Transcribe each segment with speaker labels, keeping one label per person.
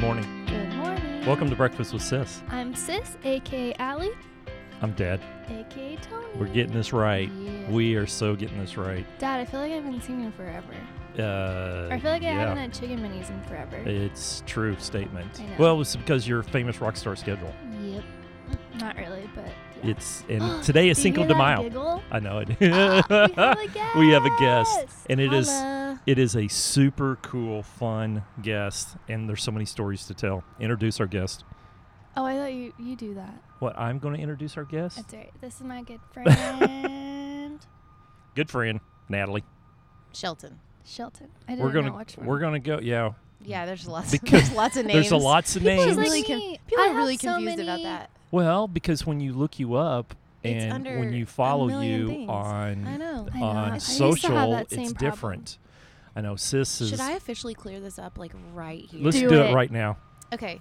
Speaker 1: morning.
Speaker 2: Good morning.
Speaker 1: Welcome to Breakfast with Sis.
Speaker 2: I'm Sis, aka Allie,
Speaker 1: I'm Dad.
Speaker 2: aka Tony.
Speaker 1: We're getting this right.
Speaker 2: Yeah.
Speaker 1: We are so getting this right.
Speaker 2: Dad, I feel like I haven't seen you in forever.
Speaker 1: Uh,
Speaker 2: Or I feel like I haven't
Speaker 1: yeah.
Speaker 2: had chicken minis in forever.
Speaker 1: It's true statement.
Speaker 2: I know.
Speaker 1: Well, it's because your famous rock star schedule.
Speaker 2: Yep. Not really, but. Yeah.
Speaker 1: It's and today is
Speaker 2: Do you
Speaker 1: Cinco
Speaker 2: hear
Speaker 1: de
Speaker 2: that
Speaker 1: Mayo.
Speaker 2: Giggle?
Speaker 1: I know it.
Speaker 2: Ah, we have a guest,
Speaker 1: and it is-
Speaker 2: Holla.
Speaker 1: it is a super cool, fun guest, and there's so many stories to tell. Introduce our guest.
Speaker 2: Oh, I thought you you do that.
Speaker 1: What I'm going to introduce our guest?
Speaker 2: That's right. This is my good friend
Speaker 1: Good friend Natalie.
Speaker 3: Shelton.
Speaker 2: Shelton. I didn't
Speaker 1: We're gonna
Speaker 2: know which one.
Speaker 1: we're gonna go. Yeah,
Speaker 3: Yeah, there's lots.
Speaker 1: Because
Speaker 3: there's lots of names.
Speaker 1: there's a lots of
Speaker 2: People
Speaker 1: names.
Speaker 2: is like
Speaker 3: Really con-
Speaker 2: me.
Speaker 3: People
Speaker 2: I
Speaker 3: are really
Speaker 2: have so
Speaker 3: confused about
Speaker 2: many-
Speaker 3: that.
Speaker 1: Well, because when you look you up
Speaker 3: It's
Speaker 1: and
Speaker 3: under
Speaker 1: when you
Speaker 3: a
Speaker 1: follow
Speaker 3: million
Speaker 1: you
Speaker 3: things. I
Speaker 1: on
Speaker 3: know.
Speaker 2: I know. I
Speaker 1: on
Speaker 2: used to have
Speaker 1: social,
Speaker 2: that
Speaker 1: it's
Speaker 2: same problem.
Speaker 1: different. I know sis is.
Speaker 3: Should I officially clear this up like right here?
Speaker 1: Let's
Speaker 2: Do
Speaker 1: do,
Speaker 2: it.
Speaker 1: it right now.
Speaker 3: Okay.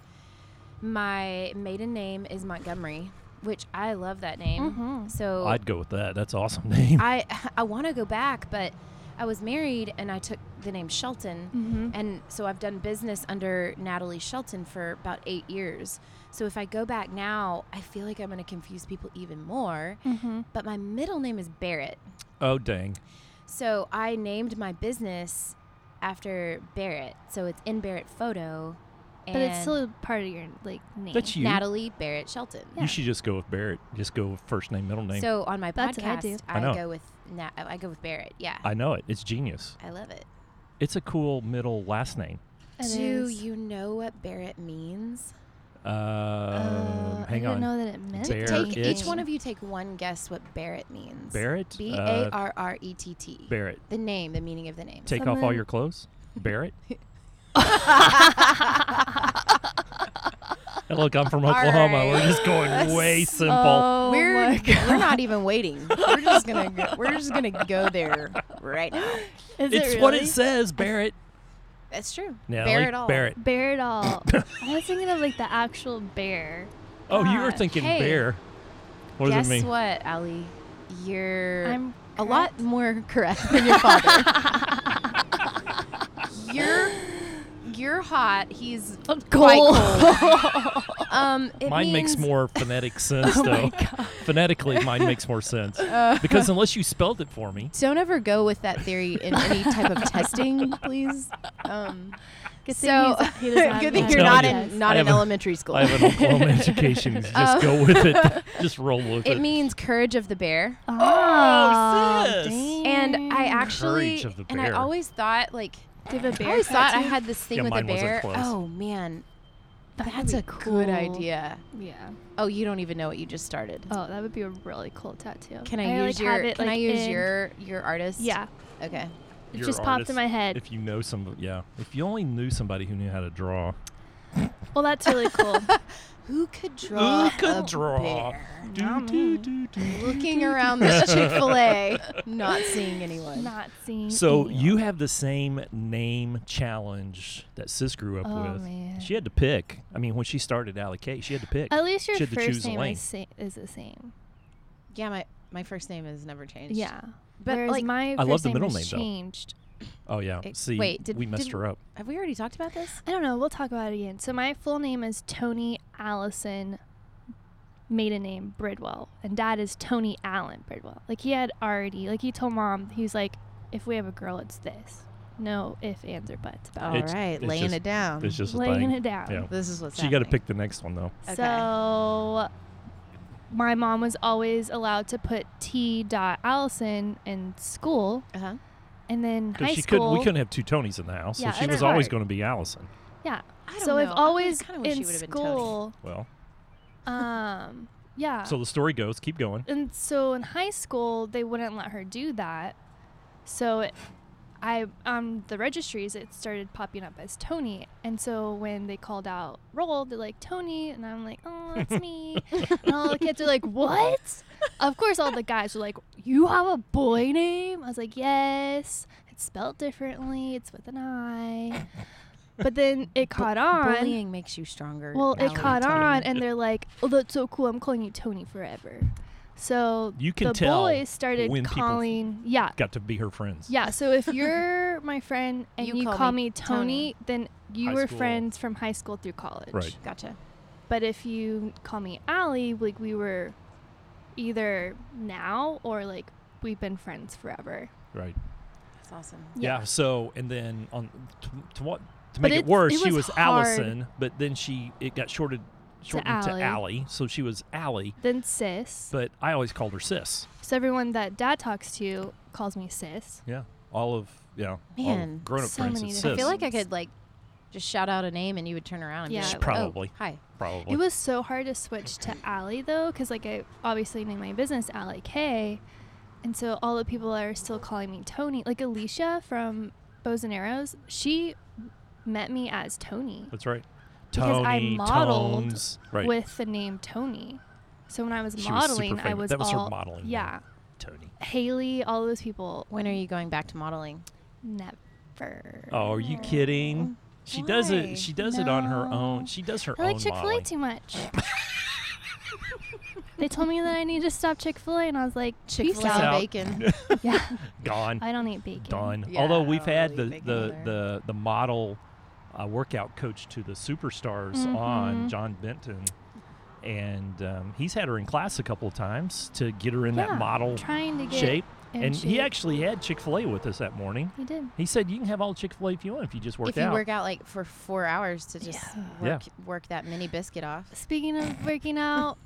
Speaker 3: My maiden name is Montgomery, which I love that name.
Speaker 2: Mhm.
Speaker 3: So
Speaker 1: I'd go with that. That's an awesome name.
Speaker 3: I I want to go back, but I was married and I took the name Shelton.
Speaker 2: Mhm.
Speaker 3: And so I've done business under Natalie Shelton for about eight years. So if I go back now, I feel like I'm going to confuse people even more.
Speaker 2: Mhm.
Speaker 3: But my middle name is Barrett.
Speaker 1: oh dang!
Speaker 3: So I named my business after Barrett. So it's in Barrett Photo. And
Speaker 2: But it's still part of your like name.
Speaker 1: That's you.
Speaker 3: Natalie Barrett Shelton.
Speaker 2: Yeah.
Speaker 1: You should just go with Barrett. Just go with first name, middle name.
Speaker 3: So on my
Speaker 2: That's what I do.
Speaker 3: podcast,
Speaker 1: I
Speaker 3: I,
Speaker 1: know.
Speaker 3: go with Nat- I go with Barrett. Yeah, I,
Speaker 1: I know it. It's genius.
Speaker 3: love it.
Speaker 1: It's a cool middle last name.
Speaker 2: It
Speaker 3: Do
Speaker 2: is.
Speaker 3: you know what Barrett means?
Speaker 1: Um, hang
Speaker 2: Uh, I didn't
Speaker 1: on.
Speaker 2: know that it meant
Speaker 1: Barrett
Speaker 3: Take
Speaker 1: It's-
Speaker 3: each one of you take one guess what Barrett means.
Speaker 1: Barrett.
Speaker 3: B
Speaker 1: Uh,
Speaker 3: A R R E T T.
Speaker 1: Barrett.
Speaker 3: The name, the meaning of the name.
Speaker 1: Take off all
Speaker 2: Someone-
Speaker 1: your clothes. Barrett. And Look, I'm from
Speaker 3: All
Speaker 1: Oklahoma.
Speaker 3: right.
Speaker 1: We're just going way simple.
Speaker 2: Oh
Speaker 3: we're we're not even waiting. We're just gonna go, we're just gonna go there right now.
Speaker 2: Is
Speaker 1: it's
Speaker 2: it
Speaker 1: what
Speaker 2: really?
Speaker 1: it says, Barrett.
Speaker 3: That's true.
Speaker 1: Natalie,
Speaker 3: Barrett all.
Speaker 1: Barrett.
Speaker 2: Bear it all. I was thinking of like the actual bear.
Speaker 1: Oh, you were
Speaker 2: God.
Speaker 1: thinking
Speaker 3: Hey.
Speaker 1: bear. What
Speaker 3: Guess
Speaker 1: does it mean?
Speaker 3: what, Ali? You're
Speaker 2: I'm
Speaker 3: a lot more correct than your father. you're you're hot. He's
Speaker 2: cold.
Speaker 3: quite cold. um, it
Speaker 1: Mine makes
Speaker 3: means- Oh
Speaker 1: more phonetic sense, though. Phonetically, mine makes more sense
Speaker 3: Uh.
Speaker 1: because unless you spelled it for me,
Speaker 3: Don't ever go with that theory in any type of testing, please. Um,
Speaker 2: Good thing
Speaker 3: so
Speaker 2: he's- he doesn't have
Speaker 3: good
Speaker 2: an
Speaker 3: thing you're
Speaker 1: I'm
Speaker 3: not
Speaker 1: telling
Speaker 2: accent.
Speaker 3: in not
Speaker 1: I
Speaker 3: in
Speaker 1: have a-
Speaker 3: elementary school.
Speaker 1: I have an Oklahoma education. Just
Speaker 3: Um,
Speaker 1: go with it. Just roll with it.
Speaker 3: it means courage of the bear.
Speaker 1: Oh,
Speaker 2: Ah,
Speaker 1: sis.
Speaker 2: dang.
Speaker 3: And I actually
Speaker 1: Courage of the
Speaker 3: and I
Speaker 1: bear.
Speaker 3: always thought like
Speaker 2: Do you have a bear
Speaker 3: I always thought I
Speaker 2: tattoo?
Speaker 3: had this thing
Speaker 1: Yeah,
Speaker 3: with a
Speaker 1: mine wasn't
Speaker 3: bear.
Speaker 1: close.
Speaker 3: Oh man,
Speaker 2: That would
Speaker 3: that's
Speaker 2: be
Speaker 3: a
Speaker 2: cool.
Speaker 3: good idea.
Speaker 2: Yeah.
Speaker 3: Oh, you don't even know what you just started.
Speaker 2: Oh, that would be a really cool tattoo.
Speaker 3: Can I,
Speaker 2: like,
Speaker 3: use
Speaker 2: have
Speaker 3: your
Speaker 2: it,
Speaker 3: Can
Speaker 2: like,
Speaker 3: I use
Speaker 2: in-
Speaker 3: your your artist?
Speaker 2: Yeah.
Speaker 3: Okay.
Speaker 2: It
Speaker 1: Your
Speaker 2: just popped
Speaker 1: artist,
Speaker 2: in my head.
Speaker 1: If you know some, yeah. If you only knew somebody who knew how to draw,
Speaker 2: well, that's really cool.
Speaker 3: Who could draw?
Speaker 1: who could
Speaker 3: a
Speaker 1: draw?
Speaker 3: bear?
Speaker 1: Do, do, do, do.
Speaker 3: Looking around this Chick Fil A, not seeing anyone.
Speaker 2: Not seeing.
Speaker 1: So
Speaker 2: anyone.
Speaker 1: you have the same name challenge that Sis grew up
Speaker 2: Oh,
Speaker 1: with.
Speaker 2: man.
Speaker 1: She had to pick. I mean, when she started Alley K, she had to pick.
Speaker 2: At least your
Speaker 1: she had to choose
Speaker 2: first
Speaker 1: a
Speaker 2: name
Speaker 1: lane.
Speaker 2: is, sa- is the same.
Speaker 3: Yeah, my my first name has never changed.
Speaker 2: Yeah.
Speaker 3: But,
Speaker 2: Whereas
Speaker 3: like-
Speaker 2: my
Speaker 1: I love
Speaker 2: first
Speaker 1: the middle
Speaker 2: was
Speaker 1: name, though.
Speaker 2: changed.
Speaker 1: Oh yeah.
Speaker 2: eh,
Speaker 3: It-
Speaker 1: See,
Speaker 3: wait, did-
Speaker 1: we messed
Speaker 3: did-
Speaker 1: her up.
Speaker 3: Have we already talked about this?
Speaker 2: I don't know. We'll talk about it again. So my full name is Tony Allison, maiden name Bridwell, and dad is Tony Allen Bridwell. Like he had already, like he told mom, he's like, if we have a girl, it's this. No if, ands, or buts about
Speaker 3: All
Speaker 2: it.
Speaker 3: right,
Speaker 1: It's- it's
Speaker 3: laying
Speaker 1: just-
Speaker 3: it
Speaker 2: um,
Speaker 3: down.
Speaker 1: It's just a
Speaker 2: laying
Speaker 1: thing.
Speaker 2: it down.
Speaker 1: Yeah.
Speaker 3: this is what's
Speaker 1: So you got to
Speaker 3: happening.
Speaker 1: pick the next one though.
Speaker 3: Okay.
Speaker 2: So my mom was always allowed to put T. Dot Allison in school,
Speaker 3: Uh-huh.
Speaker 2: and then high
Speaker 1: Because she
Speaker 2: school.
Speaker 1: couldn't, we couldn't have two Tonys in the house.
Speaker 2: Yeah,
Speaker 1: so she
Speaker 2: it's
Speaker 1: was always
Speaker 2: hard.
Speaker 1: going to be Allison.
Speaker 2: yeah.
Speaker 3: I don't
Speaker 2: So I've
Speaker 3: know. I
Speaker 2: always
Speaker 3: kinda wish
Speaker 2: in
Speaker 3: she would've been Tony.
Speaker 2: school.
Speaker 1: Well,
Speaker 2: Um. Yeah.
Speaker 1: so the story goes. Keep going.
Speaker 2: and so in high school they wouldn't let her do that so it, i on the registries it started popping up as tony and so when they called out roll they're like tony and i'm like oh it's me and all the kids are like what of course all the guys were like you have a boy name i was like yes it's spelled differently it's with an i but then it caught on
Speaker 3: Bullying makes you stronger.
Speaker 2: well, it
Speaker 3: Allie.
Speaker 2: caught
Speaker 1: Tony.
Speaker 2: on, and they're like, "Oh, that's so cool! I'm calling you Tony forever." So
Speaker 1: You can
Speaker 2: the
Speaker 1: tell
Speaker 2: boys started
Speaker 1: when people-
Speaker 2: calling, yeah,
Speaker 1: Got to be her friends.
Speaker 2: yeah. So if your my friend and
Speaker 3: You
Speaker 2: you,
Speaker 3: call
Speaker 2: call,
Speaker 3: me
Speaker 2: me,
Speaker 3: Tony.
Speaker 2: Tony, then you
Speaker 1: High
Speaker 2: were
Speaker 1: school.
Speaker 2: friends from high school through college.
Speaker 1: Right.
Speaker 3: Gotcha.
Speaker 2: But if you call me Allie, like we were either now or like we've been friends forever.
Speaker 1: Right.
Speaker 3: That's awesome.
Speaker 1: Yeah. So and then on to, to what to
Speaker 2: But
Speaker 1: make it
Speaker 2: it's-
Speaker 1: worse,
Speaker 2: it
Speaker 1: she was
Speaker 2: was hard.
Speaker 1: Allison, but then she it got shorted shortened to Allie.
Speaker 2: Allie.
Speaker 1: so she was Allie.
Speaker 2: Then sis.
Speaker 1: But I always called her sis.
Speaker 2: so everyone that dad talks to calls me sis.
Speaker 1: Yeah. All of yeah.
Speaker 3: Man,
Speaker 1: grown up
Speaker 2: so
Speaker 1: friends
Speaker 2: many
Speaker 1: it's
Speaker 2: different-
Speaker 3: I
Speaker 1: sis,
Speaker 3: feel like I
Speaker 2: Yes.
Speaker 3: could like just shout out a name and you would turn around. And
Speaker 2: Yeah,
Speaker 3: be
Speaker 2: Sh-
Speaker 3: like,
Speaker 1: probably.
Speaker 3: Oh, hi.
Speaker 1: probably.
Speaker 2: It was so hard to switch to Allie though, because like I obviously named my business Allie K, and so all the people are still calling me Tony. Like Alicia from Bows and Arrows, she met me as Tony
Speaker 1: That's right.
Speaker 2: Because I
Speaker 1: Tony,
Speaker 2: modeled
Speaker 1: tones. Right.
Speaker 2: with the name Tony. So when I was
Speaker 1: She was super
Speaker 2: modeling, I
Speaker 1: famous.
Speaker 2: was
Speaker 1: That was her
Speaker 2: all-
Speaker 1: modeling name.
Speaker 2: Yeah,
Speaker 1: Tony.
Speaker 2: Haley, all those people
Speaker 3: When are you going back to modeling?
Speaker 2: never.
Speaker 1: Oh, are you kidding? She does
Speaker 3: Why?
Speaker 1: it. She does it on her
Speaker 3: No.
Speaker 1: own. She does her
Speaker 2: I
Speaker 1: own
Speaker 2: like Chick Fil A
Speaker 1: modeling.
Speaker 2: too much. they told me that I need to stop Chick Fil A, and I was like,
Speaker 3: Chick
Speaker 2: "Peace
Speaker 3: Fil
Speaker 1: out.
Speaker 3: A
Speaker 2: out."
Speaker 3: bacon.
Speaker 2: yeah,
Speaker 1: Gone.
Speaker 2: I don't eat bacon.
Speaker 1: done.
Speaker 3: Yeah,
Speaker 1: Although we've
Speaker 3: I don't
Speaker 1: had
Speaker 3: really
Speaker 1: the
Speaker 3: think
Speaker 1: the,
Speaker 3: either.
Speaker 1: the the model uh, workout coach to the superstars on
Speaker 2: Mhm.
Speaker 1: John Benton, and um, he's had her in class a couple of times to get her in that
Speaker 2: Yeah,
Speaker 1: model
Speaker 2: Trying to get
Speaker 1: shape.
Speaker 2: in
Speaker 1: And he
Speaker 2: shape.
Speaker 1: actually had Chick Fil A with us that morning.
Speaker 2: He did.
Speaker 1: He said, "You can have all Chick Fil A if you want if you just work
Speaker 3: if you
Speaker 1: out."
Speaker 3: work out like for four hours to just
Speaker 2: Yeah.
Speaker 1: Yeah.
Speaker 3: work work that mini biscuit off.
Speaker 2: Speaking of working out,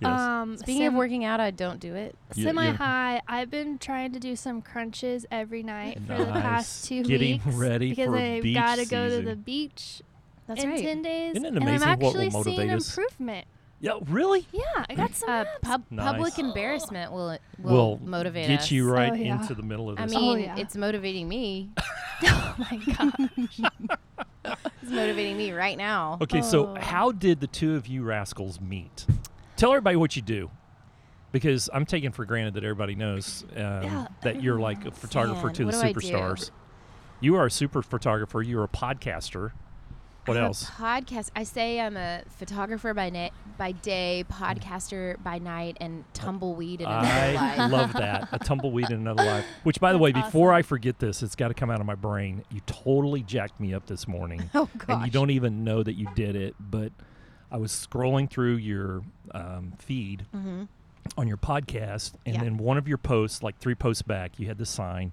Speaker 1: yes.
Speaker 2: um,
Speaker 3: Speaking of
Speaker 2: sem-
Speaker 3: working out, I don't do it.
Speaker 1: Yeah, yeah.
Speaker 2: semi high, I've been trying to do some crunches every night for the
Speaker 1: Nice.
Speaker 2: past two
Speaker 1: Getting
Speaker 2: weeks
Speaker 1: ready
Speaker 2: because
Speaker 1: for
Speaker 2: I've
Speaker 1: beach
Speaker 2: gotta go to the
Speaker 1: season.
Speaker 2: beach
Speaker 3: That's
Speaker 2: in
Speaker 3: right.
Speaker 2: ten days,
Speaker 1: Isn't it
Speaker 2: and I'm
Speaker 1: amazing what will
Speaker 2: actually
Speaker 1: motivate
Speaker 2: seeing
Speaker 1: us?
Speaker 2: improvement.
Speaker 1: yeah, really.
Speaker 2: Yeah, I got some
Speaker 3: Uh,
Speaker 2: abs.
Speaker 3: pub-
Speaker 1: Nice.
Speaker 3: Public embarrassment will will
Speaker 1: We'll
Speaker 3: motivate
Speaker 1: get
Speaker 3: us.
Speaker 1: you right
Speaker 2: Oh, yeah.
Speaker 1: into the middle of
Speaker 3: I
Speaker 1: this.
Speaker 2: Oh,
Speaker 3: mean,
Speaker 2: yeah.
Speaker 3: it's motivating me.
Speaker 2: oh my god.
Speaker 3: It's motivating me right now.
Speaker 1: Okay, so
Speaker 2: Oh.
Speaker 1: how did the two of you rascals meet? Tell everybody what you do, because I'm taking for granted that everybody knows um,
Speaker 2: Yeah,
Speaker 1: that you're like a photographer
Speaker 3: Man,
Speaker 1: to the
Speaker 3: what do I do?
Speaker 1: superstars. You are a super photographer. You're a podcaster. What
Speaker 3: I'm a
Speaker 1: else?
Speaker 3: podcast. I say I'm a photographer by night, by day, podcaster by night, and tumbleweed in another
Speaker 1: Uh, I
Speaker 3: life.
Speaker 1: love that a tumbleweed in another life. Which, by the
Speaker 2: That's
Speaker 1: way, before
Speaker 2: awesome.
Speaker 1: I forget this, it's got to come out of my brain. You totally jacked me up this morning.
Speaker 3: oh
Speaker 1: and you don't even know that you did it. But I was scrolling through your um, feed on your podcast, and
Speaker 3: Mm-hmm. Yeah.
Speaker 1: then one of your posts, like three posts back, you had the sign,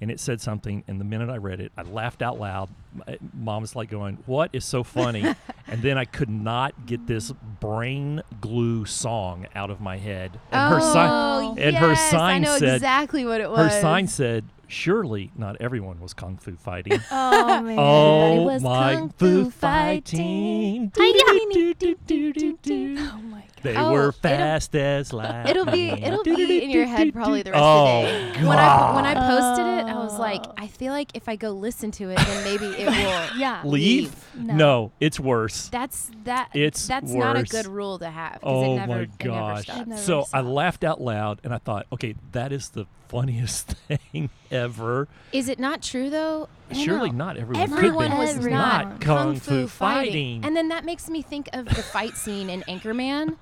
Speaker 1: and it said something. And the minute I read it, I laughed out loud. My- Mom's like going, "What is so funny?" and then I could not get this brain glue song out of my head. And her sign,
Speaker 3: Oh,
Speaker 1: and her
Speaker 3: yes,
Speaker 1: sign
Speaker 3: I know
Speaker 1: said-
Speaker 3: exactly what it
Speaker 1: her
Speaker 3: was.
Speaker 1: sign said, "Surely not everyone was kung fu fighting."
Speaker 2: Oh man.
Speaker 1: Oh
Speaker 3: was
Speaker 1: my
Speaker 3: kung fu
Speaker 1: fu
Speaker 3: fighting.
Speaker 1: fighting.
Speaker 3: Hi-ya.
Speaker 1: Do-do-do-do-do-do-do.
Speaker 2: Oh my god.
Speaker 1: They
Speaker 3: Oh,
Speaker 1: were
Speaker 3: it'll-
Speaker 1: fast as lightning.
Speaker 3: It'll be it'll be in your head probably the rest
Speaker 1: Oh,
Speaker 3: of the day. When I when I
Speaker 2: God.
Speaker 3: posted it, I was like,
Speaker 2: Oh.
Speaker 3: I feel like if I go listen to it, then maybe it will.
Speaker 2: Yeah.
Speaker 1: Leave?
Speaker 3: leave.
Speaker 1: No.
Speaker 2: No.
Speaker 1: it's worse.
Speaker 3: That's that.
Speaker 1: It's
Speaker 3: that's not a
Speaker 1: worse.
Speaker 3: good rule to have. 'cause
Speaker 1: Oh
Speaker 3: it never,
Speaker 1: my
Speaker 3: It never
Speaker 1: gosh.
Speaker 3: stops.
Speaker 2: Never
Speaker 1: so I
Speaker 2: stops.
Speaker 1: laughed out loud and I thought, okay, that is the funniest thing ever.
Speaker 3: Is it not true though? I don't
Speaker 1: Surely
Speaker 3: know.
Speaker 1: not everyone,
Speaker 3: Everyone
Speaker 1: could be.
Speaker 3: was
Speaker 2: Everyone.
Speaker 1: not kung, fu fighting.
Speaker 3: And then that makes me think of the fight scene in Anchorman,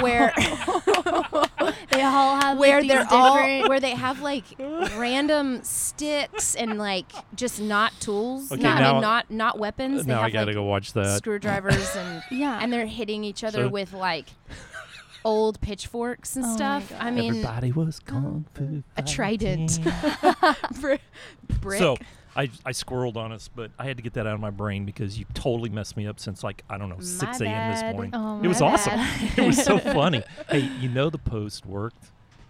Speaker 3: where
Speaker 2: They all have
Speaker 3: where
Speaker 2: these
Speaker 3: they're all
Speaker 2: different
Speaker 3: where they have like random sticks and like just not tools,
Speaker 1: Okay,
Speaker 3: not, I
Speaker 1: now- uh,
Speaker 3: mean, not not weapons.
Speaker 1: now
Speaker 3: they
Speaker 1: I
Speaker 3: have
Speaker 1: gotta
Speaker 3: like
Speaker 1: go watch that.
Speaker 3: screwdrivers and
Speaker 2: Yeah.
Speaker 3: and they're hitting each other
Speaker 1: So-
Speaker 3: with like old pitchforks and
Speaker 2: Oh my
Speaker 3: stuff. I
Speaker 2: God.
Speaker 3: mean,
Speaker 1: Everybody was kung fu.
Speaker 3: a trident.
Speaker 1: fighting.
Speaker 3: br- brick.
Speaker 1: So I, I squirreled on us, but I had to get that out of my brain because you totally messed me up since like I don't know six a.m. this
Speaker 3: bad.
Speaker 1: morning.
Speaker 2: Oh,
Speaker 1: it was
Speaker 2: my
Speaker 1: awesome.
Speaker 2: bad.
Speaker 1: it was so funny. Hey, you know the post worked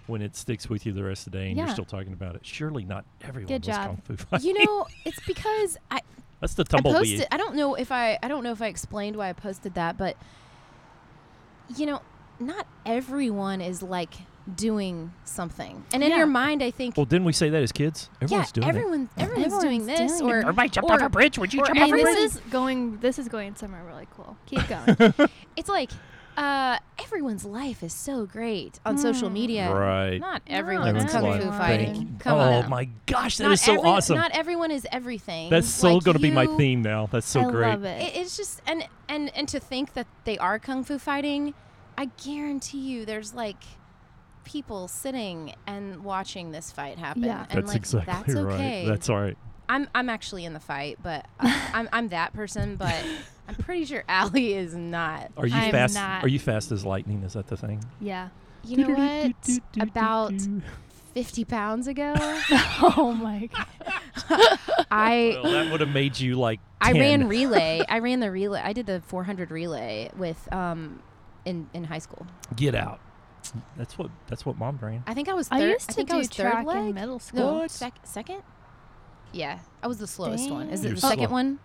Speaker 1: when it sticks with you the rest of the day and
Speaker 2: Yeah.
Speaker 1: you're still talking about it. Surely not everyone
Speaker 2: Good
Speaker 1: was
Speaker 2: job.
Speaker 1: kung fu fighting.
Speaker 3: you know, it's because I
Speaker 1: That's the
Speaker 3: I
Speaker 1: tumbleweed.
Speaker 3: posted. I don't know if I. I don't know if I explained why I posted that, but you know, not everyone is like doing something. And in
Speaker 2: Yeah.
Speaker 3: your mind, I think,
Speaker 1: well, didn't we say that as kids?
Speaker 3: yeah,
Speaker 1: Everyone's doing it.
Speaker 3: everyone, everyone's,
Speaker 2: Everyone's
Speaker 3: doing this,
Speaker 2: doing
Speaker 3: or
Speaker 2: it.
Speaker 4: Everybody jumped
Speaker 3: or-
Speaker 4: off a bridge. Would you
Speaker 3: or
Speaker 4: jump
Speaker 2: Hey,
Speaker 4: off a
Speaker 3: everyone-
Speaker 4: bridge?
Speaker 2: this is going this is going somewhere really cool. Keep going.
Speaker 3: it's like uh, everyone's life is so great on social
Speaker 4: Hmm.
Speaker 2: Mm.
Speaker 3: media.
Speaker 1: Right.
Speaker 3: Not
Speaker 2: No,
Speaker 3: everyone's
Speaker 1: Everyone's
Speaker 2: That's
Speaker 3: kung
Speaker 1: like,
Speaker 3: fu
Speaker 2: everyone.
Speaker 1: "Thank
Speaker 3: fighting.
Speaker 1: you."
Speaker 3: Come
Speaker 1: oh
Speaker 3: on.
Speaker 1: my gosh, that is
Speaker 3: Not
Speaker 1: so
Speaker 3: every-
Speaker 1: awesome.
Speaker 3: Not everyone is everything.
Speaker 1: That's so
Speaker 3: Like,
Speaker 1: going to be my
Speaker 3: you-
Speaker 1: theme now. That's so
Speaker 2: I
Speaker 1: great.
Speaker 2: love it.
Speaker 3: It, it's just and and and to think that they are kung fu fighting, I guarantee you, there's like people sitting and watching this fight happen.
Speaker 2: Yeah.
Speaker 3: And
Speaker 1: that's
Speaker 3: like
Speaker 1: exactly
Speaker 3: that's
Speaker 1: right.
Speaker 3: okay.
Speaker 1: That's all right.
Speaker 3: I'm I'm actually in the fight, but I, I'm I'm that person, but I'm pretty sure Allie is not.
Speaker 1: Are you
Speaker 2: I'm
Speaker 1: fast?
Speaker 2: not-
Speaker 1: Are you fast as lightning? Is that the thing?
Speaker 2: Yeah.
Speaker 3: You know what?
Speaker 1: Do-do-do-do-do-do-do.
Speaker 3: About 50 pounds ago,
Speaker 2: oh my god.
Speaker 3: I
Speaker 1: Well, that would have made you like.
Speaker 3: I
Speaker 1: 10.
Speaker 3: ran relay. I ran the relay. I did the 400 relay with um in in high school.
Speaker 1: Get out. That's what. That's what mom ran.
Speaker 3: I think I was third.
Speaker 2: I used to
Speaker 3: think
Speaker 2: do
Speaker 3: I was
Speaker 2: track
Speaker 3: third leg.
Speaker 2: in middle school.
Speaker 3: no,
Speaker 1: What?
Speaker 3: sec- second. Yeah, I was the slowest one. Is it
Speaker 1: You're
Speaker 3: the second
Speaker 1: slow.
Speaker 3: one?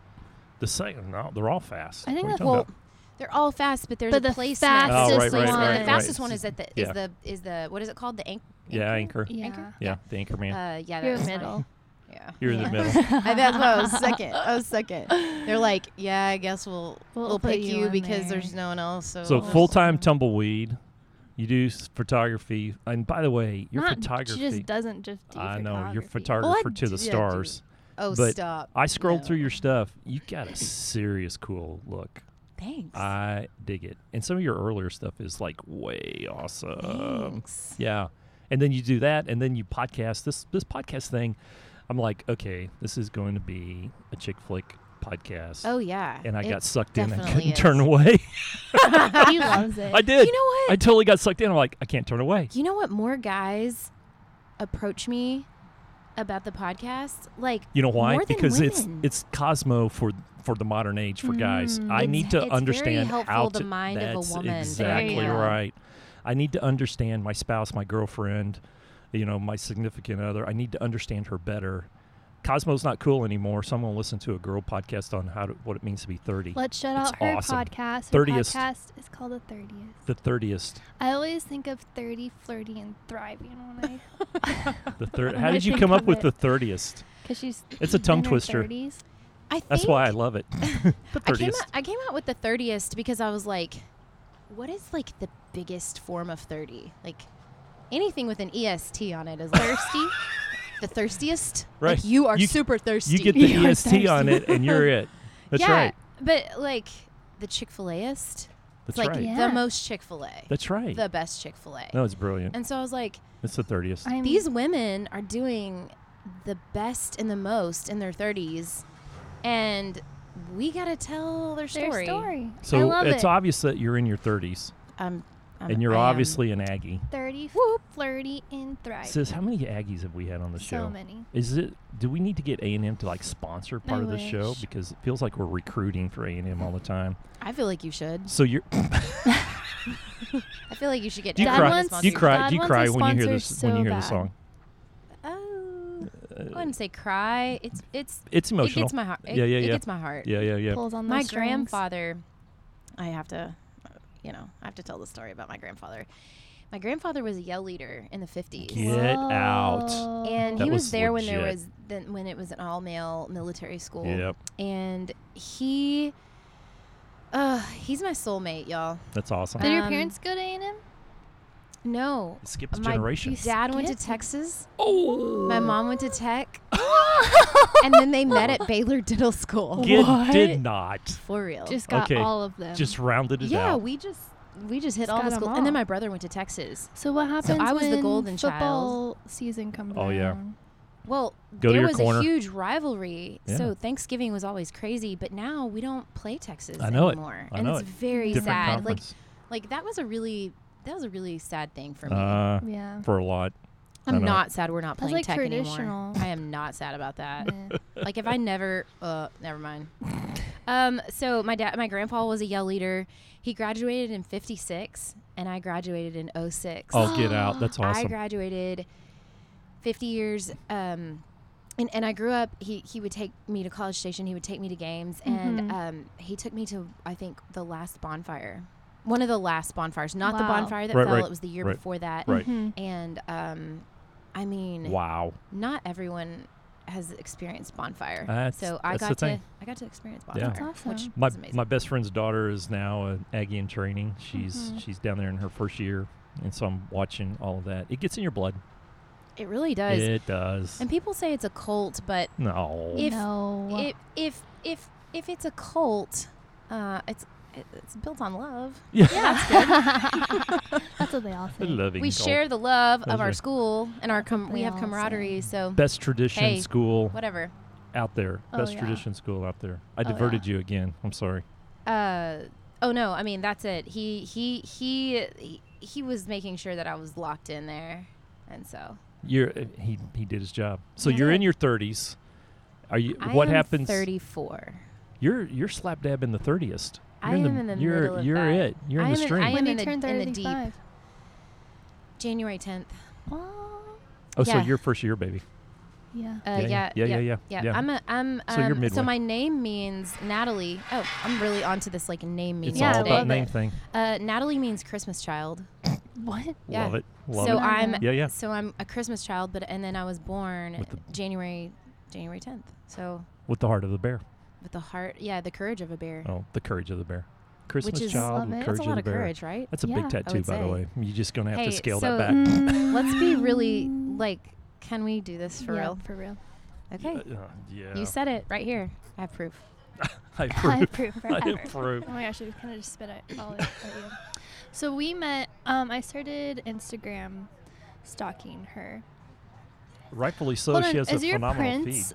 Speaker 1: The second. No, they're all fast.
Speaker 2: I think
Speaker 1: What are you
Speaker 2: that-
Speaker 1: talking
Speaker 3: Well,
Speaker 1: about?
Speaker 3: they're all fast, but there's
Speaker 2: But
Speaker 3: a
Speaker 2: the
Speaker 3: place
Speaker 2: fastest
Speaker 1: Oh, right, right,
Speaker 3: one.
Speaker 1: right,
Speaker 3: the
Speaker 1: right.
Speaker 3: fastest one is at the is
Speaker 1: Yeah.
Speaker 3: the is the what is it called? The anchor.
Speaker 1: yeah, anchor.
Speaker 2: Yeah.
Speaker 3: Anchor?
Speaker 1: Yeah, the anchor man.
Speaker 3: Uh, yeah, that
Speaker 2: You're
Speaker 3: was mine.
Speaker 2: middle.
Speaker 3: Yeah.
Speaker 1: You're in the
Speaker 2: yeah.
Speaker 1: middle.
Speaker 3: I, that's why I was second. I was second. They're like, yeah, I guess we'll
Speaker 2: We'll
Speaker 3: we'll,
Speaker 2: put
Speaker 3: pick
Speaker 2: you
Speaker 3: you
Speaker 2: in
Speaker 3: because
Speaker 2: there."
Speaker 3: there's no one else. So,
Speaker 1: So
Speaker 3: we'll-
Speaker 1: full time tumbleweed. You do s- photography, and by the way, your
Speaker 2: Not-
Speaker 1: photography.
Speaker 2: She just doesn't just do
Speaker 1: I know you're photographer
Speaker 2: photography.
Speaker 3: Well, I
Speaker 1: to the
Speaker 3: d- yeah, dude.
Speaker 1: stars.
Speaker 3: Oh,
Speaker 1: but
Speaker 3: stop.
Speaker 1: I scrolled
Speaker 3: No.
Speaker 1: through your stuff. You got a serious cool look.
Speaker 3: Thanks.
Speaker 1: I dig it. And some of your earlier stuff is like way awesome.
Speaker 3: Thanks.
Speaker 1: Yeah. And then you do that and then you podcast this this podcast thing. I'm like, okay, this is going to be a chick flick podcast.
Speaker 3: oh yeah.
Speaker 1: and I
Speaker 3: It
Speaker 1: got sucked in. I
Speaker 3: definitely
Speaker 1: couldn't
Speaker 3: is.
Speaker 1: turn away.
Speaker 2: he loves it.
Speaker 1: I did.
Speaker 3: You know what?
Speaker 1: I totally got sucked in. I'm like, I can't turn away.
Speaker 3: You know what? More guys approach me about the podcast. Like,
Speaker 1: You know why?
Speaker 3: More than
Speaker 1: because
Speaker 3: women.
Speaker 1: it's it's Cosmo for for the modern age for guys.
Speaker 2: Mm.
Speaker 1: I
Speaker 3: It's-
Speaker 1: need
Speaker 3: it's
Speaker 1: to
Speaker 3: very
Speaker 1: understand
Speaker 3: helpful,
Speaker 1: how
Speaker 3: the
Speaker 1: to-
Speaker 3: mind of a
Speaker 1: that's
Speaker 3: woman. There
Speaker 1: Exactly
Speaker 2: you go.
Speaker 1: right. I need to understand my spouse, my girlfriend, you know, my significant other. I need to understand her better. Cosmo's not cool anymore, so I'm going to listen to a girl podcast on how to, what it means to be 30.
Speaker 2: Let's shout
Speaker 1: It's
Speaker 2: out her
Speaker 1: awesome.
Speaker 2: podcast. Her
Speaker 1: 30th.
Speaker 2: podcast is called the thirtieth.
Speaker 1: the 30th.
Speaker 2: I always think of thirty, flirty, and thriving when I
Speaker 1: The third.
Speaker 2: When
Speaker 1: How
Speaker 2: I
Speaker 1: did you
Speaker 2: think
Speaker 1: come up
Speaker 2: of
Speaker 1: with
Speaker 2: it-
Speaker 1: the 30th?
Speaker 2: because she's
Speaker 1: It's a tongue
Speaker 2: in her
Speaker 1: twister.
Speaker 2: 30s.
Speaker 3: I think
Speaker 1: That's why I love it. the
Speaker 3: I came
Speaker 1: 30th.
Speaker 3: out, I came out with the thirtiest because I was like, what is like the biggest form of thirty? Like anything with an EST on it is thirsty. the thirstiest.
Speaker 1: Right.
Speaker 3: Like you are
Speaker 1: You-
Speaker 3: super thirsty.
Speaker 1: You get the
Speaker 2: You are
Speaker 1: EST on it, and you're it. That's
Speaker 3: yeah,
Speaker 1: right.
Speaker 3: But like the Chick Fil Aist.
Speaker 1: That's
Speaker 3: It's like
Speaker 1: right.
Speaker 2: Yeah.
Speaker 3: the most Chick Fil A.
Speaker 1: That's right.
Speaker 3: The best Chick Fil A.
Speaker 1: no, it's brilliant.
Speaker 3: And so I was like,
Speaker 1: It's the 30th.
Speaker 2: I'm
Speaker 3: these women are doing the best and the most in their 30s and we gotta tell their
Speaker 2: their
Speaker 3: story,
Speaker 2: story. I
Speaker 1: so
Speaker 2: love
Speaker 1: it's
Speaker 2: it.
Speaker 1: obvious that you're in your 30s
Speaker 3: Um, um,
Speaker 1: and you're
Speaker 3: I am-
Speaker 1: obviously an Aggie.
Speaker 2: Thirty, flirty, and thriving.
Speaker 1: Sis, how many Aggies have we had on the show?
Speaker 2: so many.
Speaker 1: Is it? Do we need to get A and M to like sponsor part
Speaker 2: I
Speaker 1: of the show
Speaker 2: wish.
Speaker 1: because it feels like we're recruiting for A and M all the time?
Speaker 3: i feel like you should
Speaker 1: So you're
Speaker 3: i feel like you should get
Speaker 1: Do you
Speaker 3: Ellen
Speaker 1: cry-
Speaker 3: to
Speaker 2: wants-
Speaker 1: do you
Speaker 3: sponsor
Speaker 1: cry?
Speaker 2: God
Speaker 1: Do you
Speaker 2: wants
Speaker 1: cry
Speaker 2: a
Speaker 1: when you hear
Speaker 2: sponsor
Speaker 1: this? when you
Speaker 2: so
Speaker 1: hear the
Speaker 2: bad.
Speaker 1: song,
Speaker 3: oh i wouldn't say cry it's it's
Speaker 1: it's
Speaker 3: it
Speaker 1: emotional.
Speaker 3: gets my heart it,
Speaker 1: Yeah, yeah,
Speaker 3: it
Speaker 1: yeah.
Speaker 3: gets my heart
Speaker 1: yeah, yeah, yeah.
Speaker 2: Pulls on
Speaker 3: my
Speaker 2: those strings.
Speaker 3: grandfather i have to uh, you know i have to tell the story about my grandfather my grandfather was a yell leader in the 50s
Speaker 1: Get out.
Speaker 3: and
Speaker 1: That
Speaker 3: he was,
Speaker 1: was
Speaker 3: there when there
Speaker 1: legit.
Speaker 3: was then when it was an all male military school.
Speaker 1: Yep,
Speaker 3: And he, uh, he's my soulmate, y'all.
Speaker 1: that's awesome.
Speaker 2: Did your
Speaker 3: Um,
Speaker 2: parents go to A&M?
Speaker 3: No,
Speaker 1: It skips
Speaker 3: my
Speaker 1: generations.
Speaker 3: dad went to
Speaker 2: Skipped.
Speaker 3: Texas.
Speaker 1: Oh,
Speaker 3: My mom went to Tech, and then they met at Baylor Diddle School.
Speaker 1: Get-
Speaker 2: What?
Speaker 1: did not
Speaker 3: For real.
Speaker 2: Just got
Speaker 1: Okay,
Speaker 2: all of them.
Speaker 1: just rounded it
Speaker 3: yeah,
Speaker 1: out.
Speaker 3: we just we just hit
Speaker 2: Just
Speaker 3: all
Speaker 2: got
Speaker 3: the
Speaker 2: 'em
Speaker 3: school, and
Speaker 2: all.
Speaker 3: then my brother went to Texas.
Speaker 2: so what happens
Speaker 3: I was the
Speaker 2: when
Speaker 3: golden child.
Speaker 2: football season comes
Speaker 1: Oh, yeah.
Speaker 2: around?
Speaker 3: Well,
Speaker 1: Go to
Speaker 3: there
Speaker 1: your
Speaker 3: was
Speaker 1: corner.
Speaker 3: a huge rivalry,
Speaker 1: Yeah.
Speaker 3: so Thanksgiving was always crazy. But now we don't play Texas
Speaker 1: I know it.
Speaker 3: anymore,
Speaker 1: I
Speaker 3: and
Speaker 1: know
Speaker 3: it's
Speaker 1: it.
Speaker 3: very
Speaker 1: Different
Speaker 3: sad. Like
Speaker 1: conference
Speaker 3: like that was a really that was a really sad thing for me.
Speaker 1: uh,
Speaker 2: Yeah.
Speaker 1: for a lot. I
Speaker 3: I'm
Speaker 1: know.
Speaker 3: not sad we're not
Speaker 2: That's
Speaker 3: playing
Speaker 2: like
Speaker 3: tech anymore.
Speaker 2: traditional.
Speaker 3: I am not sad about that.
Speaker 2: Eh.
Speaker 3: like if I never uh never mind. Um so my dad my grandpa was a yell leader. He graduated in 56 and I graduated in 06.
Speaker 1: Oh, get out. That's
Speaker 3: I
Speaker 1: awesome.
Speaker 3: graduated 50 years um and, and I grew up. He, he would take me to College Station. He would take me to games, and
Speaker 2: Mhm.
Speaker 3: um, he took me to I think the last bonfire, one of the last bonfires, not the
Speaker 2: Wow.
Speaker 3: bonfire that
Speaker 1: Right,
Speaker 3: fell.
Speaker 1: right,
Speaker 3: It was the year
Speaker 1: right,
Speaker 3: before that.
Speaker 1: Right.
Speaker 2: Mhm.
Speaker 3: And um, I mean,
Speaker 1: Wow.
Speaker 3: not everyone has experienced bonfire.
Speaker 1: That's-
Speaker 3: so I
Speaker 1: that's the
Speaker 3: got to
Speaker 1: thing.
Speaker 3: I got to experience
Speaker 1: Yeah.
Speaker 3: bonfire,
Speaker 1: That's
Speaker 3: which
Speaker 2: awesome.
Speaker 1: My
Speaker 3: was amazing.
Speaker 1: my best friend's daughter is now an Aggie in training. She's
Speaker 3: Mm-hmm.
Speaker 2: Mhm.
Speaker 1: she's down there in her first year, and so I'm watching all of that. It gets in your blood.
Speaker 3: it really does.
Speaker 1: It does.
Speaker 3: And people say it's a cult, but
Speaker 1: No.
Speaker 3: If-
Speaker 2: no.
Speaker 3: if if if if it's a cult, uh, it's it- it's built on love.
Speaker 1: yeah.
Speaker 3: That's good.
Speaker 2: That's what they all think.
Speaker 1: Loving
Speaker 3: we
Speaker 1: all-
Speaker 3: share the love
Speaker 1: Those
Speaker 3: of our
Speaker 1: are-
Speaker 3: school and our com-
Speaker 2: That's what
Speaker 3: we
Speaker 2: they
Speaker 3: have
Speaker 2: all
Speaker 3: camaraderie. So
Speaker 1: best tradition
Speaker 3: Hey.
Speaker 1: school
Speaker 3: whatever.
Speaker 1: out there.
Speaker 2: Oh,
Speaker 1: best
Speaker 2: yeah.
Speaker 1: tradition school out there. I
Speaker 3: Oh, yeah.
Speaker 1: diverted you again. I'm sorry.
Speaker 3: Uh, oh no, I mean that's it. He he he he- he was making sure that I was locked in there, and so
Speaker 1: You're uh, he he did his job. So
Speaker 3: He
Speaker 1: you're in
Speaker 3: did.
Speaker 1: your 30s. Are you?
Speaker 3: I
Speaker 1: what
Speaker 3: am
Speaker 1: happens?
Speaker 3: Thirty four.
Speaker 1: You're you're slap dab in the 30th. You're
Speaker 3: I am in the
Speaker 1: you're,
Speaker 3: middle of
Speaker 1: You're
Speaker 3: that.
Speaker 1: it. You're
Speaker 3: I
Speaker 1: in the
Speaker 3: am in-
Speaker 1: stream.
Speaker 3: I am
Speaker 2: When do you
Speaker 3: in the-
Speaker 2: turn
Speaker 3: in the deep.
Speaker 2: 35?
Speaker 3: January tenth.
Speaker 2: Oh,
Speaker 1: oh, so
Speaker 3: yeah.
Speaker 1: your first year, baby.
Speaker 2: yeah.
Speaker 3: Uh,
Speaker 1: Yeah,
Speaker 3: yeah,
Speaker 1: yeah. Yeah, yeah, yeah, yeah.
Speaker 3: I'm a, I'm. Um,
Speaker 1: So you're midway.
Speaker 3: my name means Natalie. Oh, I'm really onto this like name meaning
Speaker 1: It's
Speaker 2: Yeah,
Speaker 1: all
Speaker 2: I
Speaker 1: about
Speaker 2: love
Speaker 1: name
Speaker 2: it.
Speaker 1: thing.
Speaker 3: Uh, Natalie means Christmas child.
Speaker 2: What?
Speaker 3: Yeah.
Speaker 1: Love it. Love
Speaker 3: so
Speaker 1: it.
Speaker 2: I-
Speaker 3: I'm
Speaker 1: Yeah, yeah.
Speaker 3: So I'm a Christmas child, but and then I was born
Speaker 1: With the-
Speaker 3: January January 10th. So
Speaker 1: With the heart of the bear.
Speaker 3: with the heart, yeah, the courage of a bear.
Speaker 1: Oh, the courage of the bear. Christmas
Speaker 3: is-
Speaker 1: child,
Speaker 2: Love
Speaker 1: the courage
Speaker 2: it.
Speaker 3: That's a
Speaker 1: of
Speaker 3: lot
Speaker 1: the
Speaker 3: of
Speaker 1: bear.
Speaker 3: courage, right?
Speaker 1: That's a
Speaker 2: Yeah,
Speaker 1: big
Speaker 2: I
Speaker 1: tattoo, by
Speaker 3: would
Speaker 1: the
Speaker 3: say.
Speaker 1: way. You're just gonna have
Speaker 3: Hey,
Speaker 1: to scale
Speaker 3: so-
Speaker 1: that back.
Speaker 3: Let's
Speaker 2: Let's
Speaker 3: be really like, can we do this for real?
Speaker 2: For real.
Speaker 3: Okay,
Speaker 1: Uh, yeah.
Speaker 3: you said it right here. I have proof.
Speaker 1: I
Speaker 2: I
Speaker 1: approve.
Speaker 2: approve.
Speaker 1: I
Speaker 2: forever.
Speaker 1: approve.
Speaker 2: Oh my gosh, I kind of just spit it all out at you. So we met. Um, I started Instagram stalking her.
Speaker 1: Rightfully so.
Speaker 2: Hold
Speaker 1: she
Speaker 2: on,
Speaker 1: has
Speaker 2: is
Speaker 1: a
Speaker 2: your
Speaker 1: phenomenal feed.
Speaker 2: Prince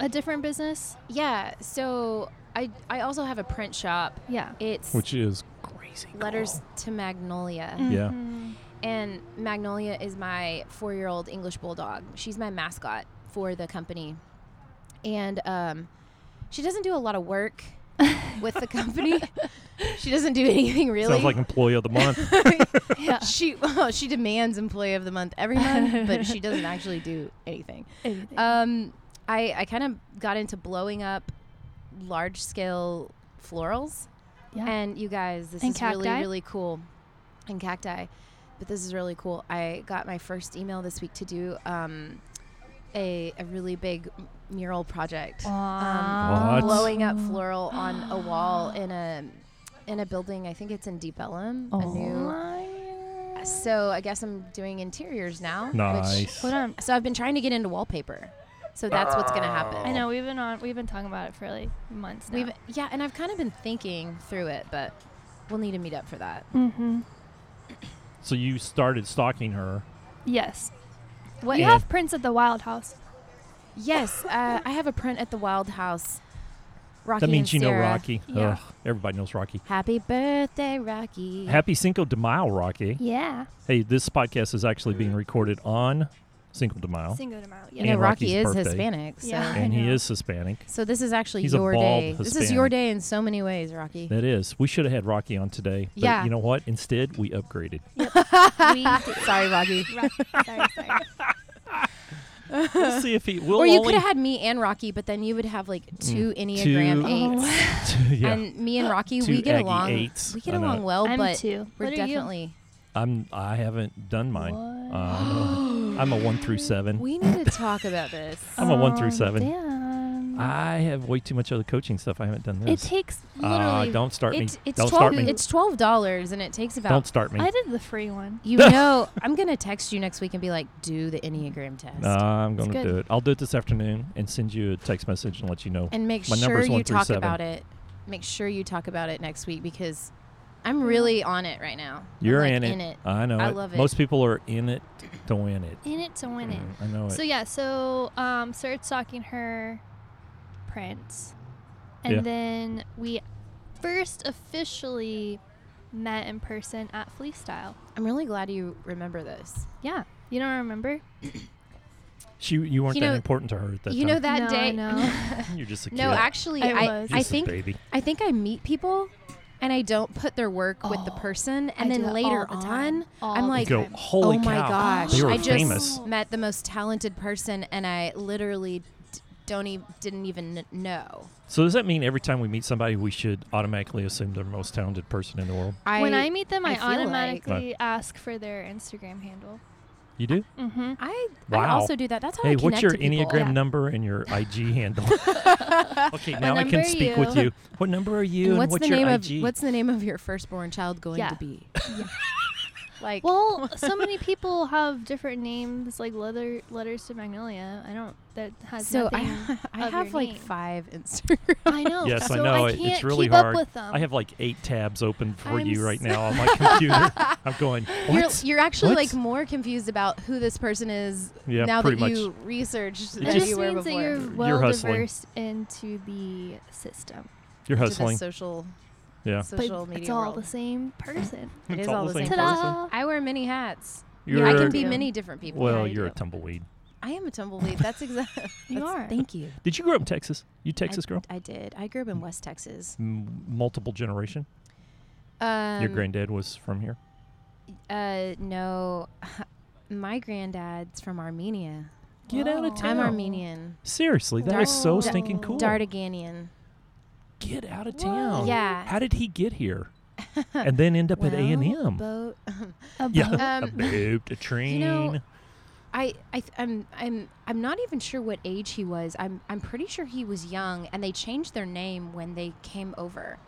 Speaker 2: a different business?
Speaker 3: Yeah. So I I also have a print shop.
Speaker 2: Yeah.
Speaker 3: It's
Speaker 1: which is crazy.
Speaker 3: letters
Speaker 1: cool.
Speaker 3: to Magnolia.
Speaker 1: Yeah.
Speaker 3: Mm.
Speaker 2: Mhm.
Speaker 3: And Magnolia is my four year old English bulldog. She's my mascot for the company. And um, she doesn't do a lot of work with the company. she doesn't do anything really.
Speaker 1: Sounds like employee of the month.
Speaker 2: Yeah.
Speaker 3: she well, she demands employee of the month every month, but she doesn't actually do anything.
Speaker 2: Anything.
Speaker 3: Um, I, I kind of got into blowing up large scale florals.
Speaker 2: yeah.
Speaker 3: And you guys, this
Speaker 2: And
Speaker 3: is
Speaker 2: cacti?
Speaker 3: really, really cool. And cacti. But this is really cool. I got my first email this week to do um, a, a really big m- mural project. Um,
Speaker 2: Wow.
Speaker 1: What?
Speaker 3: Blowing up floral on a wall in a in a building. I think it's in Deep Ellum. A
Speaker 1: Oh
Speaker 3: new. So I guess I'm doing interiors now. which-
Speaker 1: Nice.
Speaker 2: Hold on.
Speaker 3: so I've been trying to get into wallpaper. So that's what's gonna happen.
Speaker 2: I
Speaker 1: Oh.
Speaker 2: know we've been on. We've been talking about it for like months now.
Speaker 3: We've yeah, and I've kind of been thinking through it, but we'll need to meet up for that.
Speaker 2: mm-hmm.
Speaker 1: So you started stalking her.
Speaker 2: Yes.
Speaker 3: What
Speaker 2: you
Speaker 1: Yeah.
Speaker 2: have prints at the Wild House.
Speaker 3: Yes, uh, I have a print at the Wild House. Rocky
Speaker 1: that means
Speaker 3: and
Speaker 1: you know
Speaker 3: Sarah.
Speaker 1: Rocky.
Speaker 2: Yeah.
Speaker 1: Ugh, everybody knows Rocky.
Speaker 3: Happy birthday, Rocky.
Speaker 1: Happy Cinco de Mayo, Rocky.
Speaker 2: Yeah.
Speaker 1: Hey, this podcast is actually being recorded on Cinco de Mayo,
Speaker 2: Cinco de Mayo.
Speaker 3: you
Speaker 2: Yeah.
Speaker 3: know
Speaker 1: and Rocky's
Speaker 3: Rocky is
Speaker 1: birthday.
Speaker 3: Hispanic, so
Speaker 2: Yeah.
Speaker 1: and he
Speaker 2: know.
Speaker 1: is Hispanic.
Speaker 3: so this is actually
Speaker 1: He's a
Speaker 3: your
Speaker 1: bald
Speaker 3: day. This is your
Speaker 1: Hispanic.
Speaker 3: day in so many ways, Rocky.
Speaker 1: That is. We should have had Rocky on today. But
Speaker 3: Yeah.
Speaker 1: You know what? Instead, we upgraded.
Speaker 2: we
Speaker 3: Sorry, Rocky.
Speaker 2: Rock- sorry, sorry.
Speaker 1: We'll see if he. We'll
Speaker 3: or you
Speaker 1: only-
Speaker 3: could have had me and Rocky, but then you would have like two
Speaker 1: Mm. Two-
Speaker 3: Enneagram
Speaker 2: Oh.
Speaker 3: eights,
Speaker 1: yeah.
Speaker 3: and me and Rocky,
Speaker 1: Two
Speaker 3: we get
Speaker 1: Aggie
Speaker 3: along.
Speaker 1: eights.
Speaker 3: We get
Speaker 1: I know.
Speaker 3: along well,
Speaker 2: I'm
Speaker 3: but
Speaker 2: two.
Speaker 3: we're
Speaker 2: What are you?
Speaker 3: definitely.
Speaker 1: I'm. I haven't done mine.
Speaker 2: What?
Speaker 1: Uh, I'm a one through seven.
Speaker 3: We need to talk about this.
Speaker 1: I'm a one through
Speaker 2: Um,
Speaker 1: seven.
Speaker 2: Damn.
Speaker 1: I have way too much other coaching stuff. I haven't done
Speaker 2: it
Speaker 1: this.
Speaker 2: takes literally.
Speaker 1: Ah, don't start me.
Speaker 3: It's, it's
Speaker 1: don't
Speaker 3: twelve.
Speaker 1: start me.
Speaker 3: It's twelve dollars, and it takes about
Speaker 1: Don't start me.
Speaker 2: I did the free one.
Speaker 3: You know, I'm gonna text you next week and be like, "Do the Enneagram test."
Speaker 1: Uh, I'm
Speaker 2: It's
Speaker 1: going to
Speaker 2: good.
Speaker 1: do it. I'll do it this afternoon and send you a text message and let you know.
Speaker 3: and make
Speaker 1: my
Speaker 3: sure
Speaker 1: number's
Speaker 3: you
Speaker 1: one through
Speaker 3: talk
Speaker 1: seven.
Speaker 3: about it. Make sure you talk about it next week because I'm really on it right now. I'm,
Speaker 1: You're
Speaker 3: like,
Speaker 1: in, it. I know
Speaker 3: I
Speaker 1: it.
Speaker 3: love it.
Speaker 1: Most people are in it to win it.
Speaker 2: In it to win it.
Speaker 1: Mm, I know it.
Speaker 2: So yeah, so um, started stalking her prints, and
Speaker 1: Yeah.
Speaker 2: then we first officially met in person at Fleestyle.
Speaker 3: I'm really glad you remember this.
Speaker 2: Yeah, you don't remember?
Speaker 1: she, you weren't
Speaker 3: You
Speaker 1: that
Speaker 3: know-
Speaker 1: important to her at that
Speaker 3: you know
Speaker 1: time.
Speaker 3: that
Speaker 2: No, I
Speaker 3: day.
Speaker 2: know.
Speaker 1: You're just a kid.
Speaker 3: no, actually,
Speaker 2: I
Speaker 3: I,
Speaker 2: was.
Speaker 1: You're
Speaker 3: I
Speaker 1: just a
Speaker 3: think
Speaker 1: baby.
Speaker 3: I think I meet people, and I don't put their work with the
Speaker 2: Oh,
Speaker 3: person, and
Speaker 2: I do
Speaker 3: then
Speaker 2: that
Speaker 3: later
Speaker 2: all the time.
Speaker 3: on,
Speaker 2: All
Speaker 3: I'm
Speaker 2: the
Speaker 1: You
Speaker 3: like,
Speaker 1: go,
Speaker 2: time.
Speaker 1: holy
Speaker 3: oh my
Speaker 1: cow.
Speaker 3: gosh
Speaker 1: They were
Speaker 3: i just
Speaker 1: famous.
Speaker 3: met the most talented person and i literally d- don't even didn't even kn- know
Speaker 1: So does that mean every time we meet somebody, we should automatically assume they're the most talented person in the world?
Speaker 3: I,
Speaker 2: when I meet them,
Speaker 3: I
Speaker 2: I,
Speaker 3: feel like-
Speaker 2: automatically ask for their Instagram handle.
Speaker 1: You do?
Speaker 2: Mm-hmm.
Speaker 3: I, I
Speaker 1: Wow.
Speaker 3: also do that that's how
Speaker 1: hey,
Speaker 3: I
Speaker 1: what's
Speaker 3: connect
Speaker 1: your
Speaker 3: to people.
Speaker 1: Enneagram
Speaker 2: Yeah.
Speaker 1: number and your IG handle? okay, now I
Speaker 2: number
Speaker 1: can
Speaker 2: are
Speaker 1: speak with
Speaker 2: you?
Speaker 1: you. What number are you?
Speaker 3: And
Speaker 1: And
Speaker 3: what's the
Speaker 1: your
Speaker 3: name
Speaker 1: IG?
Speaker 3: of what's the name of your firstborn child going
Speaker 2: Yeah.
Speaker 3: to be Like,
Speaker 2: Well, so many people have different names, like leather letters to Magnolia. I don't. That has
Speaker 3: so
Speaker 2: nothing.
Speaker 3: I, I
Speaker 2: of
Speaker 3: have
Speaker 2: your
Speaker 3: like
Speaker 2: name.
Speaker 3: five Instagram.
Speaker 2: I know.
Speaker 1: Yes,
Speaker 2: so
Speaker 1: I know.
Speaker 2: I
Speaker 1: it-
Speaker 2: can't
Speaker 1: it's really
Speaker 2: keep
Speaker 1: hard.
Speaker 2: up with them.
Speaker 1: I have like eight tabs open for
Speaker 3: I'm
Speaker 1: you right
Speaker 3: so-
Speaker 1: now on my computer. I'm going,
Speaker 3: You're,
Speaker 1: what?
Speaker 3: you're actually
Speaker 1: What?
Speaker 3: like more confused about who this person is
Speaker 1: Yeah,
Speaker 3: now that
Speaker 1: pretty much.
Speaker 3: you researched
Speaker 1: It
Speaker 2: that
Speaker 3: than
Speaker 1: just-
Speaker 2: just
Speaker 3: you were
Speaker 2: means that
Speaker 3: before.
Speaker 2: you're
Speaker 1: You're
Speaker 2: well
Speaker 1: hustling.
Speaker 2: diverse into the system.
Speaker 1: You're
Speaker 3: into the
Speaker 1: hustling.
Speaker 3: social,
Speaker 1: Yeah.
Speaker 3: social
Speaker 2: but
Speaker 3: media
Speaker 2: it's all
Speaker 3: world.
Speaker 2: the same person.
Speaker 3: It is all the same
Speaker 1: person.
Speaker 2: Ta-da!
Speaker 3: I wear many hats.
Speaker 1: You're,
Speaker 3: I can be
Speaker 2: Yeah.
Speaker 3: many different people.
Speaker 1: well,
Speaker 2: Yeah, you
Speaker 1: you're a
Speaker 2: do.
Speaker 1: tumbleweed.
Speaker 3: I am a tumbleweed. That's exactly.
Speaker 2: You are.
Speaker 3: Thank you.
Speaker 1: Did you grow up in Texas? You Texas
Speaker 3: I,
Speaker 1: girl?
Speaker 3: I did. I grew up in West Texas.
Speaker 1: M- multiple generation.
Speaker 3: Um,
Speaker 1: Your granddad was from here.
Speaker 3: Uh, no, my granddad's from Armenia.
Speaker 1: Get out of
Speaker 2: Wow.
Speaker 1: town.
Speaker 3: Oh, I'm Armenian.
Speaker 1: Seriously, that is so
Speaker 2: Dar-
Speaker 1: Oh, stinking cool.
Speaker 3: Dardaganian.
Speaker 1: Get out of
Speaker 2: What?
Speaker 1: town.
Speaker 3: Yeah.
Speaker 1: How did he get here? and then end up at A
Speaker 3: Well,
Speaker 1: and M.
Speaker 3: Boat.
Speaker 2: A
Speaker 1: Yeah,
Speaker 2: boat.
Speaker 1: a
Speaker 3: Um,
Speaker 1: boat, a train.
Speaker 3: I, I th- I'm I'm I'm not even sure what age he was. I'm I'm pretty sure he was young, and they changed their name when they came over.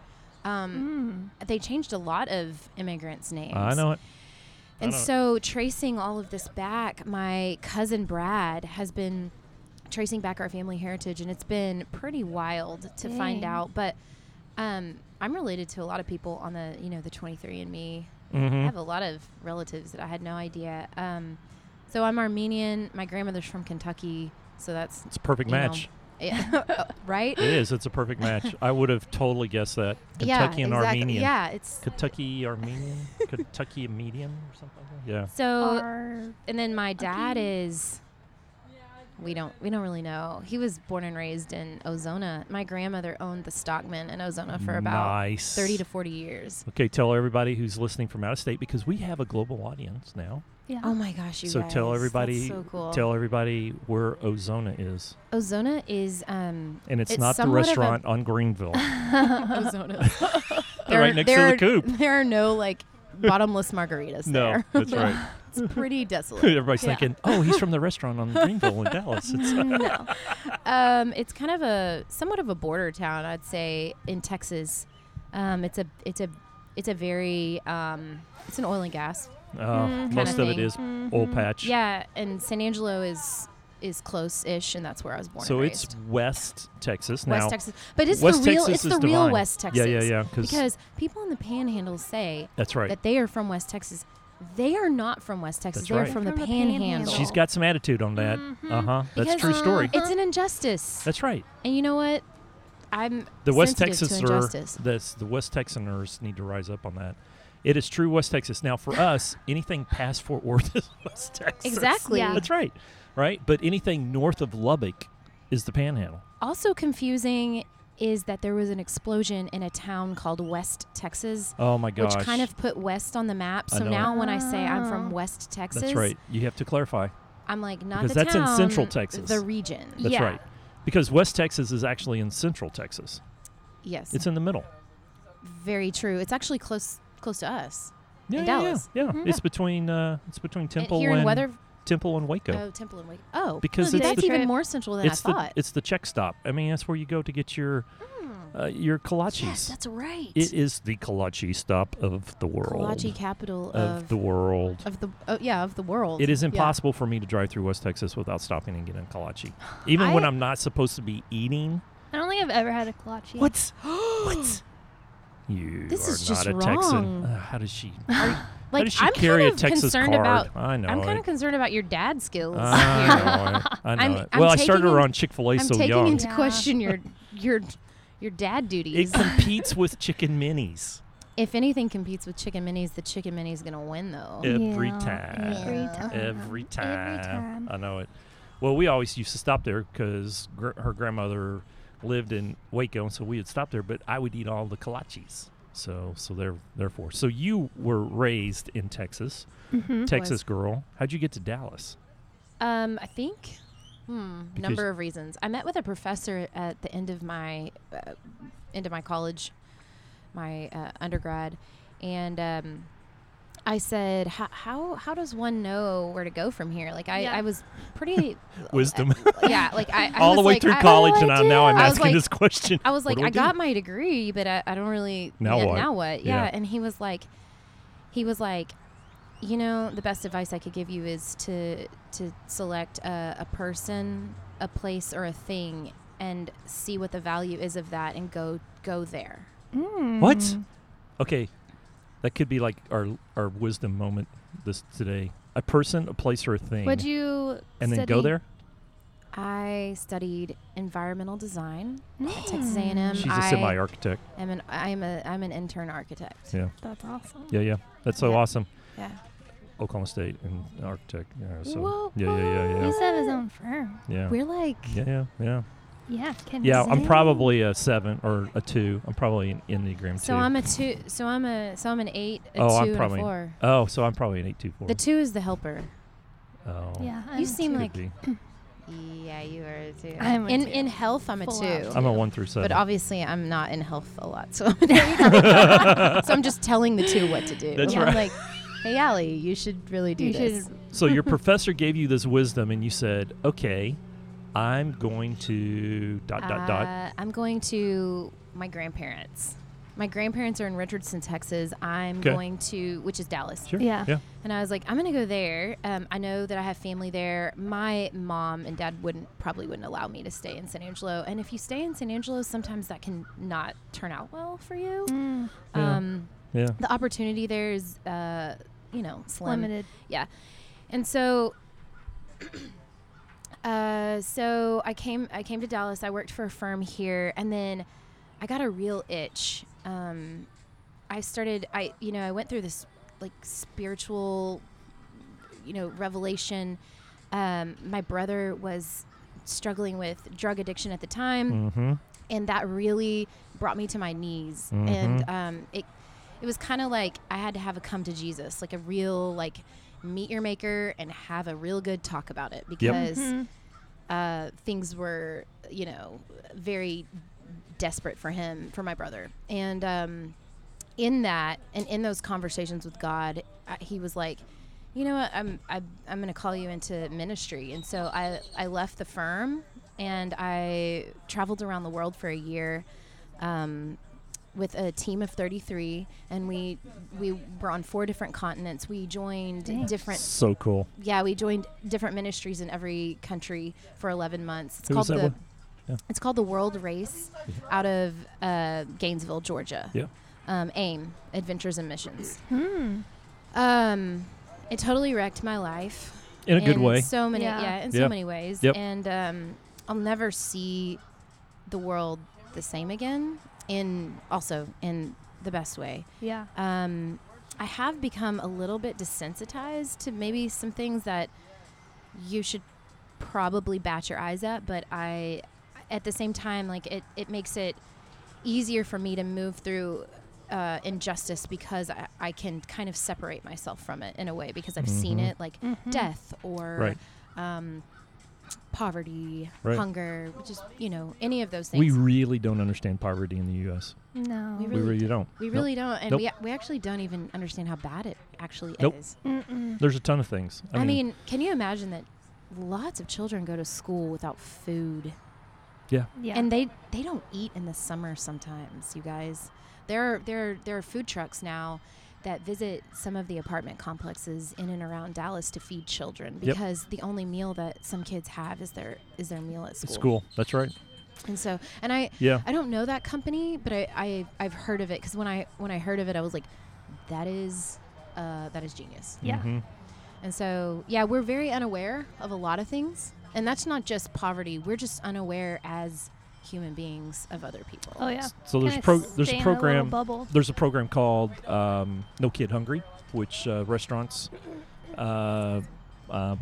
Speaker 3: Um,
Speaker 2: Mm.
Speaker 3: They changed a lot of immigrants' names.
Speaker 1: I know it. I
Speaker 3: And
Speaker 1: don't-
Speaker 3: so, tracing all of this back, my cousin Brad has been tracing back our family heritage, and it's been pretty wild to find
Speaker 2: Dang.
Speaker 3: out. But um, I'm related to a lot of people on the, you know, the 23andMe. I
Speaker 1: Mhm.
Speaker 3: have a lot of relatives that I had no idea. Um, so I'm Armenian. My grandmother's from Kentucky, so that's
Speaker 1: It's a perfect
Speaker 3: you know,
Speaker 1: match.
Speaker 3: yeah, right?
Speaker 1: It is. It's a perfect match. I would have totally guessed that. Kentucky
Speaker 3: yeah,
Speaker 1: and
Speaker 3: exactly.
Speaker 1: Armenian.
Speaker 3: Yeah, it's
Speaker 1: Kentucky Armenian, Kentucky Medium or something. like that? Yeah.
Speaker 3: so.
Speaker 1: Oh.
Speaker 2: Are-
Speaker 3: And then my dad
Speaker 2: Okay.
Speaker 3: is. We don't we don't really know. He was born and raised in Ozona. My grandmother owned the Stockman in Ozona for about
Speaker 1: nice.
Speaker 3: thirty to forty years.
Speaker 1: Okay, tell everybody who's listening from out of state because we have a global audience now.
Speaker 2: yeah.
Speaker 3: Oh my gosh, you
Speaker 1: so
Speaker 3: guys.
Speaker 1: tell
Speaker 3: that's
Speaker 1: everybody
Speaker 3: so cool.
Speaker 1: tell everybody where Ozona is.
Speaker 3: Ozona is um
Speaker 1: And it's,
Speaker 3: It's
Speaker 1: not the
Speaker 3: somewhat of a-
Speaker 1: restaurant on Greenville.
Speaker 3: Ozona.
Speaker 1: They're right
Speaker 3: are-
Speaker 1: next to
Speaker 3: there
Speaker 1: the
Speaker 3: are-
Speaker 1: coop.
Speaker 3: There are no like bottomless margaritas
Speaker 1: no,
Speaker 3: there.
Speaker 1: that's right.
Speaker 3: it's pretty desolate.
Speaker 1: Everybody's
Speaker 2: Yeah.
Speaker 1: thinking, "Oh, he's from the restaurant on Greenville in Dallas." It's
Speaker 2: no.
Speaker 3: Um, it's kind of a somewhat of a border town, I'd say, in Texas. Um, it's a it's a it's a very um, it's an oil and gas
Speaker 1: uh,
Speaker 2: Mm,
Speaker 1: most
Speaker 3: Mm-hmm. kinda
Speaker 1: of it
Speaker 3: thing. Mm-hmm.
Speaker 1: is oil
Speaker 2: Mhm.
Speaker 1: patch.
Speaker 3: Yeah, and San Angelo is is close-ish, and that's where I was born.
Speaker 1: So
Speaker 3: and
Speaker 1: it's
Speaker 3: raised.
Speaker 1: West Texas now.
Speaker 3: West Texas, but it's
Speaker 1: West
Speaker 3: the real
Speaker 1: Texas
Speaker 3: it's
Speaker 1: is
Speaker 3: the
Speaker 1: divine.
Speaker 3: real West Texas.
Speaker 1: Yeah, yeah, yeah. Because
Speaker 3: Because people in the Panhandle say
Speaker 1: that's right.
Speaker 3: that they are from West Texas. They are not from West Texas.
Speaker 1: That's
Speaker 3: They're
Speaker 1: right.
Speaker 3: from, the,
Speaker 2: From the
Speaker 3: Panhandle.
Speaker 2: Panhandle.
Speaker 1: She's got some attitude on that.
Speaker 2: Mhm.
Speaker 1: Uh huh. That's
Speaker 3: Because,
Speaker 1: true story.
Speaker 3: It's
Speaker 2: Uh-huh.
Speaker 3: an injustice.
Speaker 1: That's right.
Speaker 3: and you know what? I'm
Speaker 1: The West
Speaker 3: sensitive
Speaker 1: Texas
Speaker 3: to
Speaker 1: are
Speaker 3: injustice.
Speaker 1: that's the West Texaners need to rise up on that. It is true West Texas. Now for us, anything past Fort Worth is West Texas.
Speaker 3: Exactly.
Speaker 2: Yeah.
Speaker 1: That's right. Right? But anything north of Lubbock is the panhandle.
Speaker 3: Also confusing is that there was an explosion in a town called West Texas,
Speaker 1: Oh my gosh.
Speaker 3: which kind of put West on the map.
Speaker 1: I
Speaker 3: So
Speaker 1: know
Speaker 3: now
Speaker 2: it.
Speaker 3: when I say I'm
Speaker 2: Ah.
Speaker 3: from West Texas,
Speaker 1: That's right. You have to clarify.
Speaker 3: I'm like not
Speaker 1: Because
Speaker 3: the
Speaker 1: that's in Central
Speaker 3: town,
Speaker 1: Texas.
Speaker 3: the region.
Speaker 1: That's
Speaker 2: Yeah.
Speaker 1: right. Because West Texas is actually in central Texas.
Speaker 3: Yes,
Speaker 1: It's in the middle.
Speaker 3: very true. It's actually close close to us.
Speaker 1: Yeah,
Speaker 3: In
Speaker 1: yeah, yeah.
Speaker 3: Dallas. Mm-hmm.
Speaker 1: Yeah.
Speaker 2: Mhm.
Speaker 1: It's between uh, it's between
Speaker 3: And
Speaker 1: Temple
Speaker 3: here in
Speaker 1: and
Speaker 3: Weather.
Speaker 1: Temple and Waco.
Speaker 3: Oh, Temple and Wake. Oh,
Speaker 1: Because
Speaker 3: no,
Speaker 1: it's
Speaker 3: that's
Speaker 2: the-
Speaker 3: even more central than
Speaker 1: it's
Speaker 3: I
Speaker 1: the
Speaker 3: thought.
Speaker 1: it's the check stop. I mean, that's where you go to get your
Speaker 3: Hmm.
Speaker 1: uh, your kolaches.
Speaker 2: Yes, that's right.
Speaker 1: It is the kolache stop of the world.
Speaker 3: Kalachi capital
Speaker 1: of, the world.
Speaker 3: of the oh, yeah of the world.
Speaker 1: It is
Speaker 3: Yeah.
Speaker 1: impossible for me to drive through West Texas without stopping and getting kolache. Even when
Speaker 3: I-
Speaker 1: I'm not supposed to be eating.
Speaker 2: I don't think I've ever had a kolache.
Speaker 1: What's what? You
Speaker 3: This
Speaker 1: are not
Speaker 3: is just
Speaker 1: a Texan.
Speaker 3: wrong.
Speaker 1: Uh, how does she? how
Speaker 3: Like
Speaker 1: does she
Speaker 3: I'm
Speaker 1: carry
Speaker 3: kind of
Speaker 1: a Texas
Speaker 3: concerned
Speaker 1: card?
Speaker 3: about.
Speaker 1: I know
Speaker 3: I'm
Speaker 1: it.
Speaker 3: kind of concerned about your dad skills. here.
Speaker 1: I know it. I know
Speaker 3: I'm-
Speaker 1: it.
Speaker 3: I'm
Speaker 1: well, I started
Speaker 3: taking
Speaker 1: her
Speaker 3: in-
Speaker 1: on Chick Fil A
Speaker 3: I'm
Speaker 1: so
Speaker 3: taking
Speaker 1: young.
Speaker 3: into
Speaker 2: Yeah.
Speaker 3: question your your your dad duties.
Speaker 1: it competes with chicken minis
Speaker 3: if anything competes with chicken minis, the chicken mini's gonna win though.
Speaker 1: every
Speaker 2: Yeah.
Speaker 1: time.
Speaker 2: Every
Speaker 3: Yeah.
Speaker 2: time.
Speaker 1: Every time.
Speaker 2: time.
Speaker 1: I know it. Well, we always used to stop there because gr- her grandmother lived in Waco, and so we would stop there. But I would eat all the kolaches. So, so there, therefore, so you were raised in Texas,
Speaker 2: Mhm.
Speaker 1: Texas
Speaker 3: Mm-hmm. Was.
Speaker 1: girl. How'd you get to Dallas?
Speaker 3: Um, I think. Hmm.
Speaker 1: Because-
Speaker 3: number of reasons. I met with a professor at the end of my uh, end of my college, my uh, undergrad, and um, I said, "How- "How how does one know where to go from here?" Like I,
Speaker 2: Yeah.
Speaker 3: I was pretty
Speaker 1: Wisdom.
Speaker 3: yeah. Like I, I
Speaker 1: all the
Speaker 3: was
Speaker 1: way
Speaker 3: like,
Speaker 1: through
Speaker 3: I-
Speaker 1: college,
Speaker 2: I
Speaker 1: and I, now I'm
Speaker 3: do? I was
Speaker 1: asking
Speaker 3: like-
Speaker 1: this question.
Speaker 3: I was
Speaker 1: What
Speaker 3: like,
Speaker 1: do
Speaker 3: I,
Speaker 1: we do?
Speaker 3: got my degree, but I, I don't really
Speaker 1: Now
Speaker 3: yeah,
Speaker 1: what?
Speaker 3: Now what?
Speaker 1: Yeah.
Speaker 3: Yeah. And he was like, he was like, you know, the best advice I could give you is to to select a, a person, a place, or a thing, and see what the value is of that, and go go there.
Speaker 1: What?
Speaker 2: Mm.
Speaker 1: Okay, that could be like our our wisdom moment this today. A person, a place, or a thing,
Speaker 2: Would you
Speaker 1: and then go
Speaker 2: study-
Speaker 1: there.
Speaker 3: I studied environmental design at Texas
Speaker 2: Mm.
Speaker 3: A&M.
Speaker 1: She's a
Speaker 3: I
Speaker 1: semi-architect.
Speaker 3: am an I'm a I'm an intern architect.
Speaker 1: Yeah.
Speaker 2: That's awesome.
Speaker 1: Yeah, yeah. That's so
Speaker 3: Yeah.
Speaker 1: awesome.
Speaker 3: Yeah.
Speaker 1: Oklahoma State and architect. Yeah. So.
Speaker 3: Whoa,
Speaker 1: yeah, yeah, yeah,
Speaker 2: He
Speaker 1: yeah,
Speaker 3: whoa.
Speaker 2: used to have his own firm.
Speaker 1: yeah.
Speaker 3: We're like
Speaker 1: Yeah, yeah, yeah.
Speaker 2: Yeah. Can
Speaker 1: Yeah,
Speaker 2: you
Speaker 1: I'm
Speaker 2: say?
Speaker 1: probably a seven or a two. I'm probably an Enneagram
Speaker 3: so
Speaker 1: two.
Speaker 3: I'm a two so I'm a so I'm an eight, a
Speaker 1: Oh,
Speaker 3: 2
Speaker 1: I'm
Speaker 3: and
Speaker 1: probably-
Speaker 3: a four.
Speaker 1: oh, so I'm probably an eight two four.
Speaker 3: The two is the helper.
Speaker 1: oh,
Speaker 2: Yeah.
Speaker 3: You
Speaker 2: I'm a
Speaker 3: seem
Speaker 2: two.
Speaker 1: could
Speaker 3: like-
Speaker 1: be.
Speaker 3: Yeah, you are a two.
Speaker 2: I'm a
Speaker 3: in
Speaker 2: two.
Speaker 3: in health I'm a
Speaker 2: Full
Speaker 3: two.
Speaker 2: out.
Speaker 1: I'm a one through seven.
Speaker 3: But obviously, I'm not in health a lot, so I'm, an eight. so I'm just telling the two what to do.
Speaker 1: That's
Speaker 3: I'm
Speaker 1: right.
Speaker 3: like, hey, Allie, you should really do
Speaker 2: You
Speaker 3: this.
Speaker 2: should-
Speaker 1: so your professor gave you this wisdom, and you said, "Okay, I'm going to dot dot dot."
Speaker 3: Uh, I'm going to my grandparents. My grandparents are in Richardson, Texas. I'm
Speaker 1: 'Kay.
Speaker 3: going to, which is Dallas.
Speaker 1: Sure.
Speaker 2: Yeah.
Speaker 1: Yeah.
Speaker 3: And I was like, I'm going to go there. Um, I know that I have family there. My mom and dad wouldn't probably wouldn't allow me to stay in San Angelo. And if you stay in San Angelo, sometimes that can not turn out well for you.
Speaker 2: Mm,
Speaker 1: Yeah.
Speaker 3: Um,
Speaker 1: Yeah.
Speaker 3: the opportunity there is, uh, you know, slim.
Speaker 2: limited.
Speaker 3: Yeah. And so uh so I came I came to Dallas. I worked for a firm here and then I got a real itch. Um I started I you know, I went through this like spiritual you know, revelation. Um my brother was struggling with drug addiction at the time
Speaker 1: Mm-hmm.
Speaker 3: and that really brought me to my knees
Speaker 1: Mhm.
Speaker 3: and um, it it was kind of like I had to have a come to Jesus like a real like meet your maker and have a real good talk about it because
Speaker 2: Mhm.
Speaker 3: uh, things were you know very desperate for him for my brother and um, in that and in those conversations with God I, he was like you know what I'm I, I'm gonna call you into ministry and so I I left the firm and I traveled around the world for a year um, with a team of 33 and we we were on four different continents we joined
Speaker 2: Dang.
Speaker 3: different
Speaker 1: So cool.
Speaker 3: yeah, we joined different ministries in every country for 11 months. It's
Speaker 1: Who was
Speaker 3: called
Speaker 1: that
Speaker 3: the
Speaker 1: with? Yeah.
Speaker 3: It's called the World Race out of uh, Gainesville, Georgia.
Speaker 1: Yeah.
Speaker 3: Um, AIM, Adventures and Missions.
Speaker 2: Mm.
Speaker 3: Um, it totally wrecked my life
Speaker 1: In a good way.
Speaker 3: So many, yeah,
Speaker 2: Yeah.
Speaker 3: in
Speaker 1: Yeah.
Speaker 3: so many ways.
Speaker 1: Yep.
Speaker 3: And um, I'll never see the world the same again. In also in the best way
Speaker 2: Yeah.
Speaker 3: um, I have become a little bit desensitized to maybe some things that you should probably bat your eyes at, but I, at the same time, like it, it makes it easier for me to move through uh, injustice because I, I can kind of separate myself from it in a way because I've seen
Speaker 1: Mhm.
Speaker 3: it, like
Speaker 2: Mhm.
Speaker 3: death or
Speaker 1: Right.
Speaker 3: um, poverty,
Speaker 1: Right.
Speaker 3: hunger, just you know, any of those things.
Speaker 1: We really don't understand poverty in the U.S.
Speaker 2: No.
Speaker 3: We
Speaker 1: We
Speaker 3: Really
Speaker 1: really don't.
Speaker 3: We
Speaker 1: Nope.
Speaker 3: really don't, and
Speaker 1: Nope.
Speaker 3: we, we actually don't even understand how bad it actually
Speaker 1: Nope.
Speaker 3: is.
Speaker 2: Mm-mm.
Speaker 1: There's a ton of things.
Speaker 3: I mean, can you imagine that lots of children go to school without food
Speaker 2: Yeah.
Speaker 3: and they they don't eat in the summer sometimes, you guys. There are there are, there are food trucks now that visit some of the apartment complexes in and around Dallas to feed children
Speaker 1: Yep.
Speaker 3: because the only meal that some kids have is their is their meal at school.
Speaker 1: it's cool. That's right.
Speaker 3: And so and I
Speaker 1: Yeah.
Speaker 3: I don't know that company, but I, I I've heard of it because when I when I heard of it, I was like, that is uh, that is genius.
Speaker 2: Yeah.
Speaker 1: hmm
Speaker 3: And so, yeah, we're very unaware of a lot of things. And that's not just poverty. We're just unaware as human beings of other people.
Speaker 2: oh yeah.
Speaker 1: So there's
Speaker 2: Kinda
Speaker 1: pro- there's
Speaker 2: stay
Speaker 1: a
Speaker 2: in
Speaker 1: program
Speaker 2: little bubble.
Speaker 1: there's a program called um, No Kid Hungry, which uh, restaurants uh, uh,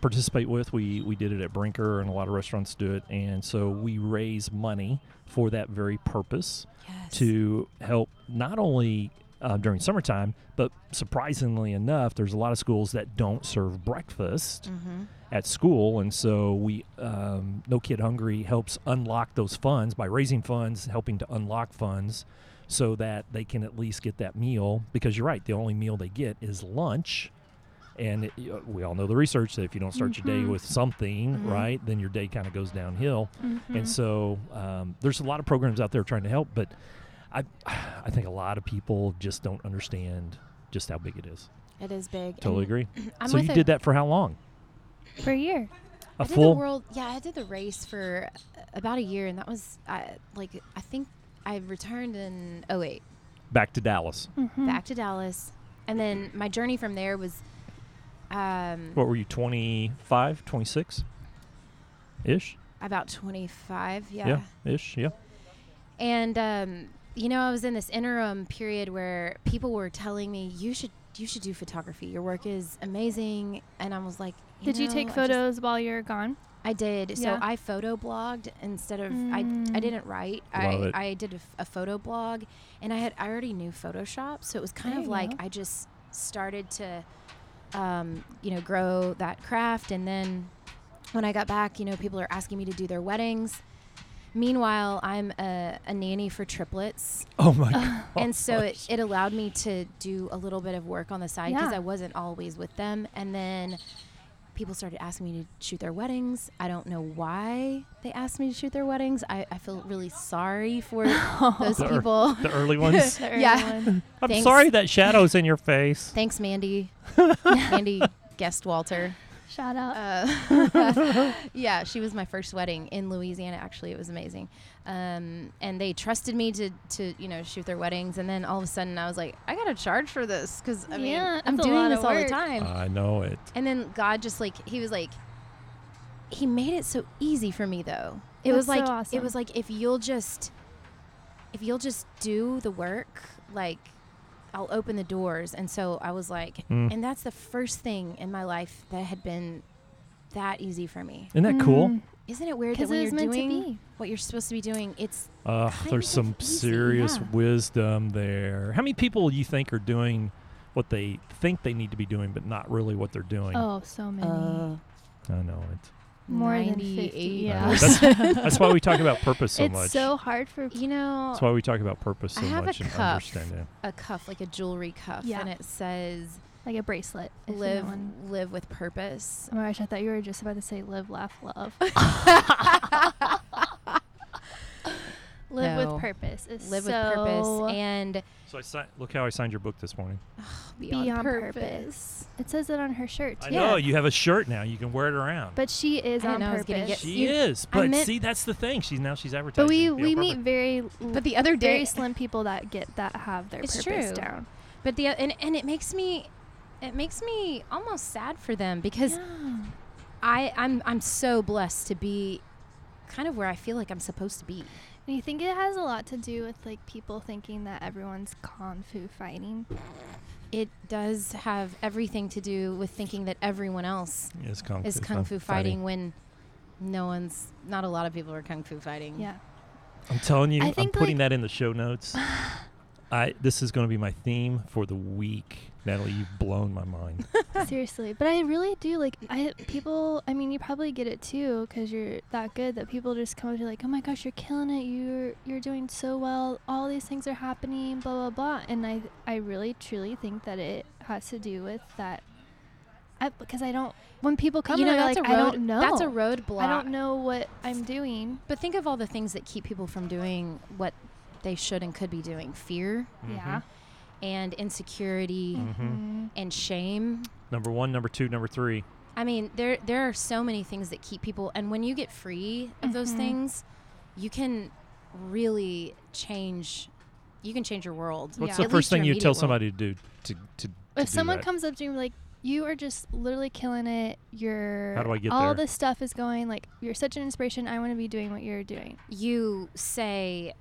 Speaker 1: participate with. We we did it at Brinker, and a lot of restaurants do it. And so we raise money for that very purpose
Speaker 3: Yes.
Speaker 1: to help not only uh, during summertime, but surprisingly enough, there's a lot of schools that don't serve breakfast
Speaker 3: Mm-hmm.
Speaker 1: at school, and so we um, No Kid Hungry helps unlock those funds by raising funds, helping to unlock funds, so that they can at least get that meal. Because you're right, the only meal they get is lunch, and it, y- we all know the research that if you don't start your day
Speaker 2: Mhm.
Speaker 3: Mm-hmm.
Speaker 1: with something,
Speaker 3: Mhm.
Speaker 1: right, then your day kind of goes downhill.
Speaker 2: Mhm.
Speaker 3: Mm-hmm.
Speaker 1: And so um, there's a lot of programs out there trying to help, but I I think a lot of people just don't understand just how big it is.
Speaker 3: It is big.
Speaker 1: Totally agree.
Speaker 3: I'm
Speaker 1: so
Speaker 3: with
Speaker 1: you
Speaker 3: a-
Speaker 1: did that for how long?
Speaker 2: per year.
Speaker 1: A
Speaker 3: I did
Speaker 1: full
Speaker 3: the world. Yeah, I did the race for uh, about a year, and that was I, like I think I returned in 08
Speaker 1: back to Dallas.
Speaker 2: Mm-hmm.
Speaker 3: back to Dallas, and then my journey from there was um,
Speaker 1: What were you 25, 26? Ish?
Speaker 3: about 25.
Speaker 1: Yeah, ish, yeah.
Speaker 3: and um, you know i was in this interim period where people were telling me you should you should do photography your work is amazing and i was like
Speaker 2: Did you
Speaker 3: know,
Speaker 2: take
Speaker 3: I just-
Speaker 2: photos while you're gone?
Speaker 3: i did
Speaker 2: Yeah.
Speaker 3: so i photo blogged instead of I, I
Speaker 2: Mm.
Speaker 3: didn't write
Speaker 1: Love
Speaker 3: I,
Speaker 1: it.
Speaker 3: I did a, f- a photo blog and i had i already knew photoshop so it was kind
Speaker 2: There
Speaker 3: of
Speaker 2: you
Speaker 3: like
Speaker 2: go.
Speaker 3: i just started to um, you know grow that craft and then when i got back you know people are asking me to do their weddings meanwhile i'm a, a nanny for triplets
Speaker 1: Oh my god.
Speaker 3: and so it, it allowed me to do a little bit of work on the side because
Speaker 2: Yeah.
Speaker 3: I wasn't always with them. And then people started asking me to shoot their weddings. I don't know why they asked me to shoot their weddings. I, I feel really sorry for those
Speaker 1: Sure.
Speaker 3: people.
Speaker 1: the early ones.
Speaker 2: The early
Speaker 3: Yeah.
Speaker 2: one.
Speaker 1: I'm
Speaker 3: Thanks.
Speaker 1: sorry that shadow's in your face.
Speaker 3: Thanks, Mandy. Mandy guest Walter.
Speaker 2: Shout out.
Speaker 3: Uh, yeah, she was my first wedding in Louisiana. Actually, it was amazing. Um, and they trusted me to, to you know shoot their weddings. And then all of a sudden, I was like, I gotta charge for this because I mean,
Speaker 2: Yeah,
Speaker 3: I'm
Speaker 2: that's a lot
Speaker 3: doing this
Speaker 2: of
Speaker 3: all the
Speaker 2: work.
Speaker 3: time.
Speaker 1: I know it.
Speaker 3: And then God just like he was like he made it so easy for me though. It was
Speaker 2: That's
Speaker 3: like
Speaker 2: so
Speaker 3: it was
Speaker 2: awesome.
Speaker 3: like if you'll just if you'll just do the work, like I'll open the doors. And so I was like
Speaker 2: Hmm.
Speaker 1: Mm.
Speaker 3: and that's the first thing in my life that had been that easy for me.
Speaker 1: Isn't that cool?
Speaker 2: Mm.
Speaker 3: Isn't it weird that
Speaker 2: 'Cause
Speaker 3: when
Speaker 2: it
Speaker 3: you're
Speaker 2: was meant to
Speaker 3: doing
Speaker 2: be.
Speaker 3: what you're supposed to be doing, it's
Speaker 1: Uh,
Speaker 3: kind
Speaker 1: there's
Speaker 3: of
Speaker 1: some
Speaker 3: easy,
Speaker 1: serious
Speaker 3: yeah.
Speaker 1: wisdom there. How many people you think are doing what they think they need to be doing, but not really what they're doing?
Speaker 2: Oh, so many.
Speaker 1: I know it.
Speaker 2: More than
Speaker 3: 98
Speaker 2: 50,
Speaker 1: I
Speaker 2: yeah.
Speaker 1: know. Oh, That's, that's why we talk about purpose so
Speaker 2: it's
Speaker 1: much.
Speaker 2: so hard for.
Speaker 3: you know
Speaker 1: that's why we talk about purpose so
Speaker 3: I have a
Speaker 1: much and
Speaker 3: cuff.
Speaker 1: understanding.
Speaker 3: a cuff like a jewelry cuff
Speaker 2: Yeah.
Speaker 3: and it says
Speaker 2: Like a bracelet. if you know
Speaker 3: live
Speaker 2: one.
Speaker 3: live with purpose
Speaker 2: Oh my gosh, I thought you were just about to say live, laugh, love. live
Speaker 3: No.
Speaker 2: with purpose. Is
Speaker 3: live
Speaker 2: Mm. so
Speaker 3: with purpose and
Speaker 1: So I si- look how I signed your book this morning.
Speaker 3: be
Speaker 2: beyond,
Speaker 3: on
Speaker 2: purpose. It says it on her shirt.
Speaker 1: I
Speaker 2: too.
Speaker 1: know you have a shirt now. You can wear it around.
Speaker 2: But she is
Speaker 3: I didn't
Speaker 2: on
Speaker 3: know I was
Speaker 2: purpose.
Speaker 3: gonna get-
Speaker 1: she
Speaker 3: you-
Speaker 1: is.
Speaker 3: I
Speaker 1: But
Speaker 3: meant-
Speaker 1: see, that's the thing. She's now she's advertising.
Speaker 2: but we
Speaker 1: Yeah,
Speaker 2: we
Speaker 1: perfect.
Speaker 2: meet very
Speaker 3: But the other day,
Speaker 2: very slim people that get that have their
Speaker 3: It's
Speaker 2: purpose
Speaker 3: true.
Speaker 2: down.
Speaker 3: but the and and it makes me, it makes me almost sad for them because I I'm I'm so blessed to be, kind of where I feel like I'm supposed to be.
Speaker 2: Do you think it has a lot to do with like people thinking that everyone's kung fu fighting?
Speaker 3: Mm-hmm. It does have everything to do with thinking that everyone else
Speaker 1: Yes, kung
Speaker 3: is
Speaker 1: fu,
Speaker 3: kung fu fighting when. No one's, not a lot of people are kung fu fighting.
Speaker 2: Yeah.
Speaker 1: I'm telling you,
Speaker 2: I
Speaker 1: I am
Speaker 2: think,
Speaker 1: putting
Speaker 2: like-
Speaker 1: that in the show notes. I this is going to be my theme for the week, Natalie. You've blown my mind.
Speaker 2: Seriously, but I really do like I people. I mean, you probably get it too because you're that good that people just come up to you like, "Oh my gosh, you're killing it! You're you're doing so well. All these things are happening, blah blah blah." And I I really truly think that it has to do with that. I, because I don't when people come,
Speaker 3: you know
Speaker 2: and they're like,
Speaker 3: that's a road.
Speaker 2: I don't know.
Speaker 3: That's a roadblock.
Speaker 2: I don't know what I'm doing.
Speaker 3: But think of all the things that keep people from doing what they should and could be doing fear
Speaker 2: Yeah.
Speaker 3: and insecurity
Speaker 1: Mm.
Speaker 2: Mm-hmm.
Speaker 3: and shame.
Speaker 1: Number one, number two, number three.
Speaker 3: I mean, there there are so many things that keep people and when you get free of those
Speaker 2: Mhm.
Speaker 3: things, you can really change you can change your world.
Speaker 2: What's
Speaker 1: What's
Speaker 2: Yeah.
Speaker 1: the
Speaker 3: At
Speaker 1: first
Speaker 3: least your
Speaker 1: thing you
Speaker 3: immediate
Speaker 1: tell
Speaker 3: world.
Speaker 1: somebody to do to to? to
Speaker 2: if
Speaker 1: do
Speaker 2: someone
Speaker 1: that?
Speaker 2: comes up to me like you are just literally killing it you're
Speaker 1: How do I get
Speaker 2: all
Speaker 1: there?
Speaker 2: this stuff is going like you're such an inspiration i want to be doing what you're doing
Speaker 3: you say,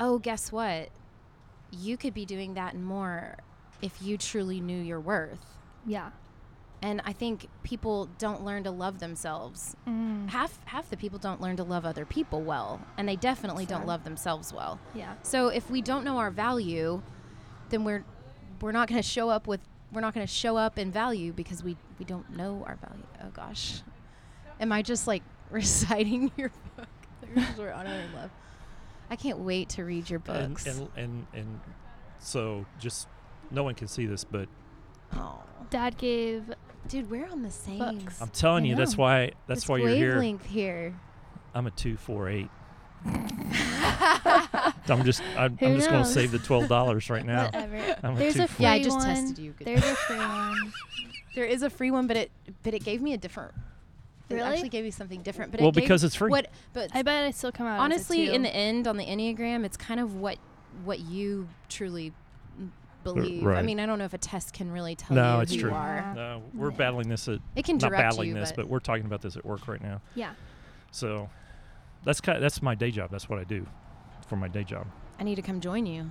Speaker 3: "Oh, guess what? You could be doing that and more if you truly knew your worth."
Speaker 2: yeah
Speaker 3: And I think people don't learn to love themselves
Speaker 2: mm.
Speaker 3: half half the people don't learn to love other people well and they definitely don't
Speaker 2: Sad.
Speaker 3: love themselves well
Speaker 2: yeah
Speaker 3: so if we don't know our value then we're we're not going to show up with we're not going to show up in value because we we don't know our value oh gosh am i just like reciting your book There's where honor and love i can't wait to read your
Speaker 1: and,
Speaker 3: books
Speaker 1: and and and so just no one can see this, but
Speaker 3: oh
Speaker 2: dad gave
Speaker 3: dude we're on the same
Speaker 2: Books.
Speaker 1: I'm telling
Speaker 3: I
Speaker 1: you that's
Speaker 3: know.
Speaker 1: why Um, that's
Speaker 3: this
Speaker 1: why you're here.
Speaker 3: wavelength here
Speaker 1: I'm a two four eight. I'm just I'm,
Speaker 2: Who
Speaker 1: I'm just going to
Speaker 2: knows?
Speaker 1: save the twelve dollars right now.
Speaker 2: Whatever.
Speaker 1: I'm
Speaker 2: There's
Speaker 1: two
Speaker 2: a
Speaker 1: for-
Speaker 2: free
Speaker 3: Yeah, I just
Speaker 2: one.
Speaker 3: tested you. Good
Speaker 2: There's a free one.
Speaker 3: There is a free one, but it but it gave me a different. It
Speaker 2: Really?
Speaker 3: actually gave me something different. But
Speaker 1: Well,
Speaker 3: it gave
Speaker 1: because it's free.
Speaker 3: What? But
Speaker 2: I bet I still come out. as Oh, a
Speaker 3: honestly, in
Speaker 2: two.
Speaker 3: the end, on the enneagram, it's kind of what what you truly m- believe. I
Speaker 1: Uh, right.
Speaker 3: mean, I don't know if a test can really tell
Speaker 1: No,
Speaker 3: you
Speaker 1: it's
Speaker 3: who
Speaker 1: true.
Speaker 3: you are.
Speaker 1: No, we're battling this at
Speaker 3: It can
Speaker 1: not
Speaker 3: direct
Speaker 1: battling
Speaker 3: you,
Speaker 1: this,
Speaker 3: but-
Speaker 1: but we're talking about this at work right now.
Speaker 2: yeah.
Speaker 1: So that's kind that's my day job. That's what I do for my day job.
Speaker 3: I need to come join you.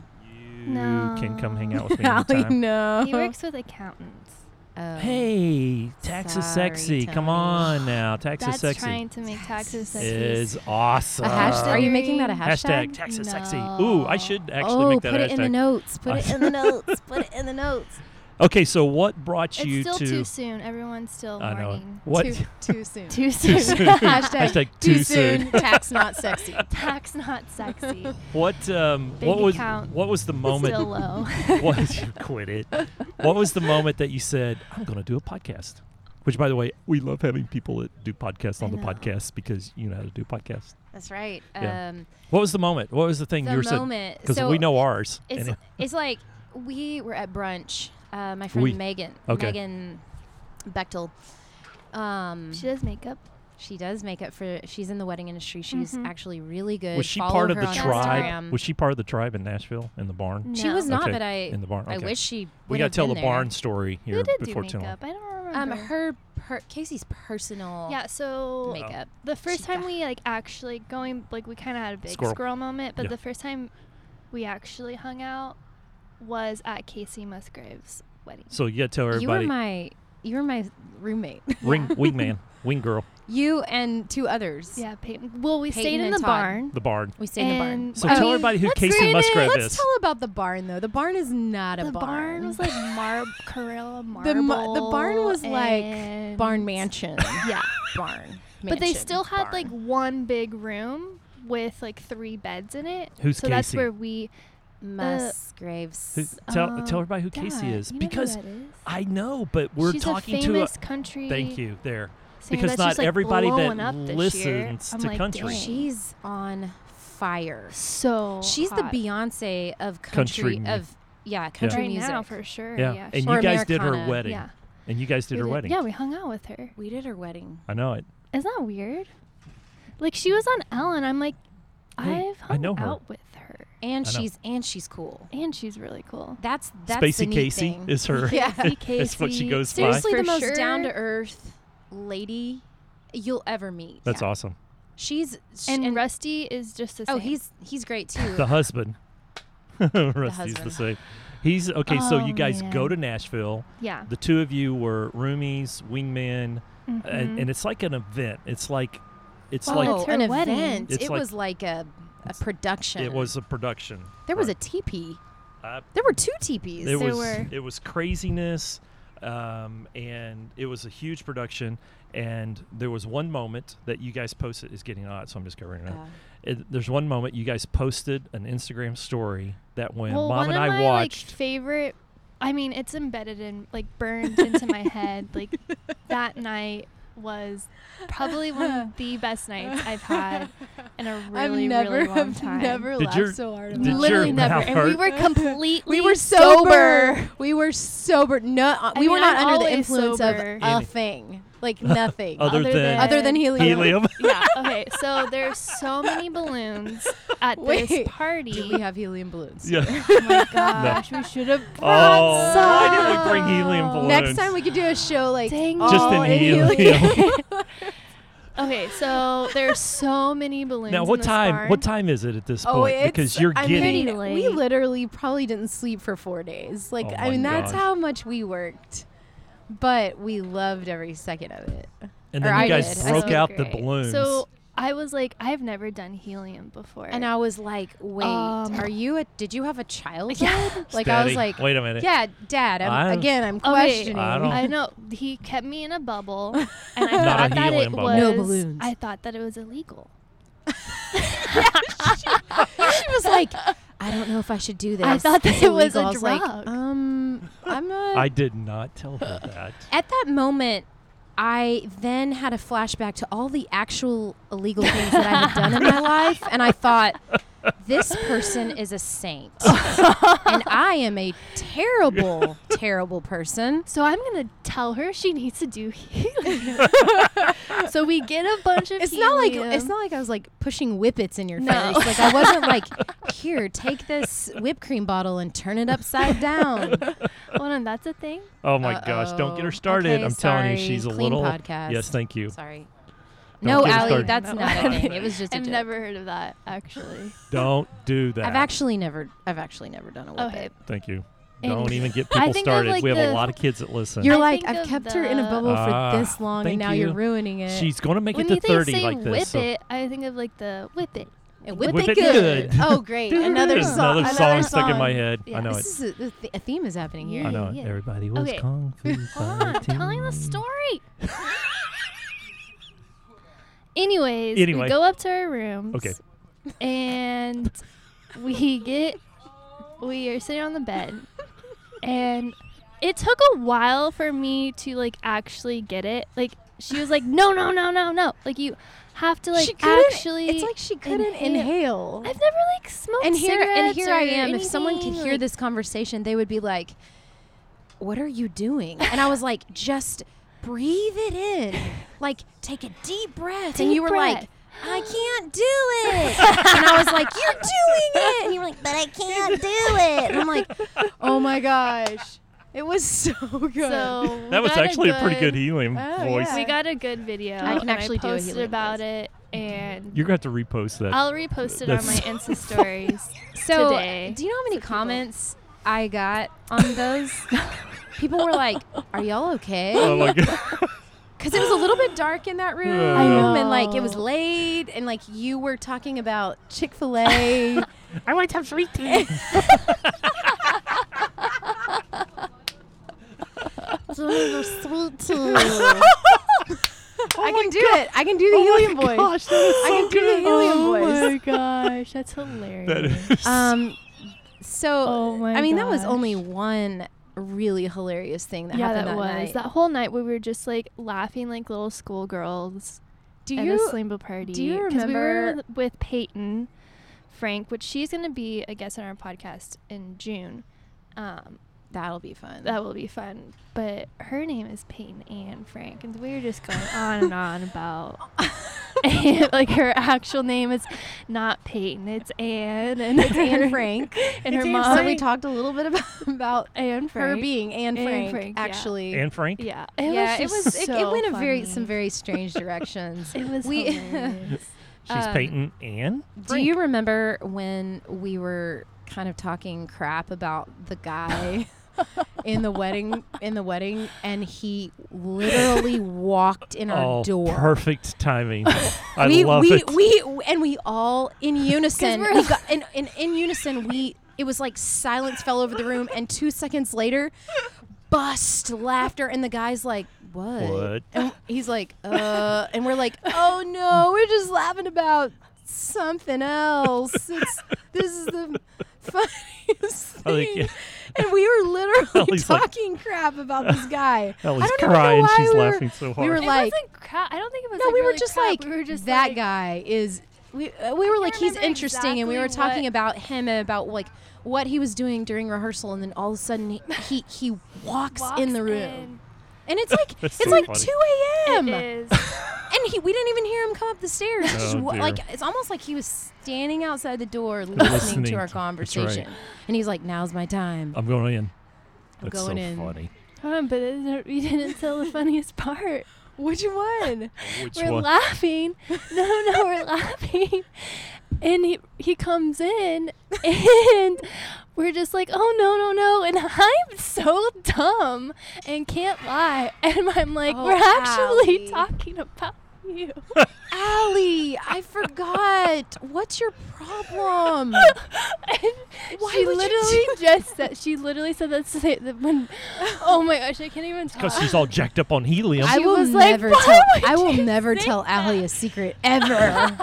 Speaker 1: You can come hang out with me
Speaker 3: Allie,
Speaker 1: anytime.
Speaker 3: no.
Speaker 2: He works with accountants.
Speaker 3: Oh.
Speaker 1: Hey, tax is
Speaker 3: Sorry,
Speaker 1: sexy. Come
Speaker 3: Tony.
Speaker 1: on now, tax
Speaker 2: That's
Speaker 1: is sexy.
Speaker 2: trying to make taxes sexy.
Speaker 1: is awesome.
Speaker 3: A hashtag. Are you making that a
Speaker 1: Hashtag
Speaker 3: hashtag?
Speaker 1: tax is sexy. Ooh, I
Speaker 2: No.
Speaker 1: should actually
Speaker 3: oh,
Speaker 1: make that
Speaker 3: put
Speaker 1: a
Speaker 3: it in the
Speaker 1: hashtag.
Speaker 3: notes. Put it in the notes. Put it in the notes.
Speaker 1: Okay, so what brought
Speaker 2: It's
Speaker 1: you
Speaker 2: still
Speaker 1: to?
Speaker 2: too soon. Everyone's still
Speaker 1: I know.
Speaker 2: mourning.
Speaker 1: What?
Speaker 3: Too, too soon.
Speaker 2: Too
Speaker 1: Too
Speaker 2: soon.
Speaker 1: soon.
Speaker 3: hashtag,
Speaker 1: Hashtag
Speaker 3: too,
Speaker 1: too
Speaker 3: soon.
Speaker 1: soon.
Speaker 3: Tax not sexy.
Speaker 2: Tax not sexy.
Speaker 1: What um
Speaker 2: Bank
Speaker 1: what was
Speaker 2: account
Speaker 1: what was the moment
Speaker 2: Still low.
Speaker 1: what you quit it? What was the moment that you said I'm going to do a podcast? Which by the way, we love having people that do podcasts
Speaker 2: I
Speaker 1: on the
Speaker 2: know.
Speaker 1: podcast because you know how to do podcasts.
Speaker 3: That's right.
Speaker 1: Yeah.
Speaker 3: Um,
Speaker 1: What was the moment? What was the thing
Speaker 3: the
Speaker 1: you were saying?
Speaker 3: moment.
Speaker 1: Because
Speaker 3: so
Speaker 1: we know ours.
Speaker 3: It's,
Speaker 1: and it-
Speaker 3: it's like we were at brunch. Uh, my friend
Speaker 1: We.
Speaker 3: Megan.
Speaker 1: Okay.
Speaker 3: Megan Bechtel. Um,
Speaker 2: she does makeup.
Speaker 3: she does makeup for. She's in the wedding industry. She's
Speaker 2: Mhm.
Speaker 3: actually really good.
Speaker 1: was she
Speaker 3: Follow
Speaker 1: part of
Speaker 3: her
Speaker 1: the
Speaker 3: on
Speaker 1: tribe?
Speaker 3: Instagram.
Speaker 1: Was she part of the tribe in Nashville in the barn?
Speaker 3: She was
Speaker 2: No.
Speaker 3: not,
Speaker 1: Okay,
Speaker 3: but I.
Speaker 1: in the barn.
Speaker 3: I
Speaker 1: okay.
Speaker 3: wish she.
Speaker 1: we
Speaker 3: would
Speaker 1: gotta
Speaker 3: have
Speaker 1: tell
Speaker 3: been
Speaker 1: the
Speaker 3: there.
Speaker 1: barn story here
Speaker 2: Who did do
Speaker 1: before too long.
Speaker 2: makeup? I don't remember.
Speaker 3: Um, her, per, Casey's personal
Speaker 2: Yeah. So
Speaker 3: makeup.
Speaker 2: the first
Speaker 3: She
Speaker 2: time
Speaker 3: got-
Speaker 2: we like actually going like we kind of had a big
Speaker 1: Squirrel.
Speaker 2: squirrel, moment, but
Speaker 1: Yeah.
Speaker 2: the first time we actually hung out was at Casey Musgrave's wedding.
Speaker 1: So you gotta tell
Speaker 3: You were
Speaker 1: everybody.
Speaker 3: my, you were my roommate.
Speaker 1: Ring wingman, wing girl,
Speaker 3: you and two others.
Speaker 2: Yeah, Peyton. Well, we
Speaker 3: Peyton
Speaker 2: stayed in
Speaker 3: and
Speaker 2: the
Speaker 3: Todd.
Speaker 2: barn.
Speaker 1: the barn.
Speaker 3: We stayed in the barn.
Speaker 2: And-
Speaker 1: So
Speaker 2: I
Speaker 1: tell
Speaker 2: mean,
Speaker 1: everybody who
Speaker 2: let's
Speaker 1: Casey
Speaker 2: bring it-
Speaker 1: Musgrave
Speaker 3: Let's
Speaker 1: is.
Speaker 3: tell about the barn though. The barn is not a
Speaker 2: the
Speaker 3: barn.
Speaker 2: barn was like mar- Corella marble.
Speaker 3: The mu- the barn was like
Speaker 2: and-
Speaker 3: barn mansion.
Speaker 2: Yeah,
Speaker 3: barn.
Speaker 2: but they
Speaker 3: mansion,
Speaker 2: still had
Speaker 3: barn.
Speaker 2: like one big room with like three beds in it.
Speaker 1: Who's
Speaker 2: so that's
Speaker 1: Casey?
Speaker 2: where we
Speaker 3: Musgraves.
Speaker 1: Who, tell
Speaker 2: Um,
Speaker 1: tell everybody who Casey
Speaker 2: Yeah,
Speaker 1: is
Speaker 2: you know who
Speaker 1: because
Speaker 2: that is.
Speaker 1: I know, but we're
Speaker 2: She's
Speaker 1: talking
Speaker 2: a
Speaker 1: to a.
Speaker 2: famous country.
Speaker 1: Thank you there.
Speaker 2: singer
Speaker 1: because
Speaker 2: that's
Speaker 1: not
Speaker 2: just, like,
Speaker 1: everybody that
Speaker 2: blowing up this year.
Speaker 1: listens
Speaker 2: I'm
Speaker 1: to
Speaker 2: like,
Speaker 1: country-
Speaker 2: dang.
Speaker 3: She's on fire.
Speaker 2: so
Speaker 3: She's
Speaker 2: hot.
Speaker 3: the Beyonce of
Speaker 1: Country
Speaker 3: country,
Speaker 1: mu-
Speaker 3: of yeah country
Speaker 2: right
Speaker 3: music.
Speaker 2: now for sure.
Speaker 1: Yeah,
Speaker 2: Yeah,
Speaker 1: and
Speaker 2: sure.
Speaker 1: you
Speaker 3: Or
Speaker 1: guys did her
Speaker 3: Americana.
Speaker 1: wedding,
Speaker 2: yeah.
Speaker 1: and you guys did
Speaker 3: We
Speaker 1: her
Speaker 3: did-
Speaker 1: wedding.
Speaker 2: Yeah, we hung out with her.
Speaker 3: we did her wedding.
Speaker 1: I know it.
Speaker 2: Isn't that weird? Like she was on Ellen. I'm like,
Speaker 1: Hey,
Speaker 2: I've
Speaker 1: I
Speaker 2: hung
Speaker 1: know her.
Speaker 2: out with her,
Speaker 3: And
Speaker 1: I know.
Speaker 3: she's and she's cool.
Speaker 2: and she's really cool.
Speaker 3: That's that's the
Speaker 1: Spacey
Speaker 3: neat
Speaker 1: Casey
Speaker 3: thing.
Speaker 1: is her.
Speaker 3: Yeah.
Speaker 2: Casey,
Speaker 1: That's what she
Speaker 2: Casey,
Speaker 1: goes by.
Speaker 3: Seriously,
Speaker 2: for
Speaker 3: the most
Speaker 2: sure.
Speaker 3: down to earth lady you'll ever meet.
Speaker 1: That's
Speaker 3: Yeah.
Speaker 1: awesome.
Speaker 3: She's sh-
Speaker 2: And, Rusty is just the same.
Speaker 3: oh he's he's great too.
Speaker 1: The husband. Rusty's the
Speaker 3: husband.
Speaker 1: same. He's okay. so
Speaker 2: Oh,
Speaker 1: you guys go
Speaker 2: man.
Speaker 1: to Nashville.
Speaker 2: yeah.
Speaker 1: The two of you were roomies, wingmen,
Speaker 2: Mhm.
Speaker 1: and, and it's like an event. It's like, it's
Speaker 2: Oh,
Speaker 1: like
Speaker 2: it's her
Speaker 3: an
Speaker 2: wedding.
Speaker 3: event.
Speaker 1: It's
Speaker 3: it
Speaker 1: like-
Speaker 3: was like a, a production.
Speaker 1: it was a production.
Speaker 3: There was a
Speaker 1: right.
Speaker 3: teepee.
Speaker 1: Uh,
Speaker 3: There were two teepees.
Speaker 1: it
Speaker 2: there
Speaker 1: was
Speaker 2: were-
Speaker 1: it was craziness, um, and it was a huge production. And there was one moment that you guys posted is getting hot, so I'm just covering it. up. It- there's one moment you guys posted an Instagram story that when
Speaker 2: well,
Speaker 1: mom
Speaker 2: one
Speaker 1: and
Speaker 2: of
Speaker 1: I
Speaker 2: my
Speaker 1: watched.
Speaker 2: like favorite. I mean, it's embedded in like burned into my head. Like that night was probably one of the best nights I've had in a really really long time.
Speaker 1: Did laughed your-
Speaker 3: so hard.
Speaker 1: did your
Speaker 2: Literally never.
Speaker 1: mouth
Speaker 2: and we
Speaker 1: hurt?
Speaker 2: were completely
Speaker 3: we were sober. We were sober. No, uh,
Speaker 2: I
Speaker 3: we were
Speaker 2: mean,
Speaker 3: not
Speaker 2: I'm
Speaker 3: under the
Speaker 2: always
Speaker 3: influence
Speaker 2: sober.
Speaker 3: of a
Speaker 1: Any-
Speaker 3: thing, like nothing
Speaker 1: Other
Speaker 2: Other,
Speaker 1: than-
Speaker 2: than
Speaker 3: other than helium.
Speaker 1: Helium.
Speaker 2: yeah. Okay. So there's so many balloons at this
Speaker 3: Wait.
Speaker 2: party.
Speaker 3: Did we have helium balloons?
Speaker 1: yeah.
Speaker 2: oh my gosh, we should have brought
Speaker 1: Oh, why did we bring
Speaker 2: some.
Speaker 1: helium balloons?
Speaker 3: Next time we could do a show like
Speaker 2: Dang
Speaker 3: all
Speaker 1: Just in helium.
Speaker 2: Okay, so there's so many balloons.
Speaker 1: Now
Speaker 2: in
Speaker 1: what
Speaker 2: this
Speaker 1: time? What
Speaker 2: barn.
Speaker 1: time is it at this
Speaker 3: Oh,
Speaker 1: point?
Speaker 3: it's,
Speaker 1: Because you're
Speaker 3: I
Speaker 1: getting
Speaker 3: mean,
Speaker 2: Pretty
Speaker 3: we
Speaker 2: late.
Speaker 3: literally probably didn't sleep for four days. Like,
Speaker 1: Oh my
Speaker 3: I mean, that's
Speaker 1: gosh.
Speaker 3: how much we worked, but we loved every second of it.
Speaker 1: and
Speaker 3: or
Speaker 1: then you
Speaker 3: I
Speaker 1: guys
Speaker 3: did. I
Speaker 1: broke
Speaker 3: slept
Speaker 1: out the
Speaker 2: great.
Speaker 1: balloons.
Speaker 2: So I was like, I've never done helium before.
Speaker 3: And I was like, wait,
Speaker 2: Um,
Speaker 3: are you a, did you have a childhood? Like, I
Speaker 1: Daddy,
Speaker 3: was like,
Speaker 1: wait a minute.
Speaker 3: yeah, dad, I'm,
Speaker 1: I'm-
Speaker 3: again, I'm
Speaker 2: Okay.
Speaker 3: questioning.
Speaker 1: I don't-
Speaker 2: I know he kept me in a bubble, and I
Speaker 1: Not a
Speaker 2: thought that
Speaker 1: helium
Speaker 2: it
Speaker 1: bubble.
Speaker 2: was.
Speaker 3: No balloons.
Speaker 2: I thought that it was illegal.
Speaker 3: she was like, I don't know if I should do this.
Speaker 2: I thought
Speaker 3: It's
Speaker 2: that it was a
Speaker 3: illegal." I like,
Speaker 2: drug.
Speaker 3: um, I'm not.
Speaker 1: I did not tell her that.
Speaker 3: At that moment, I then had a flashback to all the actual illegal things that I had done in my life, and I thought, this person is a saint, and I am a terrible, terrible person.
Speaker 2: So I'm gonna tell her she needs to do helium. so we get a bunch of.
Speaker 3: It's not like it's
Speaker 2: helium.
Speaker 3: not like I was like pushing whippets in your
Speaker 2: No.
Speaker 3: face. Like I wasn't like, here, take this whipped cream bottle and turn it upside down.
Speaker 2: Hold on, that's a thing.
Speaker 1: Oh my gosh, don't get
Speaker 3: Uh-oh.
Speaker 1: her started.
Speaker 3: Okay,
Speaker 1: I'm telling you,
Speaker 3: sorry.
Speaker 1: she's a
Speaker 3: Clean
Speaker 1: little.
Speaker 3: podcast.
Speaker 1: Yes, thank you.
Speaker 3: Sorry.
Speaker 1: Don't
Speaker 3: no,
Speaker 1: get us
Speaker 3: Allie,
Speaker 1: started.
Speaker 3: that's
Speaker 2: No.
Speaker 3: not a thing. It was just a
Speaker 2: I've
Speaker 3: joke.
Speaker 2: never heard of that actually.
Speaker 1: Don't do that.
Speaker 3: I've actually never. I've actually never done a whippet.
Speaker 2: Okay,
Speaker 1: Thank you.
Speaker 2: And-
Speaker 1: Don't even get
Speaker 2: I
Speaker 1: people
Speaker 2: think of,
Speaker 1: started.
Speaker 2: like,
Speaker 1: we have
Speaker 2: the-
Speaker 1: a lot of kids that listen.
Speaker 3: You're
Speaker 2: I
Speaker 3: like,
Speaker 2: think
Speaker 3: I've
Speaker 2: of
Speaker 3: kept her in a
Speaker 2: the-
Speaker 3: bubble
Speaker 1: Ah,
Speaker 3: for this long, and
Speaker 1: thank
Speaker 3: now
Speaker 1: you.
Speaker 3: are ruining it.
Speaker 1: She's going to make
Speaker 2: when
Speaker 1: it
Speaker 2: you
Speaker 1: to
Speaker 2: think
Speaker 1: 30
Speaker 2: say
Speaker 1: like
Speaker 2: whip
Speaker 1: this. so-
Speaker 2: it, I think of like the whip it.
Speaker 3: And
Speaker 1: Whip
Speaker 3: whip,
Speaker 1: it
Speaker 3: it good.
Speaker 1: good.
Speaker 3: oh, great! Another
Speaker 1: There's another
Speaker 3: song. another
Speaker 1: song stuck in my
Speaker 3: song.
Speaker 1: head. I
Speaker 2: Yeah.
Speaker 1: know it.
Speaker 3: This is a, a th- a theme is happening here.
Speaker 1: I know it.
Speaker 2: Yeah.
Speaker 1: Everybody was
Speaker 2: Okay.
Speaker 1: kung fu
Speaker 2: Hold on, I'm telling the
Speaker 1: fighting.
Speaker 2: story. Anyways,
Speaker 1: Anyway.
Speaker 2: we go up to our rooms.
Speaker 1: Okay.
Speaker 2: And we get we are sitting on the bed. And it took a while for me to like actually get it. Like she was like, No, no, no, no, no. Like you have to like
Speaker 3: she couldn't,
Speaker 2: actually
Speaker 3: it's like she couldn't
Speaker 2: inhale.
Speaker 3: inhale.
Speaker 2: I've never like smoked
Speaker 3: and here, and
Speaker 2: cigarettes
Speaker 3: here
Speaker 2: or
Speaker 3: I am. If someone could
Speaker 2: anything,
Speaker 3: hear
Speaker 2: like-
Speaker 3: this conversation, they would be like, "What are you doing?" And I was like, "Just breathe it in. Like, take a deep breath." and
Speaker 2: Deep
Speaker 3: you were
Speaker 2: breath.
Speaker 3: like. I can't do it. and I was like, You're doing it. And you were like, But I can't do it. And I'm like, Oh my gosh. It was so good.
Speaker 2: So we
Speaker 1: That was
Speaker 2: got
Speaker 1: actually a pretty good helium
Speaker 3: Oh,
Speaker 1: voice.
Speaker 3: yeah.
Speaker 2: We got a good video.
Speaker 3: I can
Speaker 2: and
Speaker 3: actually do a
Speaker 2: posted
Speaker 3: helium
Speaker 2: about
Speaker 3: voice.
Speaker 2: it, and
Speaker 1: You're going to have to repost that.
Speaker 2: I'll repost it on
Speaker 1: That's
Speaker 2: my
Speaker 1: so
Speaker 2: Insta stories.
Speaker 3: So,
Speaker 2: today.
Speaker 3: do you know how many comments I got on those? people were like, "Are y'all
Speaker 1: oh
Speaker 3: okay?"
Speaker 1: my God.
Speaker 3: Because it was a little bit dark in that room,
Speaker 1: I
Speaker 3: and like it was
Speaker 2: know.
Speaker 3: late, and like you were talking about Chick Fil A.
Speaker 1: I want to have sweet tea.
Speaker 3: sweet tea.
Speaker 2: Oh
Speaker 3: I can do it. I can do the helium voice.
Speaker 1: Oh Gosh, that was
Speaker 3: I
Speaker 1: so
Speaker 3: can do the
Speaker 1: good. Oh.
Speaker 3: helium voice.
Speaker 2: my gosh, that's hilarious.
Speaker 1: That is.
Speaker 3: Um, so
Speaker 2: Oh my
Speaker 3: I mean, that was only
Speaker 2: gosh.
Speaker 3: one really hilarious thing that
Speaker 2: yeah, that,
Speaker 3: happened that,
Speaker 2: was
Speaker 3: night.
Speaker 2: that whole night we were just like laughing like little schoolgirls
Speaker 3: do
Speaker 2: at
Speaker 3: you?
Speaker 2: a slambo party.
Speaker 3: do you
Speaker 2: 'cause we were
Speaker 3: remember-
Speaker 2: with Peyton Frank, which she's going to be a guest on our podcast in June. Um,
Speaker 3: that'll be fun.
Speaker 2: That will be fun. But her name is Peyton Ann Frank, and we were just going on and on about like her actual name is not Peyton, it's Ann, and
Speaker 3: it's Anne Frank.
Speaker 2: and her
Speaker 3: It's Anne
Speaker 2: mom.
Speaker 3: So we talked a little bit about, about
Speaker 2: Anne
Speaker 3: her
Speaker 2: Frank.
Speaker 3: being Anne
Speaker 2: Anne
Speaker 3: Frank,
Speaker 2: Frank, yeah.
Speaker 3: actually.
Speaker 1: and Frank?
Speaker 2: Yeah,
Speaker 3: yeah, it
Speaker 2: just
Speaker 3: was. It, it
Speaker 2: so
Speaker 3: went a very
Speaker 2: funny.
Speaker 3: some very strange directions.
Speaker 2: It was.
Speaker 3: we-
Speaker 2: hilarious.
Speaker 1: She's
Speaker 3: um,
Speaker 1: Peyton and
Speaker 3: Do you remember when we were kind of talking crap about the guy in the wedding in the wedding, and he literally walked in our
Speaker 1: oh,
Speaker 3: door.
Speaker 1: perfect timing. I
Speaker 3: we,
Speaker 1: love
Speaker 3: we,
Speaker 1: it.
Speaker 3: We and we all in unison.
Speaker 2: we're
Speaker 3: We got, and, and in unison, we it was like silence fell over the room, and two seconds later, bust laughter, and the guy's like, "What?"
Speaker 1: What?
Speaker 3: And he's like, "Uh," and we're like, "Oh no, we're just laughing about something else." It's, this is the funniest
Speaker 1: I
Speaker 3: thing.
Speaker 1: think, yeah.
Speaker 3: And we were literally
Speaker 1: Ellie's like-
Speaker 3: talking crap about this guy.
Speaker 1: Ellie's
Speaker 3: I don't even know
Speaker 1: crying.
Speaker 3: why
Speaker 1: She's
Speaker 3: we were-
Speaker 1: laughing so
Speaker 3: We
Speaker 1: hard.
Speaker 3: were
Speaker 1: It
Speaker 2: It
Speaker 3: like,
Speaker 2: wasn't crap. I don't think it was.
Speaker 3: no,
Speaker 2: like,
Speaker 3: we were
Speaker 2: really
Speaker 3: just
Speaker 2: crap.
Speaker 3: like
Speaker 2: we were just
Speaker 3: that
Speaker 2: like,
Speaker 3: guy is. We, uh, we were
Speaker 2: can't
Speaker 3: like he's
Speaker 2: remember
Speaker 3: interesting, and we were
Speaker 2: exactly
Speaker 3: talking
Speaker 2: what-
Speaker 3: about him and about like what he was doing during rehearsal, and then all of a sudden he he, he walks,
Speaker 2: walks
Speaker 3: in the room, and it's like it's
Speaker 1: That's so
Speaker 3: like
Speaker 1: funny.
Speaker 3: two
Speaker 2: It
Speaker 3: a.m. and
Speaker 2: is.
Speaker 3: he we didn't even hear him come up the stairs. He just
Speaker 1: Oh,
Speaker 3: wa-
Speaker 1: dear.
Speaker 3: like it's almost like he was standing outside the door listening,
Speaker 1: Listening.
Speaker 3: to our
Speaker 1: That's right. Uh,
Speaker 3: conversation, and he's like, "Now's my time."
Speaker 1: I'm going in. That's
Speaker 3: going
Speaker 1: so
Speaker 3: in.
Speaker 1: funny.
Speaker 2: Hold on, but it- you didn't tell the funniest part.
Speaker 3: Which one?
Speaker 1: Which
Speaker 2: we're
Speaker 1: one?
Speaker 2: laughing. No, no, we're laughing. And he, he comes in, and we're just like, oh, no, no, no. And I'm so dumb and can't lie. And I'm like,
Speaker 3: Oh,
Speaker 2: we're actually
Speaker 3: Allie.
Speaker 2: talking about you.
Speaker 3: Allie, I forgot. What's your problem?
Speaker 2: And
Speaker 3: Why
Speaker 2: she
Speaker 3: would you
Speaker 2: literally
Speaker 3: do
Speaker 2: just said, she literally said that, to say that when, oh my gosh, I can't even talk.
Speaker 1: Because she's all jacked up on helium.
Speaker 3: I
Speaker 2: She
Speaker 3: will
Speaker 2: was like,
Speaker 3: never
Speaker 2: "Why
Speaker 3: tell.
Speaker 2: would
Speaker 3: I will
Speaker 2: you
Speaker 3: never
Speaker 2: say
Speaker 3: tell
Speaker 2: that?"
Speaker 3: Allie a secret ever,
Speaker 2: No, no,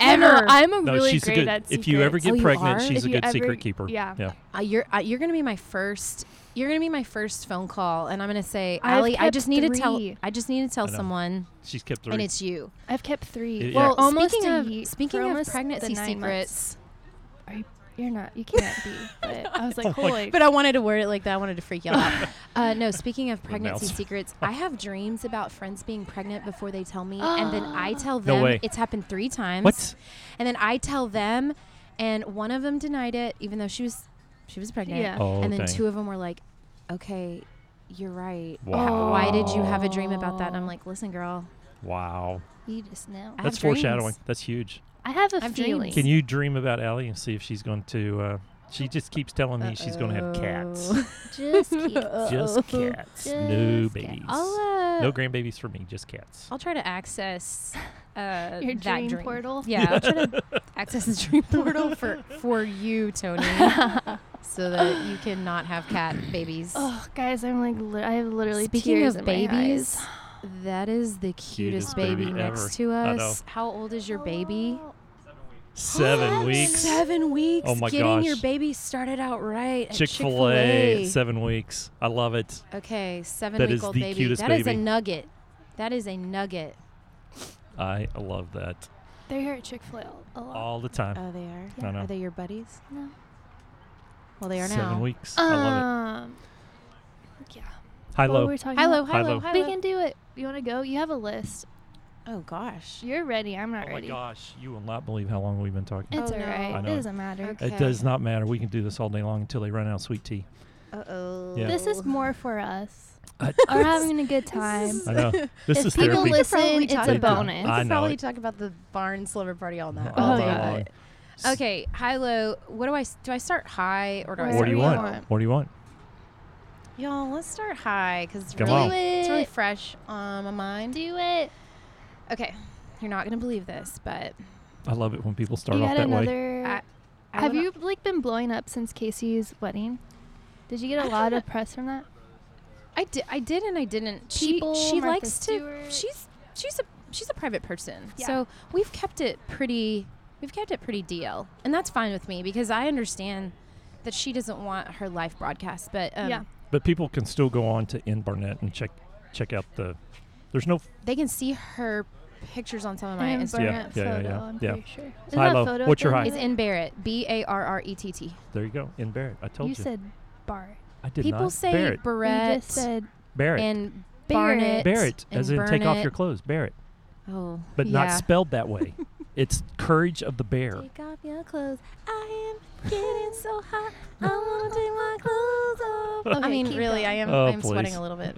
Speaker 3: ever.
Speaker 2: I'm a
Speaker 1: no,
Speaker 2: really
Speaker 1: she's
Speaker 2: great
Speaker 1: a good.
Speaker 2: at
Speaker 1: If you ever
Speaker 2: secrets.
Speaker 1: get
Speaker 3: Oh, you
Speaker 1: pregnant,
Speaker 3: are?
Speaker 1: she's
Speaker 2: If
Speaker 1: a
Speaker 2: you
Speaker 1: good
Speaker 2: ever-
Speaker 1: secret keeper.
Speaker 2: yeah.
Speaker 1: Yeah.
Speaker 3: Uh, you're uh, you're gonna be my first. You're gonna be my first phone call, and I'm gonna say,
Speaker 2: I've
Speaker 3: Allie, I
Speaker 2: kept
Speaker 3: just need to tell.
Speaker 2: three.
Speaker 3: I just need to tell
Speaker 1: I know.
Speaker 3: someone,
Speaker 1: She's kept three.
Speaker 3: and it's you.
Speaker 2: I've kept three.
Speaker 1: Yeah.
Speaker 2: Well,
Speaker 1: Well,
Speaker 2: almost
Speaker 3: speaking
Speaker 2: a
Speaker 3: of
Speaker 2: ye- for
Speaker 3: speaking of
Speaker 2: almost the
Speaker 3: pregnancy
Speaker 2: nine months.
Speaker 3: secrets,
Speaker 2: are you, you're not, you can't be. But I was like, cool. Like,
Speaker 3: But I wanted to word it like that. I wanted to freak y'all out. Uh, no, speaking of pregnancy
Speaker 1: Announce.
Speaker 3: secrets, I have dreams about friends being pregnant before they tell me, and then I tell them.
Speaker 1: way.
Speaker 3: It's happened three times.
Speaker 1: What?
Speaker 3: And then I tell them, and one of them denied it, even though she was she was pregnant.
Speaker 2: Yeah.
Speaker 1: Oh,
Speaker 3: and then
Speaker 1: dang.
Speaker 3: two of them were like, "Okay, you're right.
Speaker 1: Wow.
Speaker 3: Why did you have a dream about that?" And I'm like, "Listen, girl,
Speaker 1: Wow.
Speaker 2: you just know.
Speaker 3: I
Speaker 1: That's
Speaker 3: have dreams.
Speaker 1: foreshadowing. That's huge.
Speaker 2: I have a
Speaker 3: I've
Speaker 2: feeling.
Speaker 3: dreams.
Speaker 1: Can you dream about Allie and see if she's going to? Uh, she just keeps telling me she's going to have cats.
Speaker 3: Uh-oh.
Speaker 2: Just keep.
Speaker 1: Just cats. no
Speaker 2: Just cats.
Speaker 1: babies.
Speaker 3: I'll, uh,
Speaker 1: no grandbabies for me. Just cats.
Speaker 3: I'll try to access uh,
Speaker 2: Your
Speaker 3: that
Speaker 2: dream portal?
Speaker 3: Yeah, I'll try to access the dream portal for for you, Tony, so that you cannot have cat babies.
Speaker 2: Oh, guys, I'm like, li- I have literally
Speaker 3: Speaking
Speaker 2: tears
Speaker 3: of
Speaker 2: in my
Speaker 3: babies,
Speaker 2: eyes.
Speaker 3: that is the cutest,
Speaker 1: Cutest
Speaker 3: baby,
Speaker 1: baby
Speaker 3: next
Speaker 1: ever.
Speaker 3: to
Speaker 1: I know.
Speaker 3: us. How old is your
Speaker 2: Oh,
Speaker 3: baby?
Speaker 1: Seven weeks.
Speaker 3: Seven weeks.
Speaker 1: Oh my
Speaker 3: Getting your
Speaker 1: gosh.
Speaker 3: baby started out right. at
Speaker 1: Chick Fil A. Seven weeks. I love it.
Speaker 3: Okay, seven
Speaker 1: That
Speaker 3: week
Speaker 1: is
Speaker 3: old
Speaker 1: the
Speaker 3: baby. That is
Speaker 1: cutest
Speaker 3: a
Speaker 1: baby.
Speaker 3: nugget. That is a nugget.
Speaker 2: Uh,
Speaker 1: I love that
Speaker 2: They're here at Chick Fil A a lot.
Speaker 1: all the time.
Speaker 2: uh,
Speaker 3: Oh, they are.
Speaker 1: I know.
Speaker 3: Are they your buddies?
Speaker 2: No.
Speaker 3: Well, they are
Speaker 1: Seven
Speaker 3: now.
Speaker 1: weeks.
Speaker 2: Um,
Speaker 1: I love it.
Speaker 2: Yeah.
Speaker 1: Hi
Speaker 2: What
Speaker 1: low.
Speaker 2: were we talking
Speaker 3: Hello,
Speaker 2: about?
Speaker 1: Hi,
Speaker 3: hello,
Speaker 1: Lo.
Speaker 2: We
Speaker 3: hello.
Speaker 2: can do it. You want to go? You have a list.
Speaker 3: Oh gosh.
Speaker 2: You're ready. I'm
Speaker 1: oh
Speaker 2: not
Speaker 1: my
Speaker 2: ready.
Speaker 1: gosh, you will not believe how long we've been talking.
Speaker 2: It's
Speaker 3: Oh, no.
Speaker 2: alright.
Speaker 1: I
Speaker 2: It
Speaker 1: know.
Speaker 2: doesn't matter.
Speaker 3: Okay.
Speaker 1: It does not matter. We can do this all day long until they run out of sweet tea.
Speaker 3: Uh oh.
Speaker 1: Yeah.
Speaker 2: This is more for us.
Speaker 1: I,
Speaker 2: We're having a good time.
Speaker 3: is-
Speaker 1: I know. This
Speaker 2: If
Speaker 1: is
Speaker 2: people
Speaker 1: therapy.
Speaker 2: listen- it's
Speaker 1: a bonus.
Speaker 3: We
Speaker 1: I
Speaker 3: could
Speaker 1: know
Speaker 3: probably
Speaker 1: it.
Speaker 3: talk about the barn slumber party all night.
Speaker 1: All
Speaker 2: Oh,
Speaker 1: day
Speaker 2: God.
Speaker 1: long.
Speaker 3: Okay, high low. What do I s- do? I start high or do I
Speaker 2: Where
Speaker 1: What
Speaker 3: start
Speaker 1: do you
Speaker 2: we
Speaker 1: want?
Speaker 2: want.
Speaker 1: What do you want?
Speaker 3: low? Y'all, let's start high because it's
Speaker 1: Come
Speaker 3: really,
Speaker 1: on. Do
Speaker 3: it's really
Speaker 2: it.
Speaker 3: fresh on my mind.
Speaker 2: Do it.
Speaker 3: Okay, you're not gonna believe this, but
Speaker 1: I love it when people start
Speaker 2: you
Speaker 1: off
Speaker 2: had
Speaker 1: that way.
Speaker 2: another.
Speaker 3: I, I
Speaker 2: have
Speaker 3: wanna-
Speaker 2: you like been blowing up since Casey's wedding? Did you get a
Speaker 3: I
Speaker 2: lot
Speaker 3: don't
Speaker 2: of press from that?
Speaker 3: I did. I did, and I didn't. She
Speaker 2: People,
Speaker 3: she
Speaker 2: Martha
Speaker 3: likes to.
Speaker 2: Stewart.
Speaker 3: She's she's a she's a private person.
Speaker 2: Yeah.
Speaker 3: So we've kept it pretty. We've kept it pretty DL, and that's fine with me because I understand that she doesn't want her life broadcast. But um,
Speaker 2: Yeah.
Speaker 1: But people can still go on to In Barnett and check check out the. There's no.
Speaker 3: they can see her pictures on some of my
Speaker 2: And
Speaker 3: Instagram.
Speaker 2: Barnett
Speaker 1: yeah, yeah,
Speaker 2: photo,
Speaker 1: yeah,
Speaker 2: I'm
Speaker 1: yeah.
Speaker 2: pretty sure. Isn't
Speaker 1: Hi,
Speaker 2: that
Speaker 1: Lo.
Speaker 2: photo
Speaker 1: What's your
Speaker 2: thing
Speaker 1: height?
Speaker 3: It's
Speaker 2: that-
Speaker 3: in Barrett. B A R R E T T.
Speaker 1: There you go. In Barrett. I told
Speaker 2: You
Speaker 1: you.
Speaker 2: said Bart.
Speaker 1: I did
Speaker 3: People
Speaker 1: not.
Speaker 3: say
Speaker 1: Barrett.
Speaker 2: You
Speaker 3: Barrett
Speaker 2: just said
Speaker 1: Barrett.
Speaker 3: and
Speaker 2: Barrett.
Speaker 3: Barnett.
Speaker 1: Barrett,
Speaker 3: and
Speaker 1: as in take off your
Speaker 3: Burnett.
Speaker 1: clothes. Barrett,
Speaker 3: Oh,
Speaker 1: but
Speaker 3: yeah.
Speaker 1: not spelled that way. it's courage of the bear.
Speaker 3: Take off your clothes. I am getting so hot. I want to take my clothes off.
Speaker 2: Okay,
Speaker 3: I mean,
Speaker 2: keep
Speaker 3: really, I am.
Speaker 1: Oh,
Speaker 3: I'm sweating
Speaker 1: please.
Speaker 3: a little bit.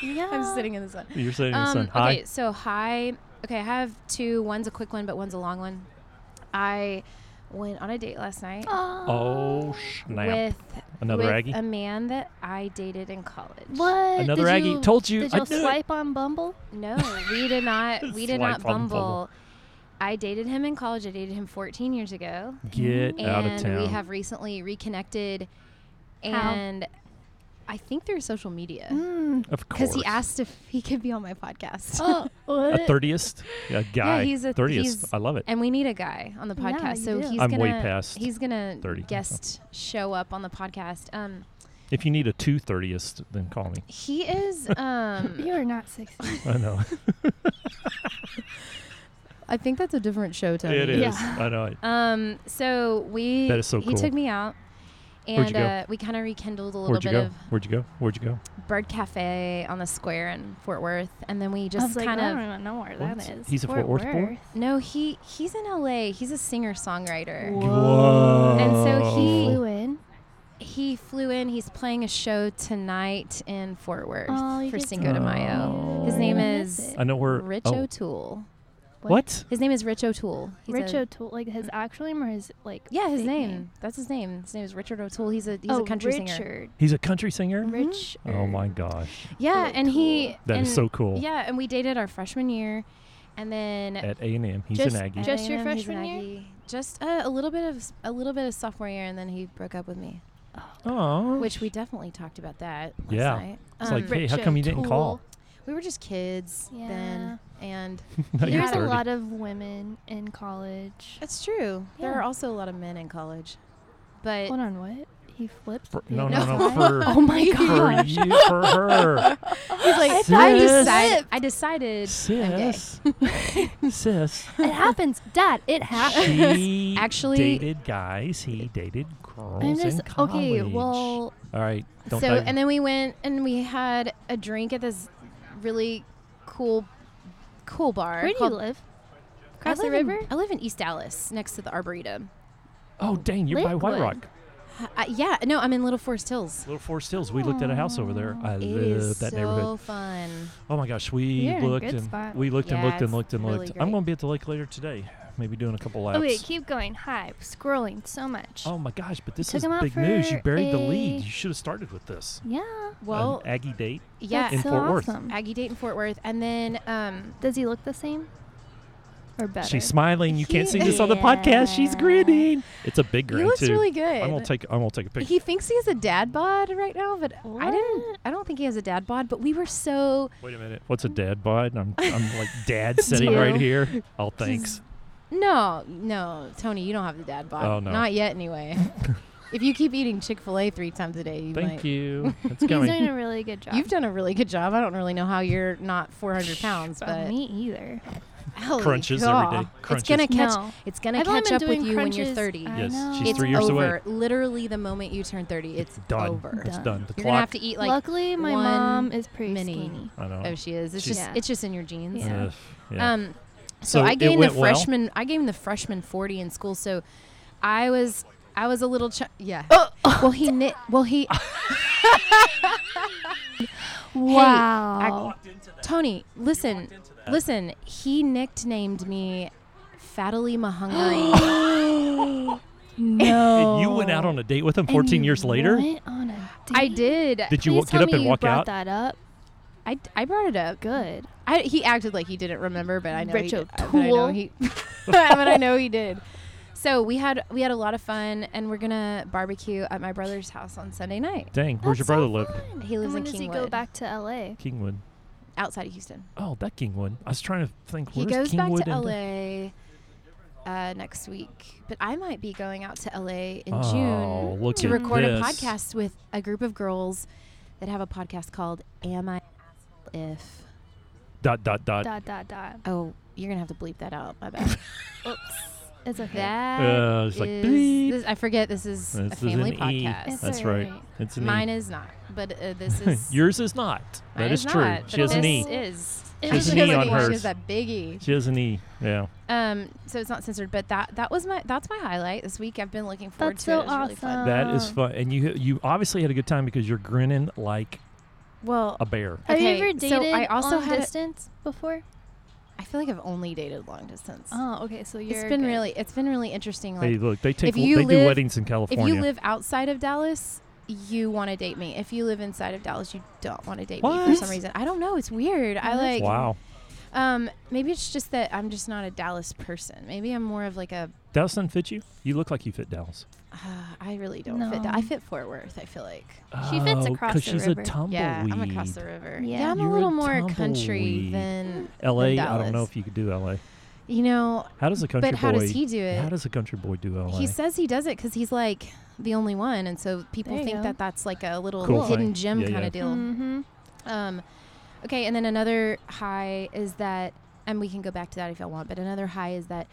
Speaker 2: yeah.
Speaker 3: I'm sitting in the sun.
Speaker 1: You're sitting in the
Speaker 3: Um,
Speaker 1: sun. Hi.
Speaker 3: Okay, so hi. Okay, I have two. One's a quick one, but one's a long one. I went on a date last night
Speaker 2: Aw.
Speaker 1: Oh snap!
Speaker 3: with
Speaker 1: Another
Speaker 3: with
Speaker 1: Aggie?
Speaker 3: a man that I dated in college.
Speaker 2: What?
Speaker 1: Another
Speaker 2: Did
Speaker 1: Aggie.
Speaker 2: You,
Speaker 1: Told you.
Speaker 2: Did
Speaker 1: I
Speaker 2: you
Speaker 1: knew it.
Speaker 2: swipe on Bumble?
Speaker 3: No, we did not. we did not
Speaker 1: Swipe on
Speaker 3: bumble.
Speaker 1: Bumble.
Speaker 3: I dated him in college. I dated him 14 years ago.
Speaker 1: Get out of
Speaker 3: and
Speaker 1: town.
Speaker 3: we have recently reconnected
Speaker 2: How?
Speaker 3: and I think through social media
Speaker 2: Mm.
Speaker 1: of course.
Speaker 3: because he asked if he could be on my podcast.
Speaker 2: Oh,
Speaker 1: a
Speaker 2: what?
Speaker 1: thirtieth. A guy.
Speaker 3: he's a-
Speaker 1: thirtieth.
Speaker 3: he's-
Speaker 1: I love it.
Speaker 3: And we need a guy on the
Speaker 2: Yeah,
Speaker 3: podcast,
Speaker 2: you
Speaker 3: so
Speaker 2: do.
Speaker 3: he's
Speaker 1: I'm
Speaker 3: gonna
Speaker 1: way past
Speaker 3: he's gonna
Speaker 1: 30, so.
Speaker 3: guest show up on the podcast. Um,
Speaker 1: If you need a two thirtieth, then call me.
Speaker 3: he is.
Speaker 2: You
Speaker 3: Um,
Speaker 2: are not sexy.
Speaker 1: I know.
Speaker 3: I think that's a different show. Tony.
Speaker 1: it is.
Speaker 2: Yeah.
Speaker 1: I know it.
Speaker 3: Um, so we.
Speaker 1: That is so
Speaker 3: he
Speaker 1: cool.
Speaker 3: took me out,
Speaker 1: Where'd
Speaker 3: and
Speaker 1: you go?
Speaker 3: uh, we kind of rekindled a little
Speaker 1: Where'd you
Speaker 3: bit
Speaker 1: go?
Speaker 3: of
Speaker 1: Where'd you go? Where'd you go?
Speaker 3: Bird Cafe on the square in Fort Worth, and then we
Speaker 2: I
Speaker 3: just
Speaker 2: was like,
Speaker 3: kind
Speaker 2: I
Speaker 3: of.
Speaker 2: don't even know where
Speaker 1: What?
Speaker 2: that is.
Speaker 1: He's a Fort Worth boy?
Speaker 3: No, he he's in LA. He's a singer songwriter.
Speaker 1: Whoa.
Speaker 3: And so
Speaker 2: He
Speaker 3: he-
Speaker 2: flew in.
Speaker 3: He flew in. He's playing a show tonight in Fort Worth
Speaker 2: Oh, you
Speaker 3: for
Speaker 2: get to
Speaker 3: Cinco de
Speaker 1: go.
Speaker 3: Mayo.
Speaker 1: Oh.
Speaker 3: His name
Speaker 2: I
Speaker 3: is
Speaker 2: miss it.
Speaker 1: I know where.
Speaker 3: Rich
Speaker 1: oh.
Speaker 3: O'Toole.
Speaker 1: What?
Speaker 3: His name is Rich O'Toole. He's
Speaker 2: Rich
Speaker 3: a-
Speaker 2: O'Toole, like his actual name or his like.
Speaker 3: Yeah, his
Speaker 2: fake
Speaker 3: name. That's his name. His name is Richard O'Toole. He's a he's
Speaker 2: oh,
Speaker 3: a country
Speaker 2: Richard.
Speaker 3: singer.
Speaker 1: He's a country singer.
Speaker 3: Mhm.
Speaker 2: Rich.
Speaker 1: Oh my gosh,
Speaker 3: Yeah, and he
Speaker 1: that is
Speaker 3: and-
Speaker 1: so cool.
Speaker 3: Yeah, and we dated our freshman year, and then
Speaker 1: At A and M, he's
Speaker 2: Just-
Speaker 1: an Aggie.
Speaker 3: at
Speaker 2: Just your
Speaker 3: A&M, he's an
Speaker 2: freshman year?
Speaker 3: Aggie. Just uh, a little bit of s- a little bit of sophomore year, and then he broke up with me.
Speaker 1: Oh.
Speaker 3: Which we um, definitely talked about that last
Speaker 1: Yeah.
Speaker 3: night.
Speaker 1: It's like, hey, how
Speaker 2: Rich
Speaker 1: come you didn't call?
Speaker 3: we were just kids then, and
Speaker 1: Now you're
Speaker 2: There's a
Speaker 1: 30.
Speaker 2: lot of women in college.
Speaker 3: that's true. There
Speaker 2: Yeah.
Speaker 3: are also a lot of men in college, but
Speaker 2: Hold on, what? He flipped.
Speaker 1: For,
Speaker 2: the
Speaker 1: no,
Speaker 2: other
Speaker 1: no, no,
Speaker 2: side?
Speaker 1: for
Speaker 2: oh my
Speaker 1: for
Speaker 2: gosh.
Speaker 1: you, for her,
Speaker 2: He's like,
Speaker 1: I
Speaker 3: I,
Speaker 1: thought you
Speaker 2: "Sis,
Speaker 3: decide, I decided. I'm gay.
Speaker 1: sis, sis.
Speaker 2: it happens, Dad. It happens.
Speaker 1: He
Speaker 3: Actually-
Speaker 1: dated guys. He dated girls
Speaker 2: I'm just
Speaker 1: in college.
Speaker 2: okay. Well,
Speaker 1: all right. Don't
Speaker 3: so
Speaker 1: dive-
Speaker 3: and then we went and we had a drink at this really cool cool bar
Speaker 2: where do you
Speaker 3: called-
Speaker 2: live?
Speaker 3: I
Speaker 2: Across the
Speaker 3: live in-
Speaker 2: river?
Speaker 3: I live in East Dallas next to the Arboretum.
Speaker 1: oh dang, you're by White
Speaker 2: Lakewood.
Speaker 1: Rock,
Speaker 3: Uh, yeah, no, I'm in Little Forest Hills.
Speaker 1: Little Forest Hills. We looked at a house over there. I
Speaker 3: It
Speaker 1: love
Speaker 3: is
Speaker 1: that
Speaker 3: so
Speaker 1: neighborhood.
Speaker 3: fun.
Speaker 1: Oh my gosh, we
Speaker 2: You're in a
Speaker 1: looked
Speaker 2: good
Speaker 1: and
Speaker 2: spot.
Speaker 1: we looked and
Speaker 3: Yeah,
Speaker 1: looked and
Speaker 3: it's
Speaker 1: looked and
Speaker 3: really
Speaker 1: looked.
Speaker 3: great.
Speaker 1: I'm going to be at the lake later today. Maybe doing a couple laps.
Speaker 2: Oh wait, keep going. Hi, scrolling so much.
Speaker 1: Oh my gosh, but this
Speaker 2: took
Speaker 1: is
Speaker 2: him out
Speaker 1: big news. You
Speaker 2: for
Speaker 1: buried the
Speaker 2: a-
Speaker 1: lead. You should have started with this.
Speaker 2: Yeah.
Speaker 1: An
Speaker 3: Well,
Speaker 1: Aggie date.
Speaker 3: yeah,
Speaker 2: That's
Speaker 1: in
Speaker 2: so
Speaker 1: Fort Worth.
Speaker 2: awesome.
Speaker 3: Aggie date in Fort Worth, and then um,
Speaker 2: Does he look the same? Or better?
Speaker 1: She's smiling. You can't see this on the
Speaker 3: He-
Speaker 1: podcast. She's
Speaker 3: Yeah.
Speaker 1: grinning. It's a big
Speaker 3: he
Speaker 1: grin
Speaker 3: looks
Speaker 1: too.
Speaker 3: really good.
Speaker 1: I'm gonna take. I'm gonna take a picture.
Speaker 3: he thinks he has a dad bod right now, but I didn't.
Speaker 2: What?
Speaker 3: I don't think he has a dad bod. But we were so
Speaker 1: Wait a minute. What's a dad bod? I'm, I'm like dad sitting right
Speaker 2: Two.
Speaker 1: here. Oh, thanks.
Speaker 3: No, no, Tony, you don't have the dad bod.
Speaker 1: Oh, no.
Speaker 3: Not yet, anyway. if you keep eating Chick Fil A three times a day, you
Speaker 1: Thank
Speaker 3: might.
Speaker 1: you. It's
Speaker 2: He's doing
Speaker 1: coming.
Speaker 2: a really good job.
Speaker 3: You've done a really good job. I don't really know how you're not 400 pounds,
Speaker 2: Well,
Speaker 3: but
Speaker 2: me either.
Speaker 3: holy
Speaker 1: Crunches every day.
Speaker 3: cow.
Speaker 1: Crunches.
Speaker 3: It's gonna catch.
Speaker 2: No.
Speaker 3: It's gonna
Speaker 2: I've only
Speaker 3: catch
Speaker 2: been
Speaker 3: up with
Speaker 2: doing
Speaker 3: you when you're
Speaker 2: crunches.
Speaker 3: 30.
Speaker 2: I
Speaker 1: Yes,
Speaker 2: know.
Speaker 1: she's
Speaker 3: it's
Speaker 1: three years
Speaker 3: over.
Speaker 1: away.
Speaker 3: Literally, the moment you turn 30, it's
Speaker 1: done.
Speaker 3: over.
Speaker 1: It's
Speaker 2: Done.
Speaker 1: done. The
Speaker 3: You're gonna
Speaker 1: clock.
Speaker 3: have to eat like.
Speaker 2: Luckily, my
Speaker 3: one
Speaker 2: mom is pretty
Speaker 3: mini.
Speaker 2: skinny.
Speaker 1: I know.
Speaker 3: oh, she is. It's
Speaker 1: She's-
Speaker 3: just. It's just in your jeans.
Speaker 2: Yeah.
Speaker 1: Ugh, yeah.
Speaker 3: Um, so,
Speaker 1: So
Speaker 3: I
Speaker 1: it
Speaker 3: gained the
Speaker 1: went well?
Speaker 3: freshman. I gained the freshman forty in school. So I was I was a little ch- yeah. well, he knit. Well, he
Speaker 2: Wow.
Speaker 3: Tony. Listen, listen. He nicknamed me Fatally Mahungry.
Speaker 2: no.
Speaker 1: And you went out on a date with him
Speaker 2: And
Speaker 1: 14
Speaker 2: you
Speaker 1: years later.
Speaker 2: went on a date?
Speaker 3: I did.
Speaker 1: Did you
Speaker 2: Please
Speaker 1: wa- get
Speaker 2: tell
Speaker 1: up
Speaker 2: me
Speaker 1: and
Speaker 2: you
Speaker 1: walk
Speaker 2: brought
Speaker 1: out?
Speaker 2: that up.
Speaker 3: I, I brought it up.
Speaker 2: Good.
Speaker 3: I, he acted like he didn't remember, but I know
Speaker 2: Rich
Speaker 3: he did. But I know
Speaker 2: O'Toole.
Speaker 3: he, but I know he did. So we had we had a lot of fun, and we're gonna barbecue at my brother's house on Sunday night.
Speaker 1: Dang, where's your
Speaker 2: That's
Speaker 1: brother
Speaker 2: so
Speaker 1: live?
Speaker 2: fun.
Speaker 3: He lives
Speaker 2: and when
Speaker 3: in
Speaker 2: does he go
Speaker 3: Kingwood.
Speaker 2: back to LA?
Speaker 1: Kingwood.
Speaker 3: outside of Houston.
Speaker 1: Oh, that Kingwood. I was trying to think.
Speaker 3: He
Speaker 1: where's
Speaker 3: goes
Speaker 1: Kingwood
Speaker 3: back to
Speaker 1: and-
Speaker 3: LA uh, next week, but I might be going out to LA in
Speaker 1: Oh,
Speaker 3: June
Speaker 1: look
Speaker 3: to
Speaker 1: at
Speaker 3: record
Speaker 1: this.
Speaker 3: a podcast with a group of girls that have a podcast called "Am I an Asshole If."
Speaker 1: Dot dot dot.
Speaker 2: Dot dot dot.
Speaker 3: Oh, you're gonna have to bleep that out. My bad.
Speaker 2: Oops. It's okay.
Speaker 3: That
Speaker 1: Uh, it's like,
Speaker 3: is-
Speaker 1: bleep.
Speaker 3: this- I forget this is
Speaker 1: This
Speaker 3: a
Speaker 1: is
Speaker 3: family
Speaker 1: an E.
Speaker 3: podcast.
Speaker 2: It's
Speaker 1: That's
Speaker 2: all
Speaker 1: right.
Speaker 2: right.
Speaker 1: It's an E.
Speaker 3: Mine is not, but uh, this is
Speaker 1: Yours is not.
Speaker 3: mine
Speaker 1: That is true.
Speaker 3: not,
Speaker 1: she
Speaker 3: but
Speaker 1: has an E.
Speaker 3: this Is
Speaker 2: She has
Speaker 1: an E on
Speaker 3: She
Speaker 1: hers.
Speaker 3: has that big E.
Speaker 1: She has an E. Yeah.
Speaker 3: Um, so it's not censored, but that that was my that's my highlight this week. I've been looking forward
Speaker 2: That's
Speaker 3: to it.
Speaker 2: so
Speaker 3: It was really fun.
Speaker 1: That is
Speaker 2: Oh.
Speaker 1: fun. And you you obviously had a good time because you're grinning like
Speaker 3: Well,
Speaker 1: a bear.
Speaker 2: Have
Speaker 3: Okay,
Speaker 2: you ever
Speaker 3: so I
Speaker 2: dated
Speaker 3: also
Speaker 2: long
Speaker 3: had a-
Speaker 2: distance before?
Speaker 3: I feel like I've only dated long distance.
Speaker 2: Oh, okay. So you're
Speaker 3: it's been
Speaker 2: good.
Speaker 3: really it's been really interesting. Like
Speaker 1: Hey, look, they take
Speaker 3: if you
Speaker 1: they do
Speaker 3: live-
Speaker 1: weddings in
Speaker 3: if
Speaker 1: California.
Speaker 3: you live outside of Dallas, you want to date me. If you live inside of Dallas, you don't want to date me
Speaker 1: What?
Speaker 3: for some reason. I don't know. It's weird. I
Speaker 2: That's
Speaker 3: like
Speaker 1: wow,
Speaker 3: um maybe it's just that I'm just not a Dallas person. Maybe I'm more of like a
Speaker 1: Dallas doesn't fit you. You look like you fit Dallas.
Speaker 3: uh, I really don't fit. Da-
Speaker 2: No.
Speaker 3: I fit Fort Worth. I feel like.
Speaker 2: She fits
Speaker 1: Oh,
Speaker 2: across
Speaker 1: 'cause
Speaker 2: the
Speaker 1: she's
Speaker 2: river.
Speaker 1: a tumbleweed.
Speaker 3: Yeah, I'm across the river.
Speaker 2: Yeah.
Speaker 3: Yeah, I'm
Speaker 1: You're a
Speaker 3: a little more country
Speaker 1: tumbleweed.
Speaker 3: than
Speaker 1: L.A.
Speaker 3: than
Speaker 1: I don't know
Speaker 3: Dallas.
Speaker 1: if you could do L.A.
Speaker 3: you know.
Speaker 1: How does a country
Speaker 3: But how
Speaker 1: boy?
Speaker 3: does he do it?
Speaker 1: How does a country boy do L.A.?
Speaker 3: He says he does it because he's like the only one, and so people
Speaker 2: There you
Speaker 3: think
Speaker 2: go.
Speaker 3: that that's like a little
Speaker 1: Cool thing.
Speaker 3: hidden gem
Speaker 1: Yeah,
Speaker 3: kind
Speaker 1: yeah.
Speaker 3: of deal.
Speaker 2: Mm-hmm.
Speaker 3: Um, okay, and then another high is that, and we can go back to that if y'all want. But another high is that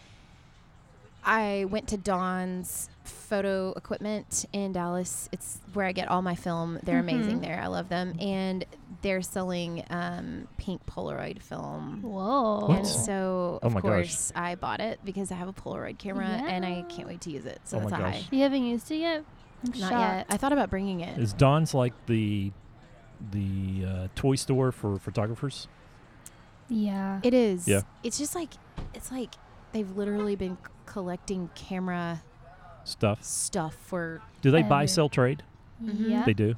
Speaker 3: I went to Don's photo equipment in Dallas. It's where I get all my film. They're
Speaker 2: Mhm.
Speaker 3: amazing there. I love them, and they're selling um, pink Polaroid film.
Speaker 2: Whoa.
Speaker 1: What?
Speaker 3: And so,
Speaker 1: Oh
Speaker 3: of
Speaker 1: my gosh.
Speaker 3: course, I bought it because I have a Polaroid camera and I
Speaker 2: Yeah.
Speaker 3: can't wait to use it. So
Speaker 1: Oh
Speaker 3: that's
Speaker 1: my
Speaker 3: a
Speaker 1: gosh.
Speaker 3: high.
Speaker 2: You haven't used it yet? I'm
Speaker 3: Not yet.
Speaker 2: shocked.
Speaker 3: I thought about bringing it.
Speaker 1: Is Don's like the the uh, toy store for photographers?
Speaker 2: Yeah.
Speaker 3: It is.
Speaker 1: Yeah.
Speaker 3: It's just like it's like they've literally been c- collecting camera
Speaker 1: Stuff.
Speaker 3: stuff for
Speaker 1: Do they buy,
Speaker 2: Ever.
Speaker 1: sell, trade?
Speaker 3: Mhm.
Speaker 2: Yeah.
Speaker 1: They do.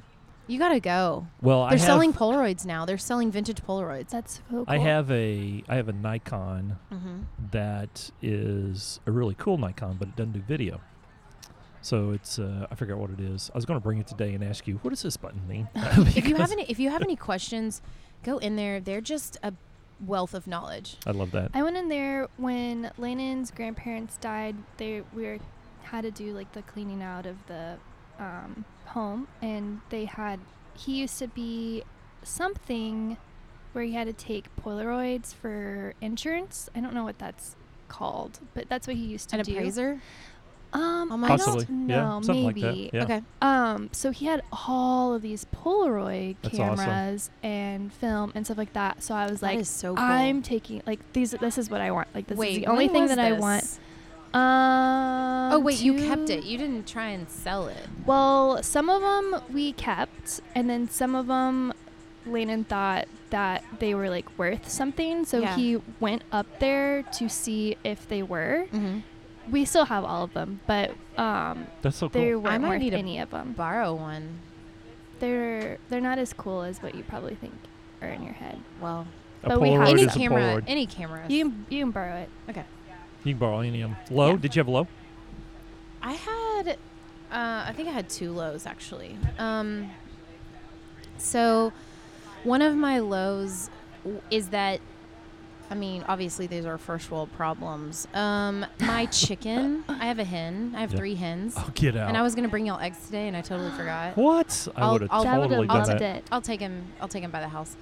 Speaker 3: you gotta go.
Speaker 1: Well, I
Speaker 3: They're
Speaker 1: have,
Speaker 3: selling Polaroids now. They're selling vintage Polaroids.
Speaker 2: That's so cool.
Speaker 1: I have a I have a Nikon
Speaker 3: Mm-hmm.
Speaker 1: that is a really cool Nikon, but it doesn't do video. So it's uh, I forgot what it is. I was going to bring it today and ask you what does this button mean?
Speaker 3: If you
Speaker 1: Because
Speaker 3: have any if you have any questions, go in there. They're just a wealth of knowledge.
Speaker 1: I love that.
Speaker 2: I went in there when Lennon's grandparents died. They we were, had to do like the cleaning out of the um, home, and they had he used to be something where he had to take Polaroids for insurance. I don't know what that's called, but that's what he used to
Speaker 3: An
Speaker 2: do.
Speaker 3: appraiser?
Speaker 2: Um,
Speaker 3: Almost?
Speaker 2: I
Speaker 1: Possibly.
Speaker 2: don't know,
Speaker 1: yeah. Something
Speaker 2: maybe.
Speaker 1: like that. Yeah.
Speaker 3: Okay.
Speaker 2: Um, so he had all of these Polaroid
Speaker 1: That's awesome.
Speaker 2: cameras and film and stuff like that. So I was
Speaker 3: that
Speaker 2: like,
Speaker 3: is so Oh, cool.
Speaker 2: I'm taking like these. This is what I want. Like this
Speaker 3: wait,
Speaker 2: is the only
Speaker 3: when
Speaker 2: thing
Speaker 3: was
Speaker 2: that I want.
Speaker 3: this?
Speaker 2: Um,
Speaker 3: Oh wait, you kept
Speaker 2: two-
Speaker 3: it. You didn't try and sell it.
Speaker 2: Well, some of them we kept, and then some of them Landon thought that they were like worth something, so
Speaker 3: Yeah.
Speaker 2: he went up there to see if they were.
Speaker 3: Mm-hmm.
Speaker 2: We still have all of them, but um,
Speaker 1: That's so cool.
Speaker 2: they weren't
Speaker 3: might
Speaker 2: worth
Speaker 3: need a
Speaker 2: any of them.
Speaker 3: Borrow one.
Speaker 2: They're they're not as cool as what you probably think are in your head.
Speaker 3: Well,
Speaker 1: A
Speaker 2: but we have-
Speaker 1: Polaroid
Speaker 2: Any
Speaker 1: is
Speaker 3: any
Speaker 1: a
Speaker 3: camera,
Speaker 1: Polaroid.
Speaker 3: any camera.
Speaker 2: You can, you can borrow it.
Speaker 1: You can borrow any of them. Low?
Speaker 2: Yeah.
Speaker 1: Did you have low?
Speaker 3: I had, uh, I think I had two lows actually. Um, so, one of my lows w- is that, I mean, obviously these are first world problems. Um, my chicken, I have a hen. I have
Speaker 1: Yeah.
Speaker 3: three hens,
Speaker 1: Oh, get out.
Speaker 3: and I was gonna bring y'all eggs today, and I totally forgot.
Speaker 1: what? I
Speaker 3: I'll-
Speaker 1: would have
Speaker 3: I'll-
Speaker 2: That would
Speaker 1: totally
Speaker 2: have
Speaker 1: done
Speaker 2: loved
Speaker 1: that.
Speaker 2: it.
Speaker 3: I'll take him. I'll take him by the house.